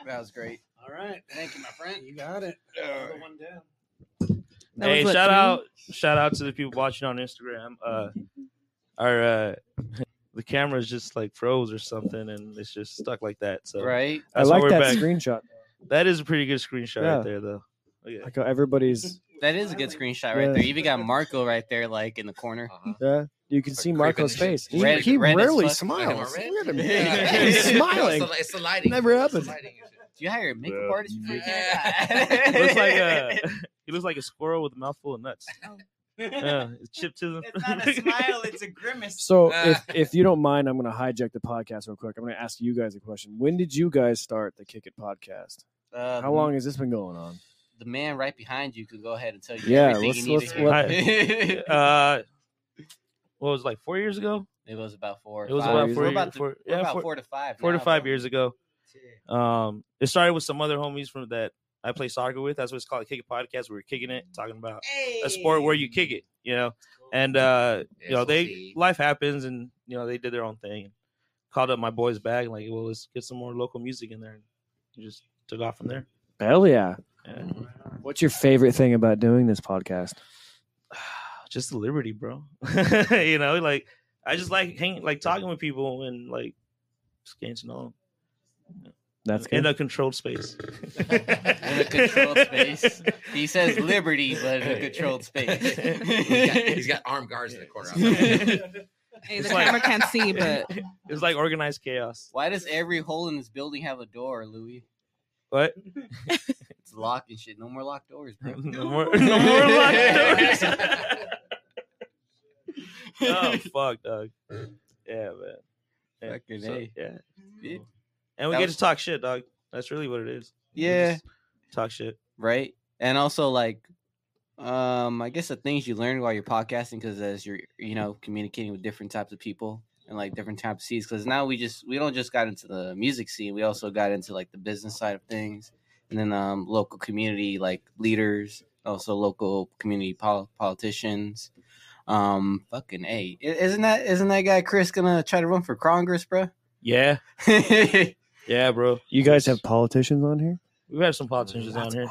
[SPEAKER 3] That was great.
[SPEAKER 12] All right.
[SPEAKER 3] Thank you, my friend.
[SPEAKER 12] You got it. Another one down. That
[SPEAKER 4] hey,
[SPEAKER 12] was what,
[SPEAKER 4] shout
[SPEAKER 12] three?
[SPEAKER 4] out shout out to the people watching on Instagram. Uh our uh (laughs) the camera's just like froze or something and it's just stuck like that. So
[SPEAKER 6] Right. I
[SPEAKER 4] that's why
[SPEAKER 6] like
[SPEAKER 4] we're
[SPEAKER 6] that
[SPEAKER 4] back.
[SPEAKER 6] screenshot.
[SPEAKER 4] That is a pretty good screenshot
[SPEAKER 6] Yeah.
[SPEAKER 4] right there though. Okay.
[SPEAKER 6] Like how everybody's
[SPEAKER 3] That is a good screenshot right
[SPEAKER 6] Yeah.
[SPEAKER 3] there. You even got Marco right there, like in the corner.
[SPEAKER 6] yeah. You can see Marco's face. He,
[SPEAKER 3] Uh-huh. Red-
[SPEAKER 6] he
[SPEAKER 3] red as
[SPEAKER 6] rarely
[SPEAKER 3] fuck.
[SPEAKER 6] smiles.
[SPEAKER 3] Red.
[SPEAKER 6] Look at him.
[SPEAKER 3] Yeah.
[SPEAKER 6] (laughs) He's smiling.
[SPEAKER 3] It's the- it's the lighting. (laughs)
[SPEAKER 6] Never happened.
[SPEAKER 3] Do you hire a makeup
[SPEAKER 4] Yeah.
[SPEAKER 3] artist before you came
[SPEAKER 4] He looks like
[SPEAKER 3] (laughs)
[SPEAKER 4] a he looks like a squirrel with a mouthful of nuts. Yeah, it's chipped to the
[SPEAKER 3] Oh. It's not a smile,
[SPEAKER 4] (laughs)
[SPEAKER 3] it's a grimace.
[SPEAKER 6] So if, if you don't mind, I'm going to hijack the podcast real quick. I'm going to ask you guys a question. When did you guys start the Kick It podcast?
[SPEAKER 3] Um,
[SPEAKER 6] How long has this been going on?
[SPEAKER 3] the man right behind you could go ahead and tell you.
[SPEAKER 6] Yeah,
[SPEAKER 3] everything
[SPEAKER 6] let's-
[SPEAKER 3] you
[SPEAKER 6] let's-
[SPEAKER 3] need
[SPEAKER 6] (laughs)
[SPEAKER 3] to hear.
[SPEAKER 4] I- uh, what was it, like four years ago?
[SPEAKER 3] It was about four. or
[SPEAKER 4] It was
[SPEAKER 3] five
[SPEAKER 4] about
[SPEAKER 3] years
[SPEAKER 4] four.
[SPEAKER 3] ago.
[SPEAKER 4] years-
[SPEAKER 3] We're about to-
[SPEAKER 4] four-
[SPEAKER 3] we're
[SPEAKER 4] yeah,
[SPEAKER 3] about four to five
[SPEAKER 4] Four to
[SPEAKER 3] now,
[SPEAKER 4] five years ago. Um, it started with some other homies from that I play soccer with. That's what it's called, kick it podcast. We were kicking it, talking about a sport where you kick it, you know. And uh, you know, they life happens, and you know they did their own thing. Called up my boys back, and like, well, let's get some more local music in there, and it just took off from there.
[SPEAKER 6] Hell yeah.
[SPEAKER 4] Yeah.
[SPEAKER 6] What's your favorite thing about doing this podcast?
[SPEAKER 3] Oh,
[SPEAKER 4] (laughs) Just the liberty, bro. you know, like I just like hanging, like talking with people, and like just getting to know them.
[SPEAKER 6] That's
[SPEAKER 4] in
[SPEAKER 6] good.
[SPEAKER 4] a controlled
[SPEAKER 3] (laughs)
[SPEAKER 4] space.
[SPEAKER 3] in a controlled space. He says liberty, but in a controlled space.
[SPEAKER 7] He's got- he's got armed guards in the corner.
[SPEAKER 5] (laughs) Hey, the camera can't see, but
[SPEAKER 4] it's like organized chaos.
[SPEAKER 3] Why does every hole in this building have a door, Louis?
[SPEAKER 4] What?
[SPEAKER 3] (laughs) It's locked and shit. No more locked doors, bro.
[SPEAKER 4] No more- no more locked doors.
[SPEAKER 3] (laughs)
[SPEAKER 4] (laughs) oh fuck, dog. Yeah, man. Yeah,
[SPEAKER 3] Fucking
[SPEAKER 4] so,
[SPEAKER 3] A.
[SPEAKER 4] yeah.
[SPEAKER 3] Yeah.
[SPEAKER 4] And we
[SPEAKER 3] That
[SPEAKER 4] get
[SPEAKER 3] was-
[SPEAKER 4] to talk shit, dog. That's really what it
[SPEAKER 3] (laughs)
[SPEAKER 4] is. We
[SPEAKER 3] Yeah.
[SPEAKER 4] just Talk shit.
[SPEAKER 3] right? And also like, um, I guess the things you learn while you're podcasting because as you're you know communicating with different types of people and like different types of scenes because now we just we don't just got into the music scene we also got into like the business side of things and then um local community like leaders also local community pol- politicians um fucking a I- isn't that isn't that guy Chris gonna try to run for Congress bro
[SPEAKER 4] Yeah. yeah, bro.
[SPEAKER 6] You guys have politicians on here?
[SPEAKER 4] We've had some politicians on here.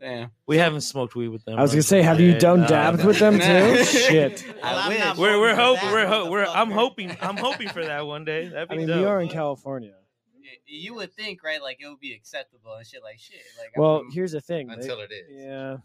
[SPEAKER 3] Damn.
[SPEAKER 4] We haven't smoked weed with them.
[SPEAKER 6] I was
[SPEAKER 4] bro.
[SPEAKER 6] gonna say, have you done dabs with them too?
[SPEAKER 3] (laughs)
[SPEAKER 4] Nah.
[SPEAKER 6] Shit.
[SPEAKER 3] I wish.
[SPEAKER 4] We're we're hoping we're ho- we're I'm hoping I'm hoping for that one day. That'd be
[SPEAKER 6] I mean,
[SPEAKER 4] dope.
[SPEAKER 6] we are in California.
[SPEAKER 3] you would think right like it would be acceptable and shit like shit like
[SPEAKER 6] Well, here's the thing.
[SPEAKER 3] Until
[SPEAKER 6] it is. Yeah.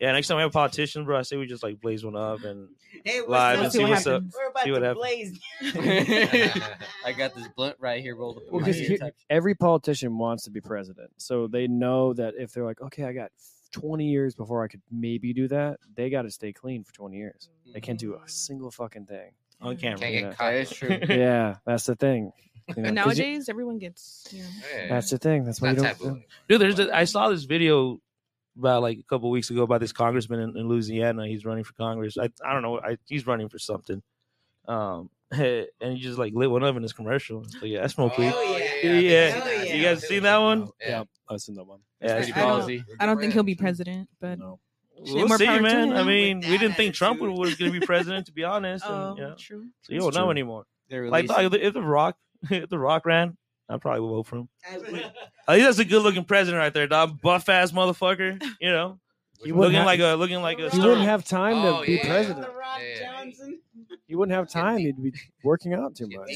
[SPEAKER 4] Yeah, next time we have politicians, bro, I say we just like blaze one up and
[SPEAKER 3] Hey, what's
[SPEAKER 4] live
[SPEAKER 3] up?
[SPEAKER 4] and
[SPEAKER 3] See
[SPEAKER 4] see
[SPEAKER 3] what
[SPEAKER 4] what's up.
[SPEAKER 3] happens. We're about
[SPEAKER 4] see
[SPEAKER 3] to
[SPEAKER 4] what happens.
[SPEAKER 3] blaze. (laughs)
[SPEAKER 8] (laughs)
[SPEAKER 3] I got this blunt right here rolled up. in
[SPEAKER 6] Well,
[SPEAKER 3] my
[SPEAKER 6] because
[SPEAKER 3] ear type
[SPEAKER 6] every politician wants to be president, so they know that if they're like, okay, I got 20 years before I could maybe do that, they got to stay clean for 20 years. They can't do a single fucking thing
[SPEAKER 4] on camera.
[SPEAKER 7] Can't get
[SPEAKER 6] Yeah.
[SPEAKER 7] caught. That is true.
[SPEAKER 6] (laughs) yeah, that's the thing. You know,
[SPEAKER 5] but
[SPEAKER 6] 'cause you-
[SPEAKER 5] nowadays everyone gets. You know,
[SPEAKER 6] that's the thing. That's why you
[SPEAKER 7] It's
[SPEAKER 6] don't.
[SPEAKER 7] not taboo.
[SPEAKER 4] Dude, there's a, I saw this video about like a couple weeks ago about this congressman in, in Louisiana. He's running for Congress. I I don't know. I, he's running for something. Um, (laughs) and he just like lit one up in his commercial. So yeah, I smoke weed.
[SPEAKER 7] Oh, yeah, yeah.
[SPEAKER 4] Yeah.
[SPEAKER 7] Hell yeah.
[SPEAKER 4] You guys seen that one?
[SPEAKER 7] Yeah.
[SPEAKER 6] I've seen that one.
[SPEAKER 4] Yeah,
[SPEAKER 5] I
[SPEAKER 4] it's
[SPEAKER 5] don't, I don't think he'll be president, but shit,
[SPEAKER 4] We'll
[SPEAKER 5] more
[SPEAKER 4] see,
[SPEAKER 5] power to
[SPEAKER 4] man. I
[SPEAKER 5] him.
[SPEAKER 4] mean, we didn't think Trump would- was going to be president, to be honest. And,
[SPEAKER 5] Oh,
[SPEAKER 4] you know,
[SPEAKER 5] true.
[SPEAKER 4] So you
[SPEAKER 5] It's
[SPEAKER 4] don't know
[SPEAKER 5] true.
[SPEAKER 4] anymore.
[SPEAKER 3] They're
[SPEAKER 4] Like,
[SPEAKER 3] releasing-
[SPEAKER 4] if the- if the Rock, (laughs) if the Rock ran, I probably would vote for him. I think that's a good looking president right there, dog. Buff ass motherfucker.
[SPEAKER 6] (laughs)
[SPEAKER 4] You know,
[SPEAKER 6] You wouldn't
[SPEAKER 4] looking
[SPEAKER 6] have-
[SPEAKER 4] like a looking like a.
[SPEAKER 6] You
[SPEAKER 4] star.
[SPEAKER 6] wouldn't have time to
[SPEAKER 7] Oh,
[SPEAKER 6] be
[SPEAKER 7] yeah.
[SPEAKER 6] president.
[SPEAKER 7] Johnson.
[SPEAKER 6] (laughs) You wouldn't have time. You'd be working out too much.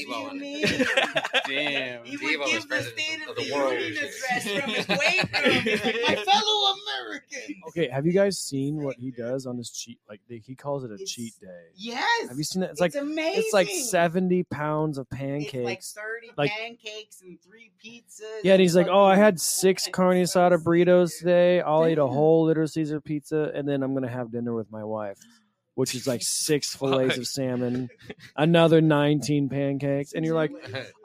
[SPEAKER 3] Damn.
[SPEAKER 7] He would give the state of the
[SPEAKER 1] world.
[SPEAKER 7] union address
[SPEAKER 1] from
[SPEAKER 6] (laughs)
[SPEAKER 1] his (laughs)
[SPEAKER 7] weight room. He's like, "My fellow Americans."
[SPEAKER 6] Okay, have you guys seen what he does on his cheat? Like they, he calls it a cheat day.
[SPEAKER 8] Yes.
[SPEAKER 6] Have you seen that? It's, like
[SPEAKER 8] It's
[SPEAKER 6] it's like
[SPEAKER 8] amazing.
[SPEAKER 6] seventy pounds of
[SPEAKER 8] It's like
[SPEAKER 6] pancakes.
[SPEAKER 8] 30
[SPEAKER 6] Like-
[SPEAKER 8] pancakes and three pizzas.
[SPEAKER 6] yeah, and he's like, "Oh, I had six carne asada burritos today. I'll eat a whole Little Caesar pizza, and then I'm gonna have dinner with my wife, which is like
[SPEAKER 7] (laughs)
[SPEAKER 6] six fillets of salmon, another nineteen pancakes." And you're (laughs) like,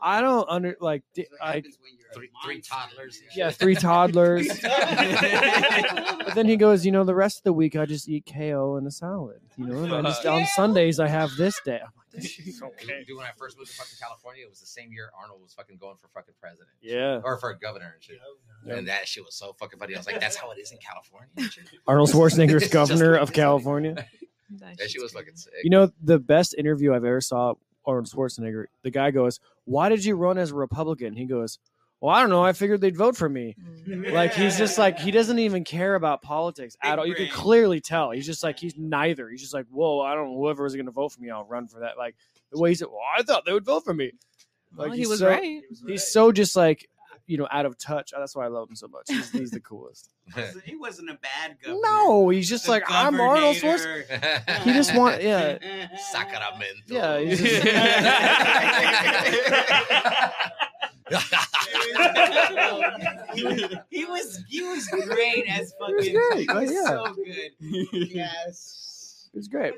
[SPEAKER 6] "I don't under like, di- like
[SPEAKER 7] three, three toddlers.
[SPEAKER 6] yeah, three toddlers." but then he goes, "You know, the rest of the week I just eat kale and a salad. You know, and I just on Sundays I have this day." I'm like, (laughs)
[SPEAKER 7] Dude, when I first moved to fucking California, it was the same year Arnold was fucking going for fucking president.
[SPEAKER 6] Yeah.
[SPEAKER 7] Or for governor and shit.
[SPEAKER 6] Yeah.
[SPEAKER 7] And that shit was so fucking funny. I was like, that's how it is in California. and shit.
[SPEAKER 6] Arnold Schwarzenegger's
[SPEAKER 7] It's (laughs) just
[SPEAKER 6] governor
[SPEAKER 7] like
[SPEAKER 6] of
[SPEAKER 7] this.
[SPEAKER 6] California.
[SPEAKER 7] (laughs) That shit was fucking sick.
[SPEAKER 6] You know, the best interview I've ever saw Arnold Schwarzenegger. The guy goes, "Why did you run as a Republican?" He goes, "Well, I don't know. I figured they'd vote for me."
[SPEAKER 7] Mm.
[SPEAKER 6] Like he's just (laughs) like he doesn't even care about politics at all. You can clearly tell. He's just like he's neither. He's just like, "Whoa, I don't. know Whoever is going to vote for me, I'll run for that." Like the way he said, "Well, I thought they would vote for me." Like
[SPEAKER 5] Well, he was
[SPEAKER 6] so,
[SPEAKER 5] right. He
[SPEAKER 6] He's so just like you know out of touch. That's why I love him so much. He's, he's the coolest.
[SPEAKER 8] He wasn't a bad guy.
[SPEAKER 6] No, he's just like I'm Arnold Schwarzenegger.
[SPEAKER 1] (laughs)
[SPEAKER 6] He just want (laughs) yeah.
[SPEAKER 7] Sacramento.
[SPEAKER 6] Yeah, he's (laughs)
[SPEAKER 8] he was
[SPEAKER 1] (laughs)
[SPEAKER 8] he was great as
[SPEAKER 1] Oh,
[SPEAKER 8] fucking.
[SPEAKER 6] was great, oh,
[SPEAKER 8] (laughs) he was
[SPEAKER 6] yeah.
[SPEAKER 8] so good. Yes.
[SPEAKER 6] It's great.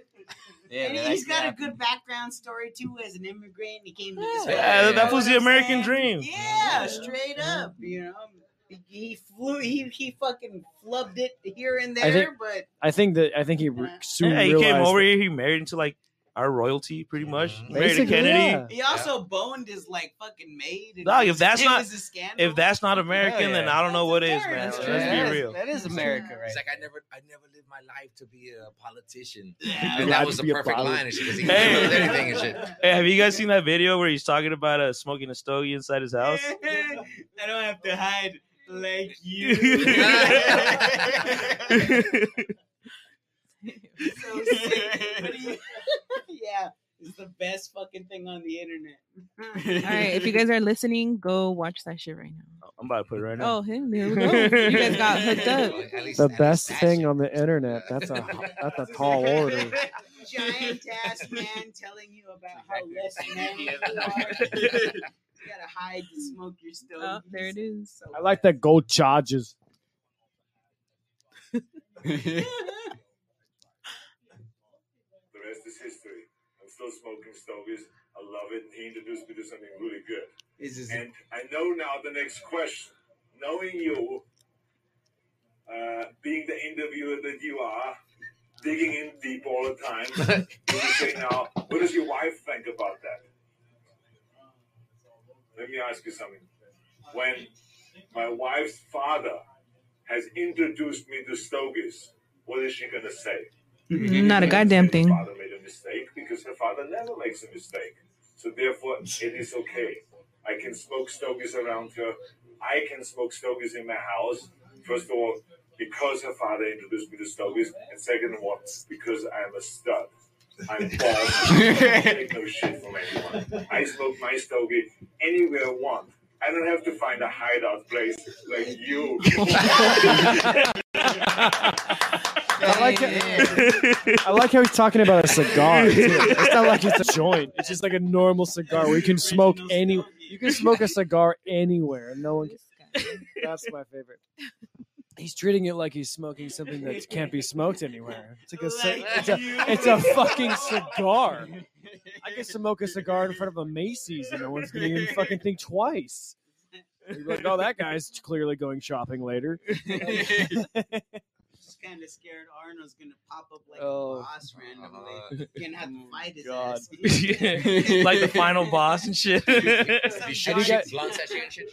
[SPEAKER 8] and
[SPEAKER 3] that
[SPEAKER 8] he's
[SPEAKER 3] actually
[SPEAKER 8] got
[SPEAKER 3] happened.
[SPEAKER 8] a good background story too. As an immigrant, he came to this.
[SPEAKER 4] Yeah,
[SPEAKER 8] country,
[SPEAKER 4] that
[SPEAKER 8] you
[SPEAKER 4] was
[SPEAKER 8] know
[SPEAKER 4] the
[SPEAKER 6] (laughs)
[SPEAKER 8] what I'm
[SPEAKER 4] American
[SPEAKER 8] saying?
[SPEAKER 4] dream.
[SPEAKER 8] Yeah, straight up. You know, He flew. He he fucking flubbed it here and there,
[SPEAKER 6] I think,
[SPEAKER 8] but
[SPEAKER 6] I think that I think he re- soon
[SPEAKER 4] Yeah, he
[SPEAKER 6] realized.
[SPEAKER 4] came over here. He married into like our royalty, pretty much. He Married to
[SPEAKER 6] Basically,
[SPEAKER 4] Kennedy.
[SPEAKER 8] he also boned his like fucking
[SPEAKER 5] (laughs)
[SPEAKER 8] maid. and
[SPEAKER 4] Dog,
[SPEAKER 8] it
[SPEAKER 4] if
[SPEAKER 8] was-
[SPEAKER 4] that's
[SPEAKER 8] it
[SPEAKER 4] not
[SPEAKER 8] was a scandal.
[SPEAKER 4] if that's not American, then I don't know what is, man. Let's be real.
[SPEAKER 7] It's like I never, I never lived my life to be a politician. (laughs) and that
[SPEAKER 4] Lied
[SPEAKER 7] was
[SPEAKER 4] to
[SPEAKER 7] the
[SPEAKER 4] be a
[SPEAKER 7] perfect
[SPEAKER 4] pilot.
[SPEAKER 7] line and shit because
[SPEAKER 4] (laughs)
[SPEAKER 7] he never lived anything and shit.
[SPEAKER 4] Hey, have you guys seen that video where he's talking about uh, smoking a stogie inside his (laughs) house?
[SPEAKER 8] (laughs) I don't have to hide like you. so sick. But he- yeah, it's the best fucking thing on the internet.
[SPEAKER 5] All right,
[SPEAKER 8] (laughs)
[SPEAKER 5] if you guys are listening, go watch that shit right now.
[SPEAKER 4] I'm about to put it right now.
[SPEAKER 5] Oh, hey, there we (laughs) go. You guys got hooked up.
[SPEAKER 6] the best thing on the internet. That's a that's a tall order.
[SPEAKER 8] (laughs) Giant ass man telling you
[SPEAKER 5] (laughs)
[SPEAKER 8] about how less man you are. You gotta hide to smoke
[SPEAKER 5] Oh,
[SPEAKER 8] your stove. there it is. So
[SPEAKER 6] I like that gold charges.
[SPEAKER 18] The rest is history. I'm still smoking stogies. I love it. And he introduced me to something really good. and I know now the next question. Knowing you, uh, being the interviewer that you are, digging in deep all the time, you would say now, what does your wife think about that? Let me ask you something. When my wife's father has introduced me to stogies, what is she going to say?
[SPEAKER 5] Not a goddamn thing.
[SPEAKER 18] father made a mistake because her father never makes a mistake. So therefore, it is okay. I can smoke stogies around her. I can smoke stogies in my house. First of all, because her father introduced me to stogies, and second of all, because I'm a stud. I'm bald. I take no shit from anyone. I smoke my stogie anywhere I want. I don't have to find a hideout place like you.
[SPEAKER 6] I like it. I like how he's talking about a
[SPEAKER 5] (laughs)
[SPEAKER 6] cigar. Too. It's not like it's a joint. It's just like a normal cigar where you can smoke any. You can smoke
[SPEAKER 5] (laughs)
[SPEAKER 6] a cigar anywhere, and no one. Can, that's my
[SPEAKER 7] (laughs)
[SPEAKER 6] favorite. He's treating it like he's smoking something that can't be smoked anywhere. It's like a, ci- it's a, it's a fucking cigar. I can smoke a cigar in front of a Macy's, and no one's gonna even fucking think twice.
[SPEAKER 8] (laughs)
[SPEAKER 6] You're like, oh, that guy's clearly going shopping
[SPEAKER 7] (laughs)
[SPEAKER 6] later.
[SPEAKER 8] just kind of scared Arno's gonna pop up like
[SPEAKER 6] Oh.
[SPEAKER 8] a boss randomly. You're gonna have to fight his
[SPEAKER 6] God.
[SPEAKER 8] (laughs) ass.
[SPEAKER 6] (laughs)
[SPEAKER 4] (laughs) like the final boss and shit.
[SPEAKER 8] Some
[SPEAKER 7] Shit,
[SPEAKER 8] guy-
[SPEAKER 7] shit, blunts that shit and shit.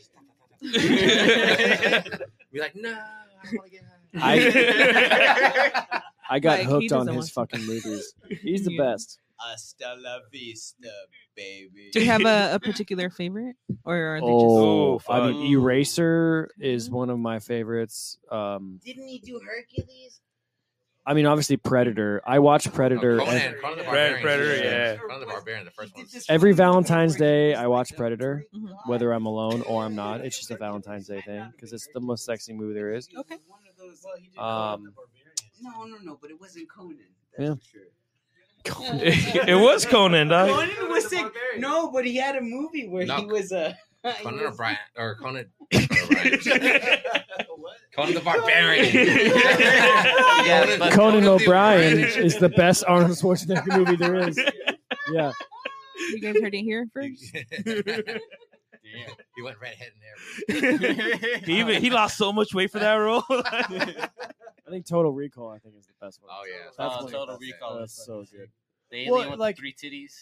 [SPEAKER 7] Be like, no, I don't want to get
[SPEAKER 6] I-
[SPEAKER 7] (laughs) high.
[SPEAKER 6] I got
[SPEAKER 8] Like, he
[SPEAKER 6] hooked on
[SPEAKER 8] doesn't
[SPEAKER 6] his
[SPEAKER 8] want
[SPEAKER 6] fucking
[SPEAKER 8] (laughs)
[SPEAKER 6] movies. He's the best.
[SPEAKER 8] Hasta la vista, baby.
[SPEAKER 5] Do you
[SPEAKER 6] (laughs)
[SPEAKER 5] have a, a particular favorite, or are they
[SPEAKER 6] Oh,
[SPEAKER 5] just?
[SPEAKER 6] I mean, Eraser is
[SPEAKER 8] Mm-hmm.
[SPEAKER 6] one of my favorites. Um,
[SPEAKER 8] Didn't (laughs) he do Hercules?
[SPEAKER 6] I mean, obviously Predator. I watch Predator
[SPEAKER 7] Oh, Conan,
[SPEAKER 6] ev-
[SPEAKER 7] Conan the
[SPEAKER 4] Predator,
[SPEAKER 7] Barbarian.
[SPEAKER 4] Predator, yeah.
[SPEAKER 7] Conan the Barbarian, the first one.
[SPEAKER 6] every Valentine's Day. I watch Predator, whether I'm alone or I'm not. It's just a Valentine's Day thing because it's the most sexy movie there is.
[SPEAKER 8] Okay.
[SPEAKER 6] Um,
[SPEAKER 8] uh, No, no, no, but it wasn't Conan.
[SPEAKER 6] (laughs) yeah.
[SPEAKER 4] (laughs) it was Conan, dog.
[SPEAKER 8] Conan was sick. No, but he had a movie where
[SPEAKER 7] No.
[SPEAKER 8] he was a. (laughs) he
[SPEAKER 7] Conan
[SPEAKER 8] was-
[SPEAKER 7] O'Brien or (laughs) Conan. oh, (laughs) Conan the
[SPEAKER 3] (laughs)
[SPEAKER 7] Barbarian. Conan-
[SPEAKER 6] Conan O'Brien is the best Arnold Schwarzenegger movie there is. Yeah.
[SPEAKER 5] You guys heard it here first.
[SPEAKER 7] Damn, he went
[SPEAKER 6] (laughs)
[SPEAKER 7] redhead in there.
[SPEAKER 4] (laughs) he even he lost so much weight for
[SPEAKER 6] (laughs)
[SPEAKER 4] that role.
[SPEAKER 6] I think Total Recall. I think is the best one.
[SPEAKER 7] Oh yeah,
[SPEAKER 6] That's
[SPEAKER 3] Oh,
[SPEAKER 6] one of the
[SPEAKER 3] Total
[SPEAKER 6] best.
[SPEAKER 3] Recall
[SPEAKER 6] That's
[SPEAKER 3] is
[SPEAKER 6] so
[SPEAKER 3] fucking
[SPEAKER 6] good.
[SPEAKER 3] The
[SPEAKER 6] Well,
[SPEAKER 3] alien with
[SPEAKER 6] like-
[SPEAKER 3] the three
[SPEAKER 6] (laughs)
[SPEAKER 3] titties.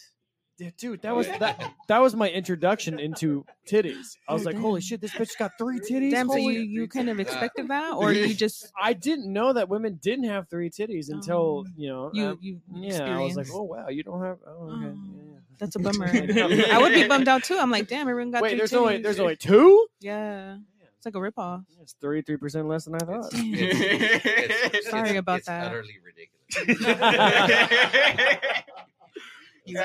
[SPEAKER 6] Yeah, dude, that was that that was my introduction into titties. I was like, holy shit, this bitch got three titties.
[SPEAKER 5] Damn, so
[SPEAKER 6] holy-
[SPEAKER 5] you, you kind of expected that, or you just Oh.
[SPEAKER 6] I didn't know that women didn't have three titties until you know.
[SPEAKER 5] You-
[SPEAKER 6] uh,
[SPEAKER 5] you
[SPEAKER 6] yeah, I was like,
[SPEAKER 5] experienced.
[SPEAKER 6] oh wow, you don't have. Oh, okay. (laughs)
[SPEAKER 5] that's a bummer. I would be bummed out too. I'm like, damn, everyone got.
[SPEAKER 6] Wait,
[SPEAKER 5] three
[SPEAKER 6] there's only
[SPEAKER 5] titties.
[SPEAKER 6] there's only two.
[SPEAKER 5] Yeah, it's like a ripoff.
[SPEAKER 6] It's thirty three percent less than I thought.
[SPEAKER 5] (laughs) Sorry about that.
[SPEAKER 7] Utterly
[SPEAKER 8] (laughs)
[SPEAKER 6] (laughs)
[SPEAKER 8] He's like,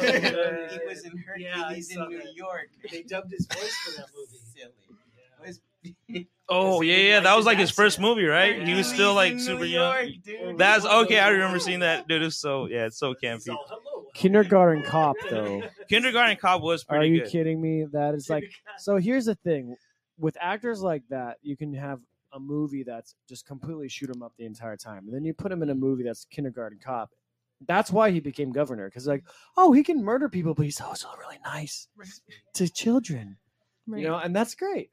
[SPEAKER 1] Yeah.
[SPEAKER 8] (laughs) damn. he was in Hercules in New York. They
[SPEAKER 1] dubbed his voice for that movie.
[SPEAKER 8] Silly.
[SPEAKER 4] oh yeah, yeah, that was like his first movie, right? He was still like
[SPEAKER 8] Hercules in
[SPEAKER 4] super
[SPEAKER 8] New
[SPEAKER 4] young.
[SPEAKER 8] York, dude.
[SPEAKER 4] That's okay. I remember seeing that, dude. It's so yeah, it's so campy.
[SPEAKER 6] Kindergarten cop though.
[SPEAKER 4] Kindergarten Cop was
[SPEAKER 6] Are
[SPEAKER 4] pretty
[SPEAKER 6] you
[SPEAKER 4] good.
[SPEAKER 6] kidding me? That is
[SPEAKER 4] (laughs)
[SPEAKER 6] like so. Here's the thing: with actors like that, you can have a movie that's just completely shoot him up the entire time, and then you put him in a movie that's Kindergarten Cop. That's why he became governor because like, oh, he can murder people, but he's also really nice to children, you know, and that's great.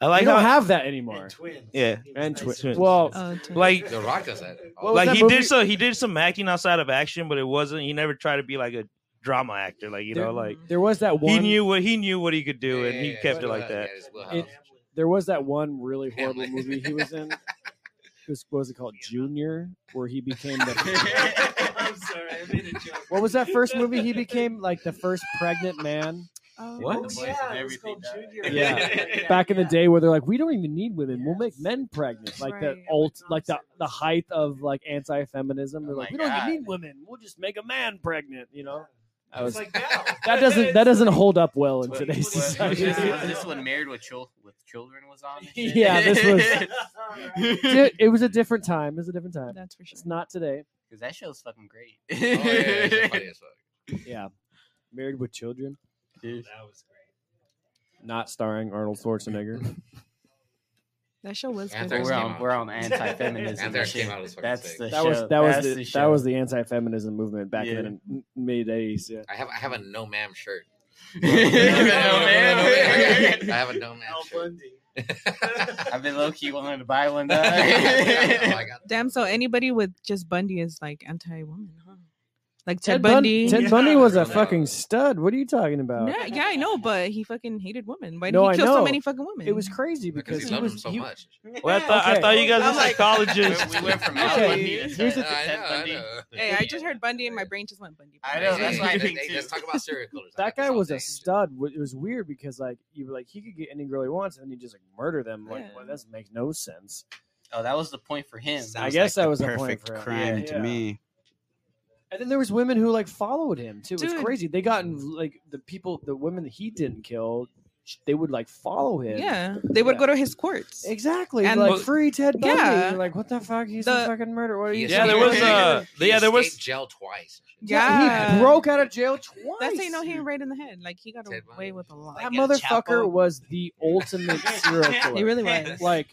[SPEAKER 4] I like
[SPEAKER 6] you don't
[SPEAKER 4] how-
[SPEAKER 6] have that anymore.
[SPEAKER 12] Twins.
[SPEAKER 4] Yeah,
[SPEAKER 6] And twi-
[SPEAKER 4] Twins.
[SPEAKER 6] Well,
[SPEAKER 4] like
[SPEAKER 7] Oh, The Rock does that.
[SPEAKER 6] What was
[SPEAKER 4] like
[SPEAKER 6] that
[SPEAKER 4] he
[SPEAKER 6] movie?
[SPEAKER 4] did some he did some acting outside of action, but it wasn't. He never tried to be like a drama actor. Like you know, like
[SPEAKER 6] there was that
[SPEAKER 4] he
[SPEAKER 6] one-
[SPEAKER 4] knew what he knew what he could do, and he
[SPEAKER 6] yeah,
[SPEAKER 4] kept it
[SPEAKER 6] yeah,
[SPEAKER 4] like that.
[SPEAKER 6] it, there was that one
[SPEAKER 3] (laughs)
[SPEAKER 6] really horrible movie he was in. It was, what was it called? Junior, where he became
[SPEAKER 3] (laughs)
[SPEAKER 6] the.
[SPEAKER 12] I'm sorry, I made a joke.
[SPEAKER 6] what was that first
[SPEAKER 1] (laughs)
[SPEAKER 6] movie? He became like the first pregnant man.
[SPEAKER 12] Oh,
[SPEAKER 6] What?
[SPEAKER 12] Yeah, it was called
[SPEAKER 6] (laughs)
[SPEAKER 12] Junior.
[SPEAKER 3] (laughs)
[SPEAKER 6] yeah back in the day where they're like we don't even need women we'll make men pregnant like the alt like the, the height of like
[SPEAKER 3] Oh
[SPEAKER 6] anti-feminism they're like we don't even need women we'll just make a man pregnant you know I was,
[SPEAKER 12] like
[SPEAKER 6] (laughs) that doesn't that doesn't hold up well in today's society
[SPEAKER 3] this one married with, chil- with children was on. and (laughs)
[SPEAKER 6] (laughs)
[SPEAKER 3] shit?
[SPEAKER 6] yeah this was Dude, it
[SPEAKER 3] (laughs)
[SPEAKER 6] was a different time it was a different time
[SPEAKER 3] That's for sure.
[SPEAKER 6] it's not today Oh,
[SPEAKER 3] Because that show's fucking great. (laughs)
[SPEAKER 6] yeah (laughs) married with children
[SPEAKER 12] Oh, that was great
[SPEAKER 6] not starring Arnold Schwarzenegger
[SPEAKER 5] That show was good.
[SPEAKER 3] Anthrax We're came on- out. we're
[SPEAKER 5] (laughs)
[SPEAKER 3] on anti-feminism Anthrax shit. came out as fucking That's sick. the
[SPEAKER 6] that was
[SPEAKER 3] show.
[SPEAKER 6] that was
[SPEAKER 3] That's
[SPEAKER 6] the,
[SPEAKER 3] the
[SPEAKER 6] that
[SPEAKER 3] show.
[SPEAKER 6] was the anti-feminism movement back
[SPEAKER 3] Yeah.
[SPEAKER 6] in the mid 80s yeah
[SPEAKER 7] I have I have a no ma'am shirt.
[SPEAKER 6] (laughs)
[SPEAKER 3] ma'am.
[SPEAKER 7] I have a
[SPEAKER 3] (laughs)
[SPEAKER 7] no ma'am shirt. (laughs)
[SPEAKER 3] I've been low key wanting to buy one. Dog.
[SPEAKER 7] Oh,
[SPEAKER 3] (laughs)
[SPEAKER 5] Damn, so anybody with just Bundy is like anti woman, huh? Like Ted,
[SPEAKER 6] Ted Bun-
[SPEAKER 5] Bundy.
[SPEAKER 6] Ted Bundy was a fucking stud. What are you talking about?
[SPEAKER 5] Yeah, yeah, I know, but he fucking hated women. Why did
[SPEAKER 6] No,
[SPEAKER 5] he
[SPEAKER 6] I
[SPEAKER 5] kill so
[SPEAKER 6] know.
[SPEAKER 5] many fucking women?
[SPEAKER 6] It was crazy because he, was he-
[SPEAKER 4] Well, I thought I
[SPEAKER 6] Okay.
[SPEAKER 4] thought you guys
[SPEAKER 5] I'm
[SPEAKER 4] were
[SPEAKER 5] like-
[SPEAKER 4] psychologists.
[SPEAKER 3] (laughs) We went from Al
[SPEAKER 6] Okay,
[SPEAKER 3] Bundy to
[SPEAKER 6] here's the thing.
[SPEAKER 3] Ted- Ted Bundy.
[SPEAKER 5] Hey, I just heard Bundy and my brain just went Bundy.
[SPEAKER 3] I know, that's what I think too.
[SPEAKER 7] Let's talk about serial killers.
[SPEAKER 6] That guy was a stud. Wh- It was weird because like you were like he could get any girl he wants and then you just like murder them. Like well, that doesn't make no sense.
[SPEAKER 3] Oh, that was the point for him.
[SPEAKER 6] I guess that was a point
[SPEAKER 3] perfect
[SPEAKER 6] for him.
[SPEAKER 3] crime
[SPEAKER 6] Yeah.
[SPEAKER 3] to
[SPEAKER 6] Yeah.
[SPEAKER 3] me.
[SPEAKER 6] And then there was women who like followed him too. It's
[SPEAKER 5] Dude.
[SPEAKER 6] crazy. They got in like the people, the women that he didn't kill, sh- they would like follow him.
[SPEAKER 5] Yeah, they would
[SPEAKER 6] Yeah.
[SPEAKER 5] go to his courts.
[SPEAKER 6] Exactly.
[SPEAKER 5] And-
[SPEAKER 6] like
[SPEAKER 5] Well-
[SPEAKER 6] free Ted Bundy.
[SPEAKER 5] Yeah.
[SPEAKER 6] You're like what the fuck? He's
[SPEAKER 5] The-
[SPEAKER 6] a fucking murderer. What are you?
[SPEAKER 4] Yeah, there was uh yeah there was
[SPEAKER 7] jail twice.
[SPEAKER 6] Yeah, he
[SPEAKER 5] Yeah.
[SPEAKER 6] broke out of jail twice.
[SPEAKER 5] (laughs) That's how you know he ain't right in the head. Like he got away with a lot.
[SPEAKER 6] That motherfucker was the
[SPEAKER 5] (laughs)
[SPEAKER 6] ultimate serial killer.
[SPEAKER 5] He really was.
[SPEAKER 6] Like,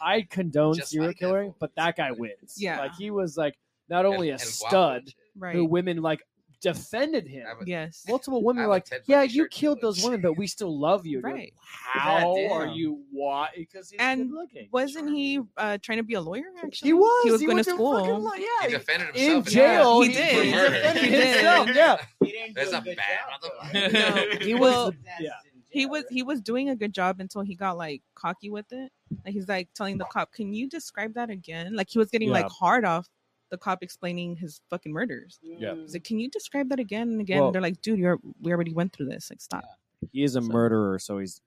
[SPEAKER 6] I condone serial killer, but that guy wins.
[SPEAKER 5] Yeah.
[SPEAKER 6] Like, he was like not only a
[SPEAKER 5] and wild
[SPEAKER 6] stud
[SPEAKER 5] Right.
[SPEAKER 6] who women like defended him.
[SPEAKER 5] yes.
[SPEAKER 6] Multiple women were like, yeah, you killed those women, but we still love you. And you're like,
[SPEAKER 5] Right.
[SPEAKER 6] How
[SPEAKER 5] Yeah,
[SPEAKER 6] are
[SPEAKER 5] damn.
[SPEAKER 6] you? Why? Because he's
[SPEAKER 5] and
[SPEAKER 6] good looking.
[SPEAKER 5] wasn't he uh, trying to be a lawyer? Actually,
[SPEAKER 6] He was.
[SPEAKER 5] He was
[SPEAKER 6] He
[SPEAKER 5] going to
[SPEAKER 6] went to fucking
[SPEAKER 5] school.
[SPEAKER 6] law- yeah,
[SPEAKER 7] He defended
[SPEAKER 6] In
[SPEAKER 7] himself.
[SPEAKER 6] jail,
[SPEAKER 5] He did.
[SPEAKER 6] He
[SPEAKER 5] He
[SPEAKER 6] defended
[SPEAKER 5] did.
[SPEAKER 6] himself. Yeah.
[SPEAKER 1] (laughs)
[SPEAKER 7] There's a bad motherfucker.
[SPEAKER 6] He
[SPEAKER 5] Well,
[SPEAKER 6] was. the- yeah.
[SPEAKER 5] he was he was doing a good job until he got like cocky with it. Like he's like telling the cop, "Can you describe that again?" Like he was getting like
[SPEAKER 6] Yeah.
[SPEAKER 5] hard off the cop explaining his fucking murders.
[SPEAKER 6] Yeah.
[SPEAKER 5] He's like, "Can you describe that again and again?"
[SPEAKER 6] Well-
[SPEAKER 5] They're like, "Dude, you're we already went through this. Like, stop."
[SPEAKER 6] He is a murderer, so he's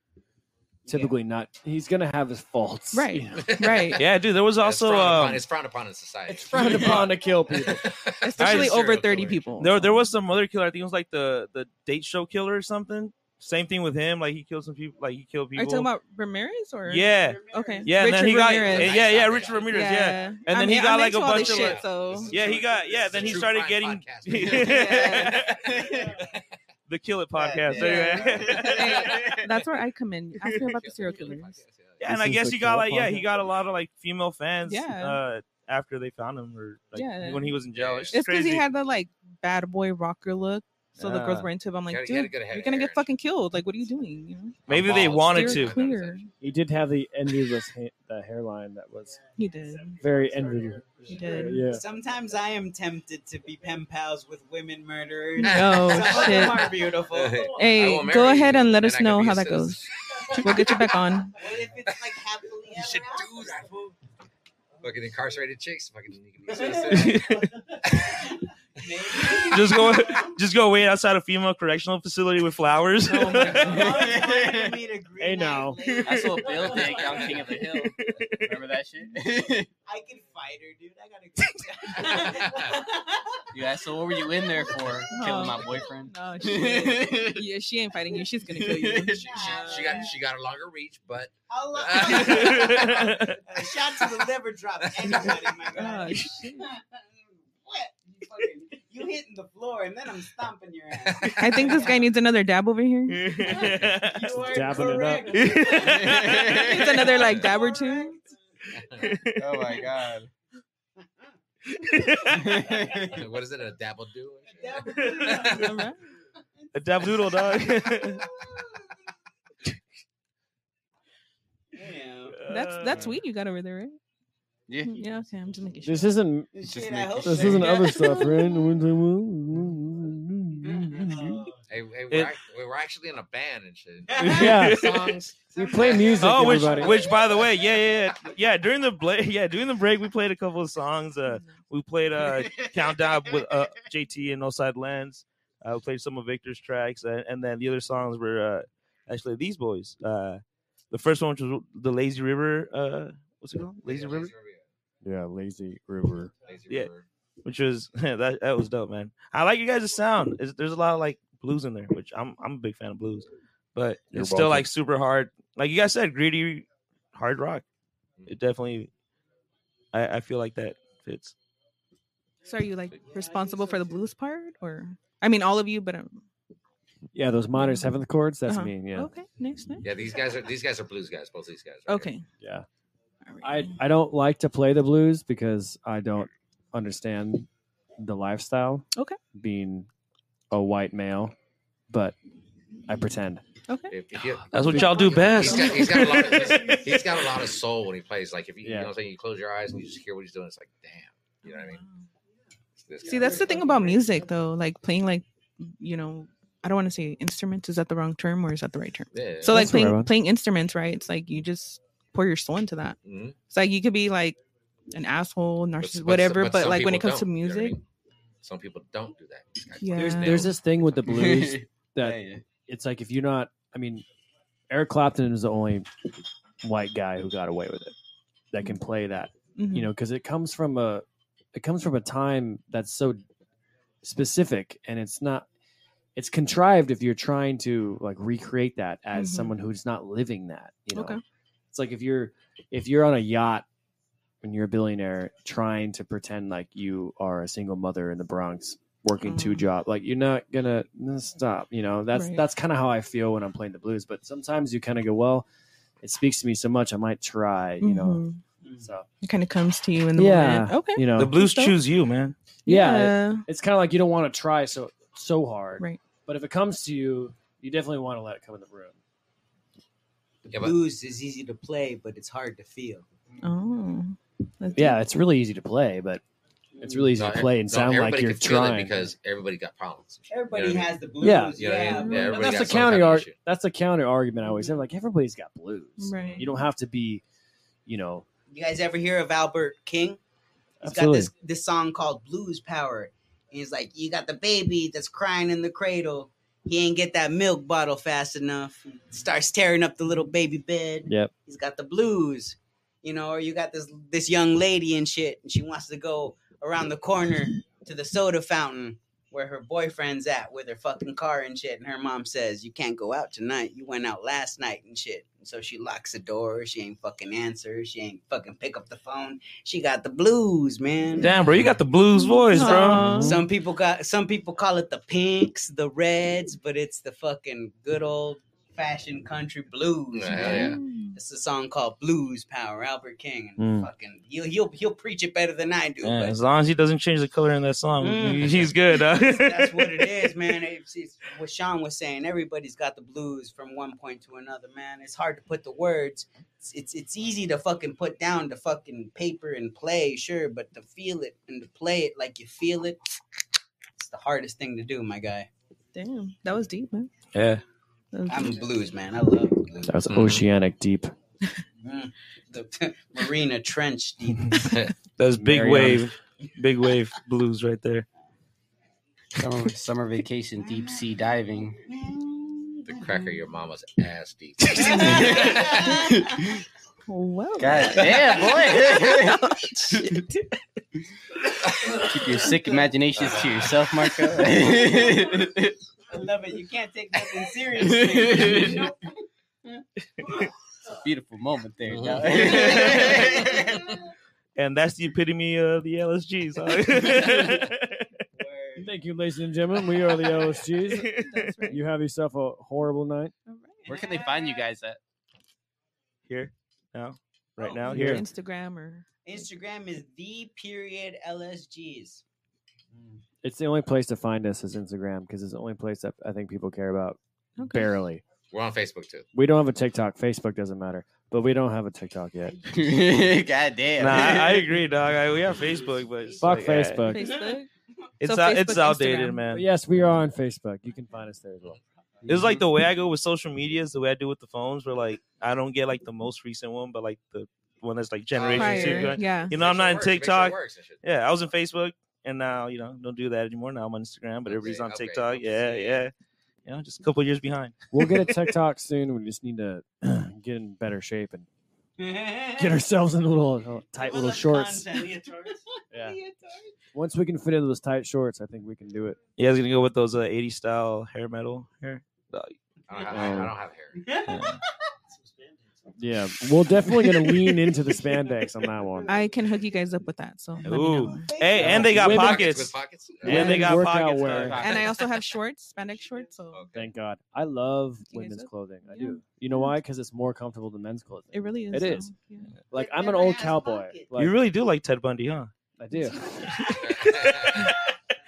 [SPEAKER 6] typically not. He's gonna have his faults, (laughs)
[SPEAKER 5] Right.
[SPEAKER 6] you know?
[SPEAKER 5] (laughs) Right.
[SPEAKER 4] yeah dude there was also
[SPEAKER 7] frowned upon-
[SPEAKER 4] um,
[SPEAKER 5] (laughs)
[SPEAKER 7] it's frowned upon in society. It's
[SPEAKER 6] (laughs) frowned upon to kill people,
[SPEAKER 5] Especially
[SPEAKER 4] Serial
[SPEAKER 5] over thirty people.
[SPEAKER 4] There, there was some other killer. I think it was like the the date show killer or something. Same thing with him. Like he killed some people. Like he killed
[SPEAKER 5] Are
[SPEAKER 4] people.
[SPEAKER 5] you talking about Ramirez or
[SPEAKER 4] yeah,
[SPEAKER 5] Okay.
[SPEAKER 4] yeah, and then
[SPEAKER 5] Richard
[SPEAKER 4] he got
[SPEAKER 5] Ramirez.
[SPEAKER 4] and yeah, yeah, Richard Ramirez, yeah,
[SPEAKER 5] Yeah.
[SPEAKER 4] and
[SPEAKER 5] I
[SPEAKER 4] then
[SPEAKER 5] mean,
[SPEAKER 4] he
[SPEAKER 5] I'm
[SPEAKER 4] got like
[SPEAKER 5] into
[SPEAKER 4] a
[SPEAKER 5] all
[SPEAKER 4] bunch of
[SPEAKER 5] this shit,
[SPEAKER 4] like-
[SPEAKER 5] so-
[SPEAKER 4] yeah, he got yeah, then he
[SPEAKER 7] True
[SPEAKER 4] started
[SPEAKER 7] crime
[SPEAKER 4] getting (laughs) the Kill (laughs) It podcast.
[SPEAKER 5] Yeah.
[SPEAKER 4] there you go.
[SPEAKER 5] Hey, that's where I come in. Ask me about the serial killers.
[SPEAKER 4] Yeah,
[SPEAKER 6] This
[SPEAKER 4] and I
[SPEAKER 6] is
[SPEAKER 4] guess
[SPEAKER 6] the
[SPEAKER 4] he got
[SPEAKER 6] Kill It
[SPEAKER 4] like yeah,
[SPEAKER 6] podcast.
[SPEAKER 4] he got a lot of like female fans.
[SPEAKER 5] Yeah.
[SPEAKER 4] Uh, after they found him or like
[SPEAKER 5] Yeah.
[SPEAKER 4] when he was in jail, Oh, it's,
[SPEAKER 5] It's because
[SPEAKER 4] crazy.
[SPEAKER 5] he had the like bad boy rocker look. So the girls
[SPEAKER 4] Yeah.
[SPEAKER 5] were into him. I'm like,
[SPEAKER 4] Gotta-
[SPEAKER 5] dude,
[SPEAKER 4] gotta get a head
[SPEAKER 5] you're
[SPEAKER 4] of
[SPEAKER 5] gonna
[SPEAKER 4] hair
[SPEAKER 5] get fucking killed. Like, what are you doing? You know?
[SPEAKER 4] Maybe they wanted
[SPEAKER 6] (laughs)
[SPEAKER 4] to.
[SPEAKER 5] Clear.
[SPEAKER 6] He did have the envious ha- the hairline that was
[SPEAKER 5] He did.
[SPEAKER 6] very envious.
[SPEAKER 5] (laughs) He did.
[SPEAKER 6] Yeah.
[SPEAKER 8] Sometimes I am tempted to be pen pals with women murderers.
[SPEAKER 5] Oh,
[SPEAKER 8] (laughs) Some of
[SPEAKER 5] shit.
[SPEAKER 8] them are
[SPEAKER 3] (laughs)
[SPEAKER 8] beautiful.
[SPEAKER 5] Hey, go ahead and let us know how that goes. (laughs) we'll get you back on.
[SPEAKER 7] (laughs) You should do that. fool. Fucking incarcerated chicks. Fucking. you
[SPEAKER 5] (laughs)
[SPEAKER 7] can be a citizen.
[SPEAKER 1] (laughs)
[SPEAKER 6] (laughs)
[SPEAKER 4] just go, (laughs) just go wait outside a female correctional facility with flowers. (laughs)
[SPEAKER 6] Hey now,
[SPEAKER 3] I saw Bill did on King of the Hill. Remember that shit? (laughs)
[SPEAKER 8] I can fight her, dude. I gotta (laughs)
[SPEAKER 3] yeah. So what were you in there for? Killing my boyfriend? (laughs)
[SPEAKER 5] No,
[SPEAKER 7] (laughs)
[SPEAKER 5] she, yeah, she ain't fighting you. She's gonna kill you.
[SPEAKER 7] she, she- she got she got a longer reach, but (laughs)
[SPEAKER 8] How long- Uh, Shout to the liver drop. Anybody,
[SPEAKER 5] (laughs)
[SPEAKER 8] my
[SPEAKER 5] Oh,
[SPEAKER 8] God. (laughs)
[SPEAKER 5] shit.
[SPEAKER 8] what? You fucking, you hitting the floor and then I'm stomping your ass.
[SPEAKER 5] I think this guy needs another dab over here.
[SPEAKER 4] (laughs)
[SPEAKER 8] You are
[SPEAKER 6] dabbing it up. (laughs)
[SPEAKER 5] needs another like dab or two.
[SPEAKER 3] Oh my god.
[SPEAKER 6] (laughs)
[SPEAKER 7] what is it? A dabble do?
[SPEAKER 4] (laughs) a dab doodle dog.
[SPEAKER 5] That's that's weed you got over there, right? Mm,
[SPEAKER 7] Yeah.
[SPEAKER 5] Yeah. Okay. I'm just making sure.
[SPEAKER 6] This isn't.
[SPEAKER 5] Shit,
[SPEAKER 6] This
[SPEAKER 5] Just I hope so.
[SPEAKER 6] isn't other stuff, right?
[SPEAKER 7] (laughs) (laughs) Hey, hey,
[SPEAKER 6] It-
[SPEAKER 7] we're, act- we're actually in a band and
[SPEAKER 5] (laughs)
[SPEAKER 7] shit.
[SPEAKER 6] (laughs) Yeah.
[SPEAKER 7] Songs.
[SPEAKER 6] We play music.
[SPEAKER 4] Oh, which,
[SPEAKER 6] everybody.
[SPEAKER 4] which, by the way, yeah, yeah, yeah, yeah. During the bla- yeah, during the break, we played a couple of songs. Uh, we played uh, countdown with uh, JT and No Side Lens. I uh, we played some of Victor's tracks, uh, and then the other songs were uh, actually these boys. Uh, the first one, which was the Lazy River. Uh, what's it called? Lazy River.
[SPEAKER 6] Yeah, lazy river.
[SPEAKER 4] yeah, which was (laughs) that that was dope, man. I like you guys' sound. It's, there's a lot of like blues in there, which I'm I'm a big fan of blues, but
[SPEAKER 6] You're
[SPEAKER 4] it's still
[SPEAKER 6] welcome.
[SPEAKER 4] like super hard. Like you guys said, greedy hard rock. It definitely, I I feel like that fits.
[SPEAKER 5] (laughs) So are you like responsible for the blues part, or I mean, all of you, but um,
[SPEAKER 6] Yeah, those minor seventh chords. That's
[SPEAKER 5] uh-huh.
[SPEAKER 6] me. Yeah.
[SPEAKER 5] Okay. Next. Next.
[SPEAKER 7] Yeah, these guys are these guys are blues guys. Both these guys.
[SPEAKER 5] Okay.
[SPEAKER 6] Yeah. I I don't like to play the blues because I don't understand the lifestyle.
[SPEAKER 5] Okay.
[SPEAKER 6] Being a white male, but I pretend.
[SPEAKER 5] Okay.
[SPEAKER 4] That's what y'all do best.
[SPEAKER 7] He's got, he's got a lot of,
[SPEAKER 5] (laughs)
[SPEAKER 7] he's- he's got a lot of soul when he plays. Like if you, you know what I'm saying, you close your eyes and you just hear what he's doing. It's like, damn. You know what I mean? This guy.
[SPEAKER 5] Uh-huh. See, that's the thing about music, though. Like playing, like you know, I don't want to say instruments. Is that the wrong term, or is that the right term?
[SPEAKER 7] Yeah,
[SPEAKER 5] so, like
[SPEAKER 7] that's the right
[SPEAKER 5] playing
[SPEAKER 7] one.
[SPEAKER 5] playing instruments, right? It's like you just pour your soul into that.
[SPEAKER 7] Mhm.
[SPEAKER 5] It's like you could be like an asshole, narcissist,
[SPEAKER 7] but-
[SPEAKER 5] whatever.
[SPEAKER 7] but
[SPEAKER 5] But,
[SPEAKER 7] some
[SPEAKER 5] like when it
[SPEAKER 7] people
[SPEAKER 5] comes to
[SPEAKER 7] don't, you know what I
[SPEAKER 5] music,
[SPEAKER 7] Some people don't do that. This guy
[SPEAKER 5] Yeah.
[SPEAKER 6] There's,
[SPEAKER 5] Yeah.
[SPEAKER 6] there's this thing with the
[SPEAKER 7] (laughs)
[SPEAKER 6] blues that
[SPEAKER 7] Yeah, yeah.
[SPEAKER 6] it's like if you're not, I mean, Eric Clapton is the only white guy who got away with it that can play that,
[SPEAKER 5] Mhm.
[SPEAKER 6] you know, because it comes from a it comes from a time that's so specific and it's not it's contrived if you're trying to like recreate that as
[SPEAKER 19] Mhm.
[SPEAKER 6] someone who's not living that, you know.
[SPEAKER 19] Okay.
[SPEAKER 6] It's like if you're if you're on a yacht when you're a billionaire trying to pretend like you are a single mother in the Bronx working
[SPEAKER 5] Mm.
[SPEAKER 6] two jobs. Like you're not gonna no, stop. You know, that's
[SPEAKER 19] Right.
[SPEAKER 6] that's kind of how I feel when I'm playing the blues. But sometimes you kind of go, well, it speaks to me so much. I might try. You know, so
[SPEAKER 5] mm-hmm, it kind of comes to you in the moment. Okay.
[SPEAKER 6] You know,
[SPEAKER 4] The blues
[SPEAKER 5] So-
[SPEAKER 4] choose you, man.
[SPEAKER 6] Yeah, it-
[SPEAKER 5] Yeah.
[SPEAKER 6] it's kind of like you don't want to try so so hard.
[SPEAKER 5] Right.
[SPEAKER 6] But if it comes to you, you definitely want to let it come in the room.
[SPEAKER 8] Blues is easy to play, but it's hard to feel.
[SPEAKER 5] Oh. That's
[SPEAKER 6] Yeah, it's really easy to play, but it's really easy
[SPEAKER 7] No,
[SPEAKER 6] to play and
[SPEAKER 7] no,
[SPEAKER 6] sound like
[SPEAKER 7] everybody
[SPEAKER 6] you're
[SPEAKER 7] can feel it
[SPEAKER 6] trying.
[SPEAKER 7] because everybody got problems.
[SPEAKER 8] Everybody
[SPEAKER 7] what I mean?
[SPEAKER 8] has the blues.
[SPEAKER 6] Yeah.
[SPEAKER 7] You know what I mean? Yeah,
[SPEAKER 6] And
[SPEAKER 7] everybody
[SPEAKER 6] that's
[SPEAKER 7] got
[SPEAKER 6] the
[SPEAKER 7] some kind
[SPEAKER 6] counter
[SPEAKER 7] of
[SPEAKER 6] ar-
[SPEAKER 7] issue.
[SPEAKER 6] that's the counter argument I always have. Like everybody's got blues.
[SPEAKER 5] Right.
[SPEAKER 6] You don't have to be, you know.
[SPEAKER 8] You guys ever hear of Albert King? He's
[SPEAKER 6] Absolutely.
[SPEAKER 8] got this this song called Blues Power. And he's like, You got the baby that's crying in the cradle. He ain't get that milk bottle fast enough. Starts tearing up the little baby bed.
[SPEAKER 6] Yep.
[SPEAKER 8] He's got the blues. You know, or you got this this young lady and shit, and she wants to go around the corner to the soda fountain where her boyfriend's at with her fucking car and shit. And her mom says, You can't go out tonight. You went out last night and shit. And so she locks the door. She ain't fucking answer. She ain't fucking pick up the phone. She got the blues, man.
[SPEAKER 4] Damn, bro, you got the blues voice, bro.
[SPEAKER 8] Some, some people got some people call it the pinks, the reds, but it's the fucking good old fashioned country blues.
[SPEAKER 7] Yeah,
[SPEAKER 8] man. It's a song called Blues Power, Albert King. And
[SPEAKER 4] Mm.
[SPEAKER 8] fucking he'll he'll he'll preach it better than I do.
[SPEAKER 4] Yeah,
[SPEAKER 8] but
[SPEAKER 4] as long as he doesn't change the color in that song,
[SPEAKER 8] Mm.
[SPEAKER 4] he's good. huh?
[SPEAKER 8] that's what it is, man. It's, it's what Sean was saying. Everybody's got the blues from one point to another, man. It's hard to put the words. It's it's, it's easy to fucking put down the fucking paper and play, sure, but to feel it and to play it like you feel it, it's the hardest thing to do, my guy.
[SPEAKER 5] damn. That was deep, man.
[SPEAKER 4] Yeah.
[SPEAKER 5] That was
[SPEAKER 8] I'm
[SPEAKER 5] deep.
[SPEAKER 8] a blues man. I love blues.
[SPEAKER 6] That's
[SPEAKER 7] Hmm.
[SPEAKER 6] oceanic deep.
[SPEAKER 8] Mm. the (laughs) Marina Trench. Deep.
[SPEAKER 4] (laughs) That's big
[SPEAKER 8] Mariana.
[SPEAKER 4] wave, big wave blues right there.
[SPEAKER 3] Summer, summer vacation, deep sea diving.
[SPEAKER 7] The cracker your mama's ass deep.
[SPEAKER 3] (laughs)
[SPEAKER 5] Well,
[SPEAKER 3] God
[SPEAKER 6] (laughs)
[SPEAKER 3] damn, boy. Keep your sick imaginations to yourself, (laughs) Marco.
[SPEAKER 8] (laughs) I love it. You can't take nothing
[SPEAKER 3] (laughs)
[SPEAKER 8] (laughs) seriously.
[SPEAKER 3] It's a beautiful moment there. dog.
[SPEAKER 6] Uh-huh.
[SPEAKER 4] (laughs)
[SPEAKER 3] (laughs)
[SPEAKER 4] And that's the epitome of the
[SPEAKER 3] (laughs)
[SPEAKER 4] LSGs.
[SPEAKER 6] (laughs) Thank you, ladies and gentlemen. We are the LSGs. You have yourself a horrible night.
[SPEAKER 3] Where can they find you guys at?
[SPEAKER 4] Here, now, right
[SPEAKER 8] Oh,
[SPEAKER 4] now,
[SPEAKER 8] yeah.
[SPEAKER 4] here.
[SPEAKER 5] (laughs) Instagram or
[SPEAKER 8] Instagram is the period LSGs.
[SPEAKER 6] It's the only place to find us is Instagram because it's the only place that I think people care about.
[SPEAKER 5] Okay.
[SPEAKER 6] Barely.
[SPEAKER 7] We're on Facebook too.
[SPEAKER 6] We don't have a TikTok. Facebook doesn't matter. but we don't have a TikTok yet.
[SPEAKER 7] (laughs)
[SPEAKER 3] God damn.
[SPEAKER 4] Nah, I, I (laughs) agree, dog. I, we have Facebook, but it's
[SPEAKER 6] Fuck
[SPEAKER 4] like, eh.
[SPEAKER 6] Facebook.
[SPEAKER 3] (laughs)
[SPEAKER 4] It's out, it's outdated, man.
[SPEAKER 6] But yes, we are on Facebook. You can find us there as well.
[SPEAKER 4] It's like the way I go with social media is the way I do with the phones. Where like I don't get like the most recent one, but like the one that's like generation
[SPEAKER 5] Oh, Prior,
[SPEAKER 4] two. right?
[SPEAKER 5] yeah.
[SPEAKER 4] you know I'm
[SPEAKER 5] Makes
[SPEAKER 4] not
[SPEAKER 5] it
[SPEAKER 4] in
[SPEAKER 5] work, makes it
[SPEAKER 4] TikTok.
[SPEAKER 5] worse and shit.
[SPEAKER 4] Yeah, I was in Facebook, and now you know don't do that anymore. Now I'm on Instagram, but everybody's on TikTok. Yeah, yeah, you know, just a couple years behind.
[SPEAKER 6] We'll
[SPEAKER 4] (laughs)
[SPEAKER 6] get a TikTok soon. We just need to (clears throat) get in better shape and get ourselves in a little tight little shorts.
[SPEAKER 4] yeah.
[SPEAKER 6] Once we can fit into those tight shorts, I think we can do it.
[SPEAKER 4] You guys gonna go with those uh, 80s style hair metal hair? Dog.
[SPEAKER 1] I don't have, I don't have hair.
[SPEAKER 6] Yeah, we're definitely gonna lean into the spandex on that one.
[SPEAKER 5] I can hook you guys up with that. So let me
[SPEAKER 4] Ooh.
[SPEAKER 5] know.
[SPEAKER 4] Hey, and they got
[SPEAKER 6] Women-
[SPEAKER 4] pockets.
[SPEAKER 6] With pockets?
[SPEAKER 4] And they got
[SPEAKER 6] Workout
[SPEAKER 4] pockets.
[SPEAKER 6] wear.
[SPEAKER 4] dog.
[SPEAKER 5] And I also have shorts, spandex shorts. So
[SPEAKER 6] Thank God. I love women's clothing. I do. You know why? Because it's more comfortable than men's clothing.
[SPEAKER 5] It really is, um,
[SPEAKER 6] It
[SPEAKER 5] though.
[SPEAKER 6] is. Like I'm an old cowboy. Like,
[SPEAKER 4] you really do like Ted Bundy, huh?
[SPEAKER 6] I
[SPEAKER 5] (laughs)
[SPEAKER 6] do.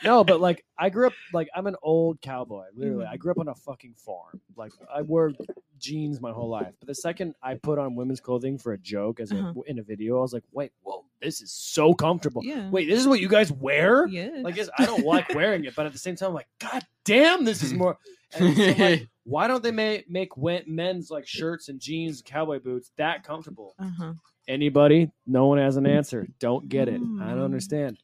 [SPEAKER 6] no, but like I grew up like I'm an old cowboy. Literally, I grew up on a fucking farm. Like I wore jeans my whole life. But the second I put on women's clothing for a joke as a,
[SPEAKER 5] Uh-huh.
[SPEAKER 6] in a video, I was like, wait, whoa, this is so comfortable.
[SPEAKER 5] Yeah.
[SPEAKER 6] Wait, this is what you guys wear?
[SPEAKER 5] Yes.
[SPEAKER 6] Like yes, I don't like wearing it, but at the same time, I'm like, God damn, this is
[SPEAKER 5] (laughs)
[SPEAKER 6] more. And so, like, why don't they make make wen- men's like shirts and jeans, cowboy boots that comfortable?
[SPEAKER 5] uh-huh.
[SPEAKER 6] Anybody? No one has an answer. Don't get it. I don't understand.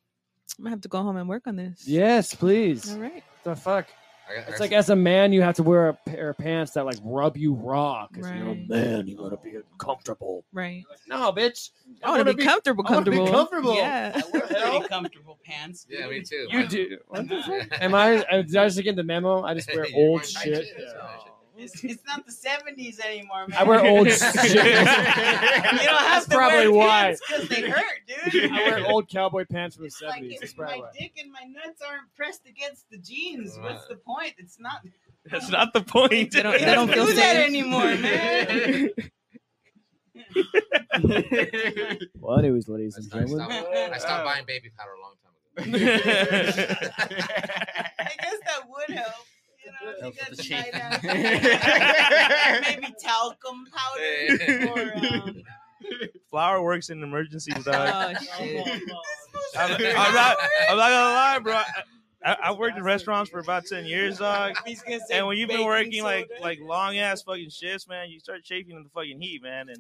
[SPEAKER 5] I'm gonna have to go home and work on this.
[SPEAKER 6] Yes, please.
[SPEAKER 5] All right.
[SPEAKER 6] The fuck.
[SPEAKER 1] I got-
[SPEAKER 6] It's like as a man, you have to wear a pair of pants that like rub you raw because you're a
[SPEAKER 5] Right.
[SPEAKER 6] man. You gotta be
[SPEAKER 8] (laughs)
[SPEAKER 6] comfortable.
[SPEAKER 5] Right.
[SPEAKER 6] No, bitch.
[SPEAKER 5] I want to be comfortable. Comfortable.
[SPEAKER 20] I
[SPEAKER 5] Yeah.
[SPEAKER 20] wear pretty comfortable pants.
[SPEAKER 1] Yeah, me too.
[SPEAKER 6] You do. What the fuck? Am I? uh, Did I just get the memo? I just
[SPEAKER 8] (laughs)
[SPEAKER 6] wear old shit.
[SPEAKER 8] It's, it's not the seventies anymore, man.
[SPEAKER 6] I wear old shit.
[SPEAKER 8] (laughs) you don't
[SPEAKER 6] That's
[SPEAKER 8] have to
[SPEAKER 6] probably why.
[SPEAKER 8] because they hurt,
[SPEAKER 6] (laughs)
[SPEAKER 8] dude.
[SPEAKER 6] I wear old cowboy pants from the
[SPEAKER 8] Like,
[SPEAKER 6] seventies. That's
[SPEAKER 8] if
[SPEAKER 6] probably
[SPEAKER 8] my
[SPEAKER 6] why.
[SPEAKER 8] dick and my nuts aren't pressed against the jeans. What's the point? It's not.
[SPEAKER 4] That's not the point. They
[SPEAKER 8] don't- they don't feel Do that safe. anymore, man.
[SPEAKER 1] (laughs)
[SPEAKER 8] (laughs)
[SPEAKER 6] Well, anyways, ladies and
[SPEAKER 1] I
[SPEAKER 6] gentlemen,
[SPEAKER 1] stopped, I stopped buying baby powder a long time ago.
[SPEAKER 8] I guess that would help. You know,
[SPEAKER 1] Helps with the
[SPEAKER 8] if you
[SPEAKER 1] cheek. (laughs)
[SPEAKER 8] got tied up. Maybe talcum powder or um, (laughs)
[SPEAKER 4] Flower works in emergencies, dog.
[SPEAKER 8] shit.
[SPEAKER 4] I'm, I'm not. I'm not gonna lie, bro. I, I, I worked in restaurants for about ten years,
[SPEAKER 8] (laughs)
[SPEAKER 4] dog.
[SPEAKER 8] say
[SPEAKER 4] And when you've been
[SPEAKER 8] baking
[SPEAKER 4] working like
[SPEAKER 8] soda.
[SPEAKER 4] like long ass fucking shifts, man, you start chafing in the fucking heat, man. And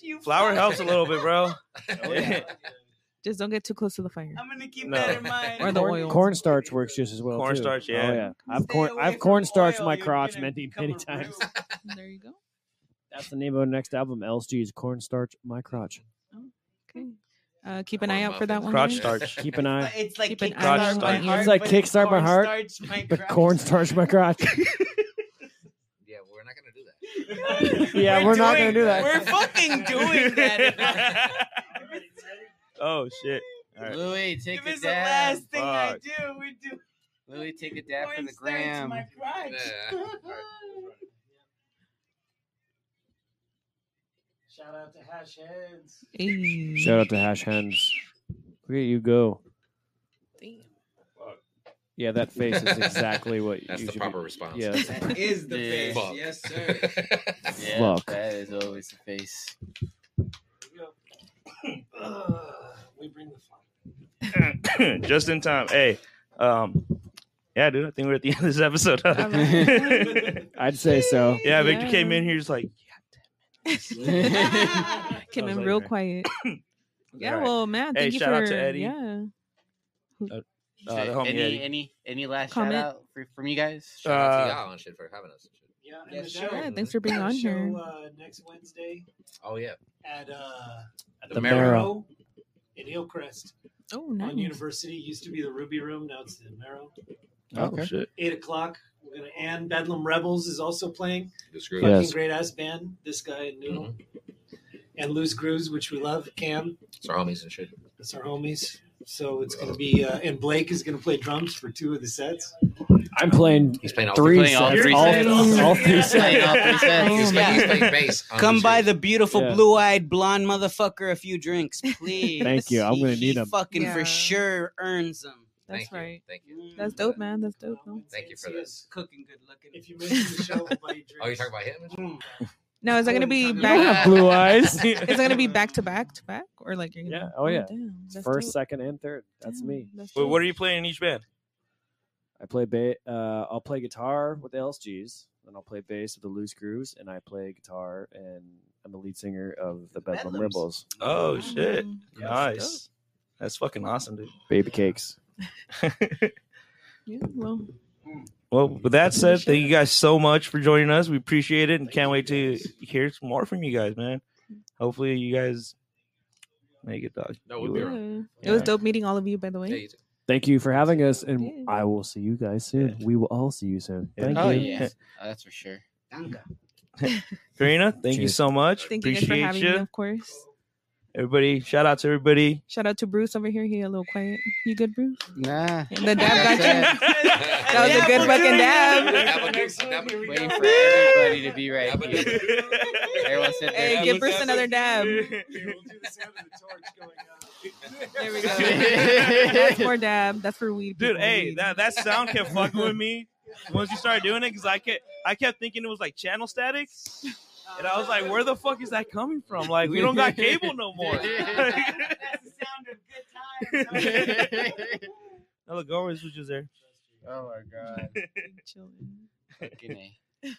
[SPEAKER 8] you
[SPEAKER 4] flour
[SPEAKER 8] fuck.
[SPEAKER 4] helps a little
[SPEAKER 8] (laughs)
[SPEAKER 4] bit, bro. (laughs)
[SPEAKER 5] Just don't get too close to the fire.
[SPEAKER 8] I'm gonna keep
[SPEAKER 4] No.
[SPEAKER 5] (laughs)
[SPEAKER 8] that in (laughs) mind.
[SPEAKER 5] Or the oil.
[SPEAKER 6] cornstarch works just as well. too.
[SPEAKER 4] Cornstarch, yeah.
[SPEAKER 6] Oh, yeah. I've corn. I've cornstarched my crotch many many times.
[SPEAKER 5] There you
[SPEAKER 8] (laughs)
[SPEAKER 5] go.
[SPEAKER 6] That's the name of our next album. LG's cornstarch, my crotch.
[SPEAKER 5] Okay. Uh, keep an eye out for that one.
[SPEAKER 6] Crotch
[SPEAKER 5] guys.
[SPEAKER 6] starch. (laughs) Keep an eye.
[SPEAKER 8] It's like
[SPEAKER 5] Keep an
[SPEAKER 8] Kickstart
[SPEAKER 5] eye
[SPEAKER 8] My
[SPEAKER 5] out on
[SPEAKER 8] Heart,
[SPEAKER 5] ears.
[SPEAKER 6] It's like
[SPEAKER 8] but
[SPEAKER 6] kickstart my heart,
[SPEAKER 8] cornstarch my (laughs)
[SPEAKER 6] but
[SPEAKER 8] crotch.
[SPEAKER 6] cornstarch my
[SPEAKER 8] (laughs)
[SPEAKER 6] crotch.
[SPEAKER 1] yeah, we're not gonna do that.
[SPEAKER 6] yeah, we're, not gonna
[SPEAKER 8] doing-
[SPEAKER 6] do that.
[SPEAKER 8] We're fucking doing
[SPEAKER 1] (laughs)
[SPEAKER 8] that.
[SPEAKER 4] (laughs) oh shit. All right.
[SPEAKER 3] Louis, take
[SPEAKER 8] if it's
[SPEAKER 3] it
[SPEAKER 8] the
[SPEAKER 3] down.
[SPEAKER 8] last thing I
[SPEAKER 4] Fuck.
[SPEAKER 8] do, we do
[SPEAKER 3] Louis, take it down for the
[SPEAKER 8] cornstarch
[SPEAKER 3] gram.
[SPEAKER 8] my crotch. (laughs)
[SPEAKER 3] Yeah.
[SPEAKER 12] Shout out to Hash Heads.
[SPEAKER 6] Shout out to Hash Hens. Look at you go. Yeah, that face is exactly what
[SPEAKER 1] (laughs) That's
[SPEAKER 6] you
[SPEAKER 1] the
[SPEAKER 6] should
[SPEAKER 1] proper
[SPEAKER 6] be.
[SPEAKER 1] response.
[SPEAKER 6] Yeah, that's the-
[SPEAKER 8] That is the
[SPEAKER 3] Yeah.
[SPEAKER 8] face.
[SPEAKER 3] Fuck.
[SPEAKER 8] Yes, sir.
[SPEAKER 3] Yeah,
[SPEAKER 6] Fuck.
[SPEAKER 3] that is always the face.
[SPEAKER 12] we bring the fun. (laughs)
[SPEAKER 6] (laughs)
[SPEAKER 4] (laughs) just in time. Hey, um, yeah, dude, I think we're at the (laughs) end of this episode. (laughs)
[SPEAKER 6] (laughs) I'd say so.
[SPEAKER 4] Yeah, Victor
[SPEAKER 5] Yeah.
[SPEAKER 4] came in here. He's like,
[SPEAKER 6] (laughs)
[SPEAKER 5] (laughs)
[SPEAKER 4] (laughs)
[SPEAKER 5] Came
[SPEAKER 4] I was
[SPEAKER 5] in
[SPEAKER 4] like,
[SPEAKER 5] real
[SPEAKER 4] man.
[SPEAKER 5] quiet.
[SPEAKER 4] (coughs)
[SPEAKER 5] yeah,
[SPEAKER 4] Alright.
[SPEAKER 5] well, man,
[SPEAKER 4] Hey,
[SPEAKER 5] thank you
[SPEAKER 4] shout
[SPEAKER 5] for
[SPEAKER 4] out to Eddie.
[SPEAKER 5] yeah.
[SPEAKER 4] uh,
[SPEAKER 3] So,
[SPEAKER 4] uh, the homie
[SPEAKER 3] any,
[SPEAKER 4] Eddie.
[SPEAKER 3] any any last
[SPEAKER 5] Comment?
[SPEAKER 3] shout out for, from you guys?
[SPEAKER 4] Shout out to Uh,
[SPEAKER 1] Oh, and shit for having us.
[SPEAKER 12] Yeah, and
[SPEAKER 3] Yeah,
[SPEAKER 12] the
[SPEAKER 3] sure.
[SPEAKER 12] show.
[SPEAKER 3] Yeah,
[SPEAKER 5] thanks for being
[SPEAKER 12] the
[SPEAKER 5] on
[SPEAKER 12] show,
[SPEAKER 5] here.
[SPEAKER 12] (laughs) Uh, next Wednesday
[SPEAKER 1] Oh yeah.
[SPEAKER 12] at uh at
[SPEAKER 1] The
[SPEAKER 12] the,
[SPEAKER 1] Marrow.
[SPEAKER 12] Marrow in Hillcrest.
[SPEAKER 5] Oh,
[SPEAKER 12] nice. On University used to be the Ruby Room, now it's the Marrow.
[SPEAKER 4] Oh, Okay. shit.
[SPEAKER 12] Eight o'clock. We're gonna and Bedlam Rebels is also playing.
[SPEAKER 1] This Mm-hmm.
[SPEAKER 4] group.
[SPEAKER 12] Fucking
[SPEAKER 4] Yes.
[SPEAKER 12] great ass band. This guy and Noodle. And Loose Grooves, which we love. Cam,
[SPEAKER 1] It's our homies and shit.
[SPEAKER 12] that's our homies. So it's gonna be uh, and Blake is gonna play drums for two of the sets.
[SPEAKER 6] I'm playing.
[SPEAKER 1] He's playing all
[SPEAKER 6] three
[SPEAKER 1] three playing all
[SPEAKER 6] sets.
[SPEAKER 1] three
[SPEAKER 6] all,
[SPEAKER 1] sets.
[SPEAKER 6] all, three
[SPEAKER 1] He's playing
[SPEAKER 8] (laughs)
[SPEAKER 1] all
[SPEAKER 6] sets.
[SPEAKER 1] three sets. He's playing- he's playing bass on
[SPEAKER 20] Come
[SPEAKER 1] this
[SPEAKER 20] buy
[SPEAKER 1] shit.
[SPEAKER 20] the beautiful
[SPEAKER 6] Yeah.
[SPEAKER 20] blue-eyed blonde motherfucker a few drinks, please.
[SPEAKER 6] Thank you. I'm gonna
[SPEAKER 20] He
[SPEAKER 6] need 'em.
[SPEAKER 20] Fucking
[SPEAKER 5] Yeah.
[SPEAKER 20] for sure earns them.
[SPEAKER 5] That's right.
[SPEAKER 1] Thank
[SPEAKER 5] you. That's dope, man. That's dope. man.
[SPEAKER 1] Thank you for this.
[SPEAKER 20] Cooking good looking.
[SPEAKER 3] (laughs)
[SPEAKER 12] If you miss the show,
[SPEAKER 4] Mm.
[SPEAKER 5] (laughs)
[SPEAKER 1] Oh, you're talking about him?
[SPEAKER 5] Now is that gonna be
[SPEAKER 6] You
[SPEAKER 5] back?
[SPEAKER 6] don't have blue eyes.
[SPEAKER 5] (laughs) is it gonna be back to back to back or like you're gonna?
[SPEAKER 6] Oh yeah,
[SPEAKER 5] damn, that's
[SPEAKER 6] first,
[SPEAKER 5] dope.
[SPEAKER 6] second, and third. That's me.
[SPEAKER 4] Wait, what are you playing in each band?
[SPEAKER 6] I play ba- uh I'll play guitar with the LSGs, and I'll play bass with the Loose Grooves, and I play guitar and I'm the lead singer of the Bedlam
[SPEAKER 4] Bedlams.
[SPEAKER 6] Rebels.
[SPEAKER 4] Oh shit!
[SPEAKER 6] Yeah,
[SPEAKER 4] nice. That's fucking awesome, dude.
[SPEAKER 6] Baby cakes.
[SPEAKER 5] Yeah, well,
[SPEAKER 4] Well, with that said, thank you guys so much for joining us. We appreciate it and can't wait to hear some more from you guys, man. Hopefully, you guys make it, dog.
[SPEAKER 7] That
[SPEAKER 5] yeah. It was dope meeting all of you, by the way.
[SPEAKER 6] Thank you for having us, and I will see you guys soon. We will all see you soon. Thank
[SPEAKER 3] oh
[SPEAKER 6] you.
[SPEAKER 3] yeah,
[SPEAKER 8] Uh,
[SPEAKER 3] Oh, that's for sure.
[SPEAKER 4] Karina, thank you
[SPEAKER 6] Cheers.
[SPEAKER 4] so much.
[SPEAKER 5] Thank you guys
[SPEAKER 4] Appreciate
[SPEAKER 5] for having
[SPEAKER 4] you.
[SPEAKER 5] me, of course.
[SPEAKER 4] Everybody, shout out to everybody.
[SPEAKER 5] Shout out to Bruce over here. He a little quiet. You good, (laughs) Bruce?
[SPEAKER 3] Nah.
[SPEAKER 5] The dab got you. That was a good fucking dab.
[SPEAKER 3] Waiting for everybody to be right here. Everyone said
[SPEAKER 5] Hey, give Bruce another dab. (laughs) There we go. (laughs) That's more dab. That's for weed.
[SPEAKER 4] Dude,
[SPEAKER 5] people,
[SPEAKER 4] hey,
[SPEAKER 5] weed.
[SPEAKER 4] that, that sound
[SPEAKER 3] (laughs)
[SPEAKER 4] kept fucking with me once you started doing it because I kept I kept thinking it was like channel static, and I was like, where the fuck is that coming from? (laughs) Like, we don't got cable
[SPEAKER 1] (laughs)
[SPEAKER 4] no
[SPEAKER 3] (laughs)
[SPEAKER 4] more. (laughs) Ella Gomez was just there.
[SPEAKER 3] Oh my god. Fucking A.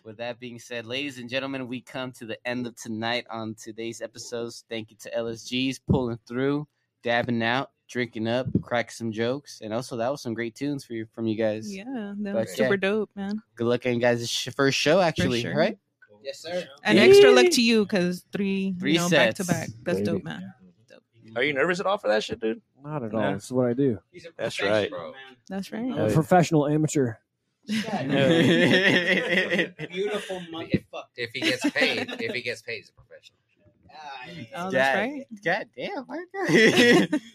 [SPEAKER 3] With that being said, ladies and gentlemen, we come to the end of tonight on today's episodes. Thank you to LSG's pulling through, dabbing out, drinking up, cracking some jokes, and also that was some great tunes for you from you guys.
[SPEAKER 5] Yeah, that
[SPEAKER 3] But
[SPEAKER 5] was super
[SPEAKER 3] yeah.
[SPEAKER 5] dope, man.
[SPEAKER 3] Good luck on you guys' sh- first show, actually,
[SPEAKER 5] sure.
[SPEAKER 3] right?
[SPEAKER 5] Yes,
[SPEAKER 8] (laughs)
[SPEAKER 5] sir. (laughs) An extra look to you because three,
[SPEAKER 3] Three
[SPEAKER 5] you know, back to
[SPEAKER 3] sets.
[SPEAKER 5] back. That's
[SPEAKER 3] Baby.
[SPEAKER 5] dope, man.
[SPEAKER 4] Are you nervous at all for that shit, dude?
[SPEAKER 6] Not at
[SPEAKER 4] No.
[SPEAKER 6] all. This is what I do.
[SPEAKER 4] That's right.
[SPEAKER 5] That's right.
[SPEAKER 6] I'm a professional amateur.
[SPEAKER 3] (laughs)
[SPEAKER 21] Beautiful motherfucker.
[SPEAKER 7] If he gets paid, if he gets paid, he's a professional.
[SPEAKER 5] (laughs) Oh, that's
[SPEAKER 3] God,
[SPEAKER 5] right.
[SPEAKER 3] God damn, my God.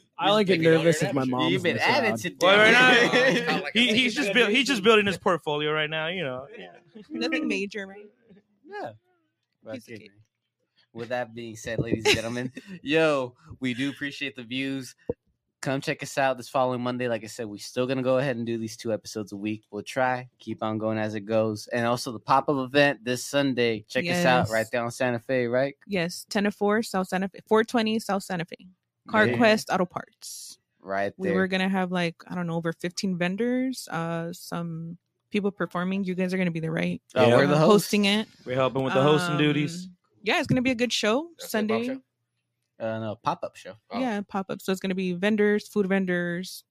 [SPEAKER 6] (laughs) I only get nervous if my mom's
[SPEAKER 3] You've been
[SPEAKER 6] with
[SPEAKER 3] at it
[SPEAKER 6] around.
[SPEAKER 3] today.
[SPEAKER 4] Well, right
[SPEAKER 3] (laughs)
[SPEAKER 4] now, he, he's just build, he's just building his portfolio right now. You know,
[SPEAKER 3] (laughs)
[SPEAKER 5] Nothing major, right?
[SPEAKER 3] Yeah. Fucking A. With that being said, ladies and
[SPEAKER 5] (laughs)
[SPEAKER 3] gentlemen, yo, we do appreciate the views. Come check us out this following Monday. Like I said, we're still gonna go ahead and do these two episodes a week. We'll try, keep on going as it goes, and also the pop up event this Sunday. Check us out
[SPEAKER 5] Yes.
[SPEAKER 3] right there on Santa Fe, right?
[SPEAKER 5] Yes, 10 to 4, South Santa Fe, 420 South Santa Fe. Car
[SPEAKER 3] Yeah.
[SPEAKER 5] Quest Auto Parts.
[SPEAKER 3] Right
[SPEAKER 5] We
[SPEAKER 3] there.
[SPEAKER 5] were going to have like, I don't know, over 15 vendors, uh, some people performing. You guys are going to be there, right?
[SPEAKER 4] Oh, we're
[SPEAKER 5] Uh,
[SPEAKER 4] the hosts.
[SPEAKER 5] hosting it.
[SPEAKER 4] we're helping with the hosting
[SPEAKER 5] Um,
[SPEAKER 4] duties.
[SPEAKER 5] Yeah, it's going to be a good show Sunday.
[SPEAKER 3] uh, no, pop up show.
[SPEAKER 5] Yeah, pop up. So it's going to be vendors, food vendors.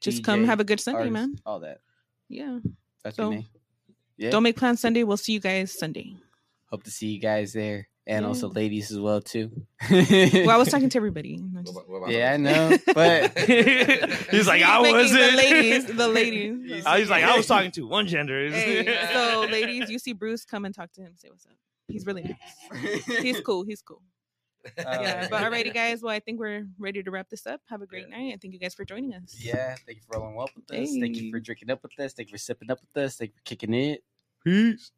[SPEAKER 5] Just come
[SPEAKER 3] DJ,
[SPEAKER 5] have a good Sunday,
[SPEAKER 3] artists,
[SPEAKER 5] man.
[SPEAKER 3] All that.
[SPEAKER 5] Yeah.
[SPEAKER 3] Fucking
[SPEAKER 5] So-
[SPEAKER 3] A. Yeah.
[SPEAKER 5] Don't make plans Sunday. We'll see you guys Sunday.
[SPEAKER 3] Hope to see you guys there, and
[SPEAKER 5] Yeah.
[SPEAKER 3] also ladies as well too. (laughs)
[SPEAKER 5] (laughs) Well, I was talking to everybody. I just-
[SPEAKER 3] yeah, I know, but (laughs)
[SPEAKER 5] (laughs)
[SPEAKER 4] He's like, I
[SPEAKER 5] Making
[SPEAKER 4] wasn't.
[SPEAKER 5] The ladies,
[SPEAKER 4] (laughs)
[SPEAKER 5] the ladies.
[SPEAKER 4] I was like, I was talking to one gender.
[SPEAKER 5] Hey, so ladies, you see Bruce, come and talk to him. Say what's up. He's really nice. He's cool. He's cool.
[SPEAKER 3] Uh,
[SPEAKER 5] yeah. But alrighty, guys. Well, I think we're ready to wrap this up. Have a great night, and thank you guys for joining us.
[SPEAKER 3] Yeah, thank you for rolling up with us. Thank you for drinking up with us. Thank you for sipping up with us. Thank you for kicking it.
[SPEAKER 4] Peace.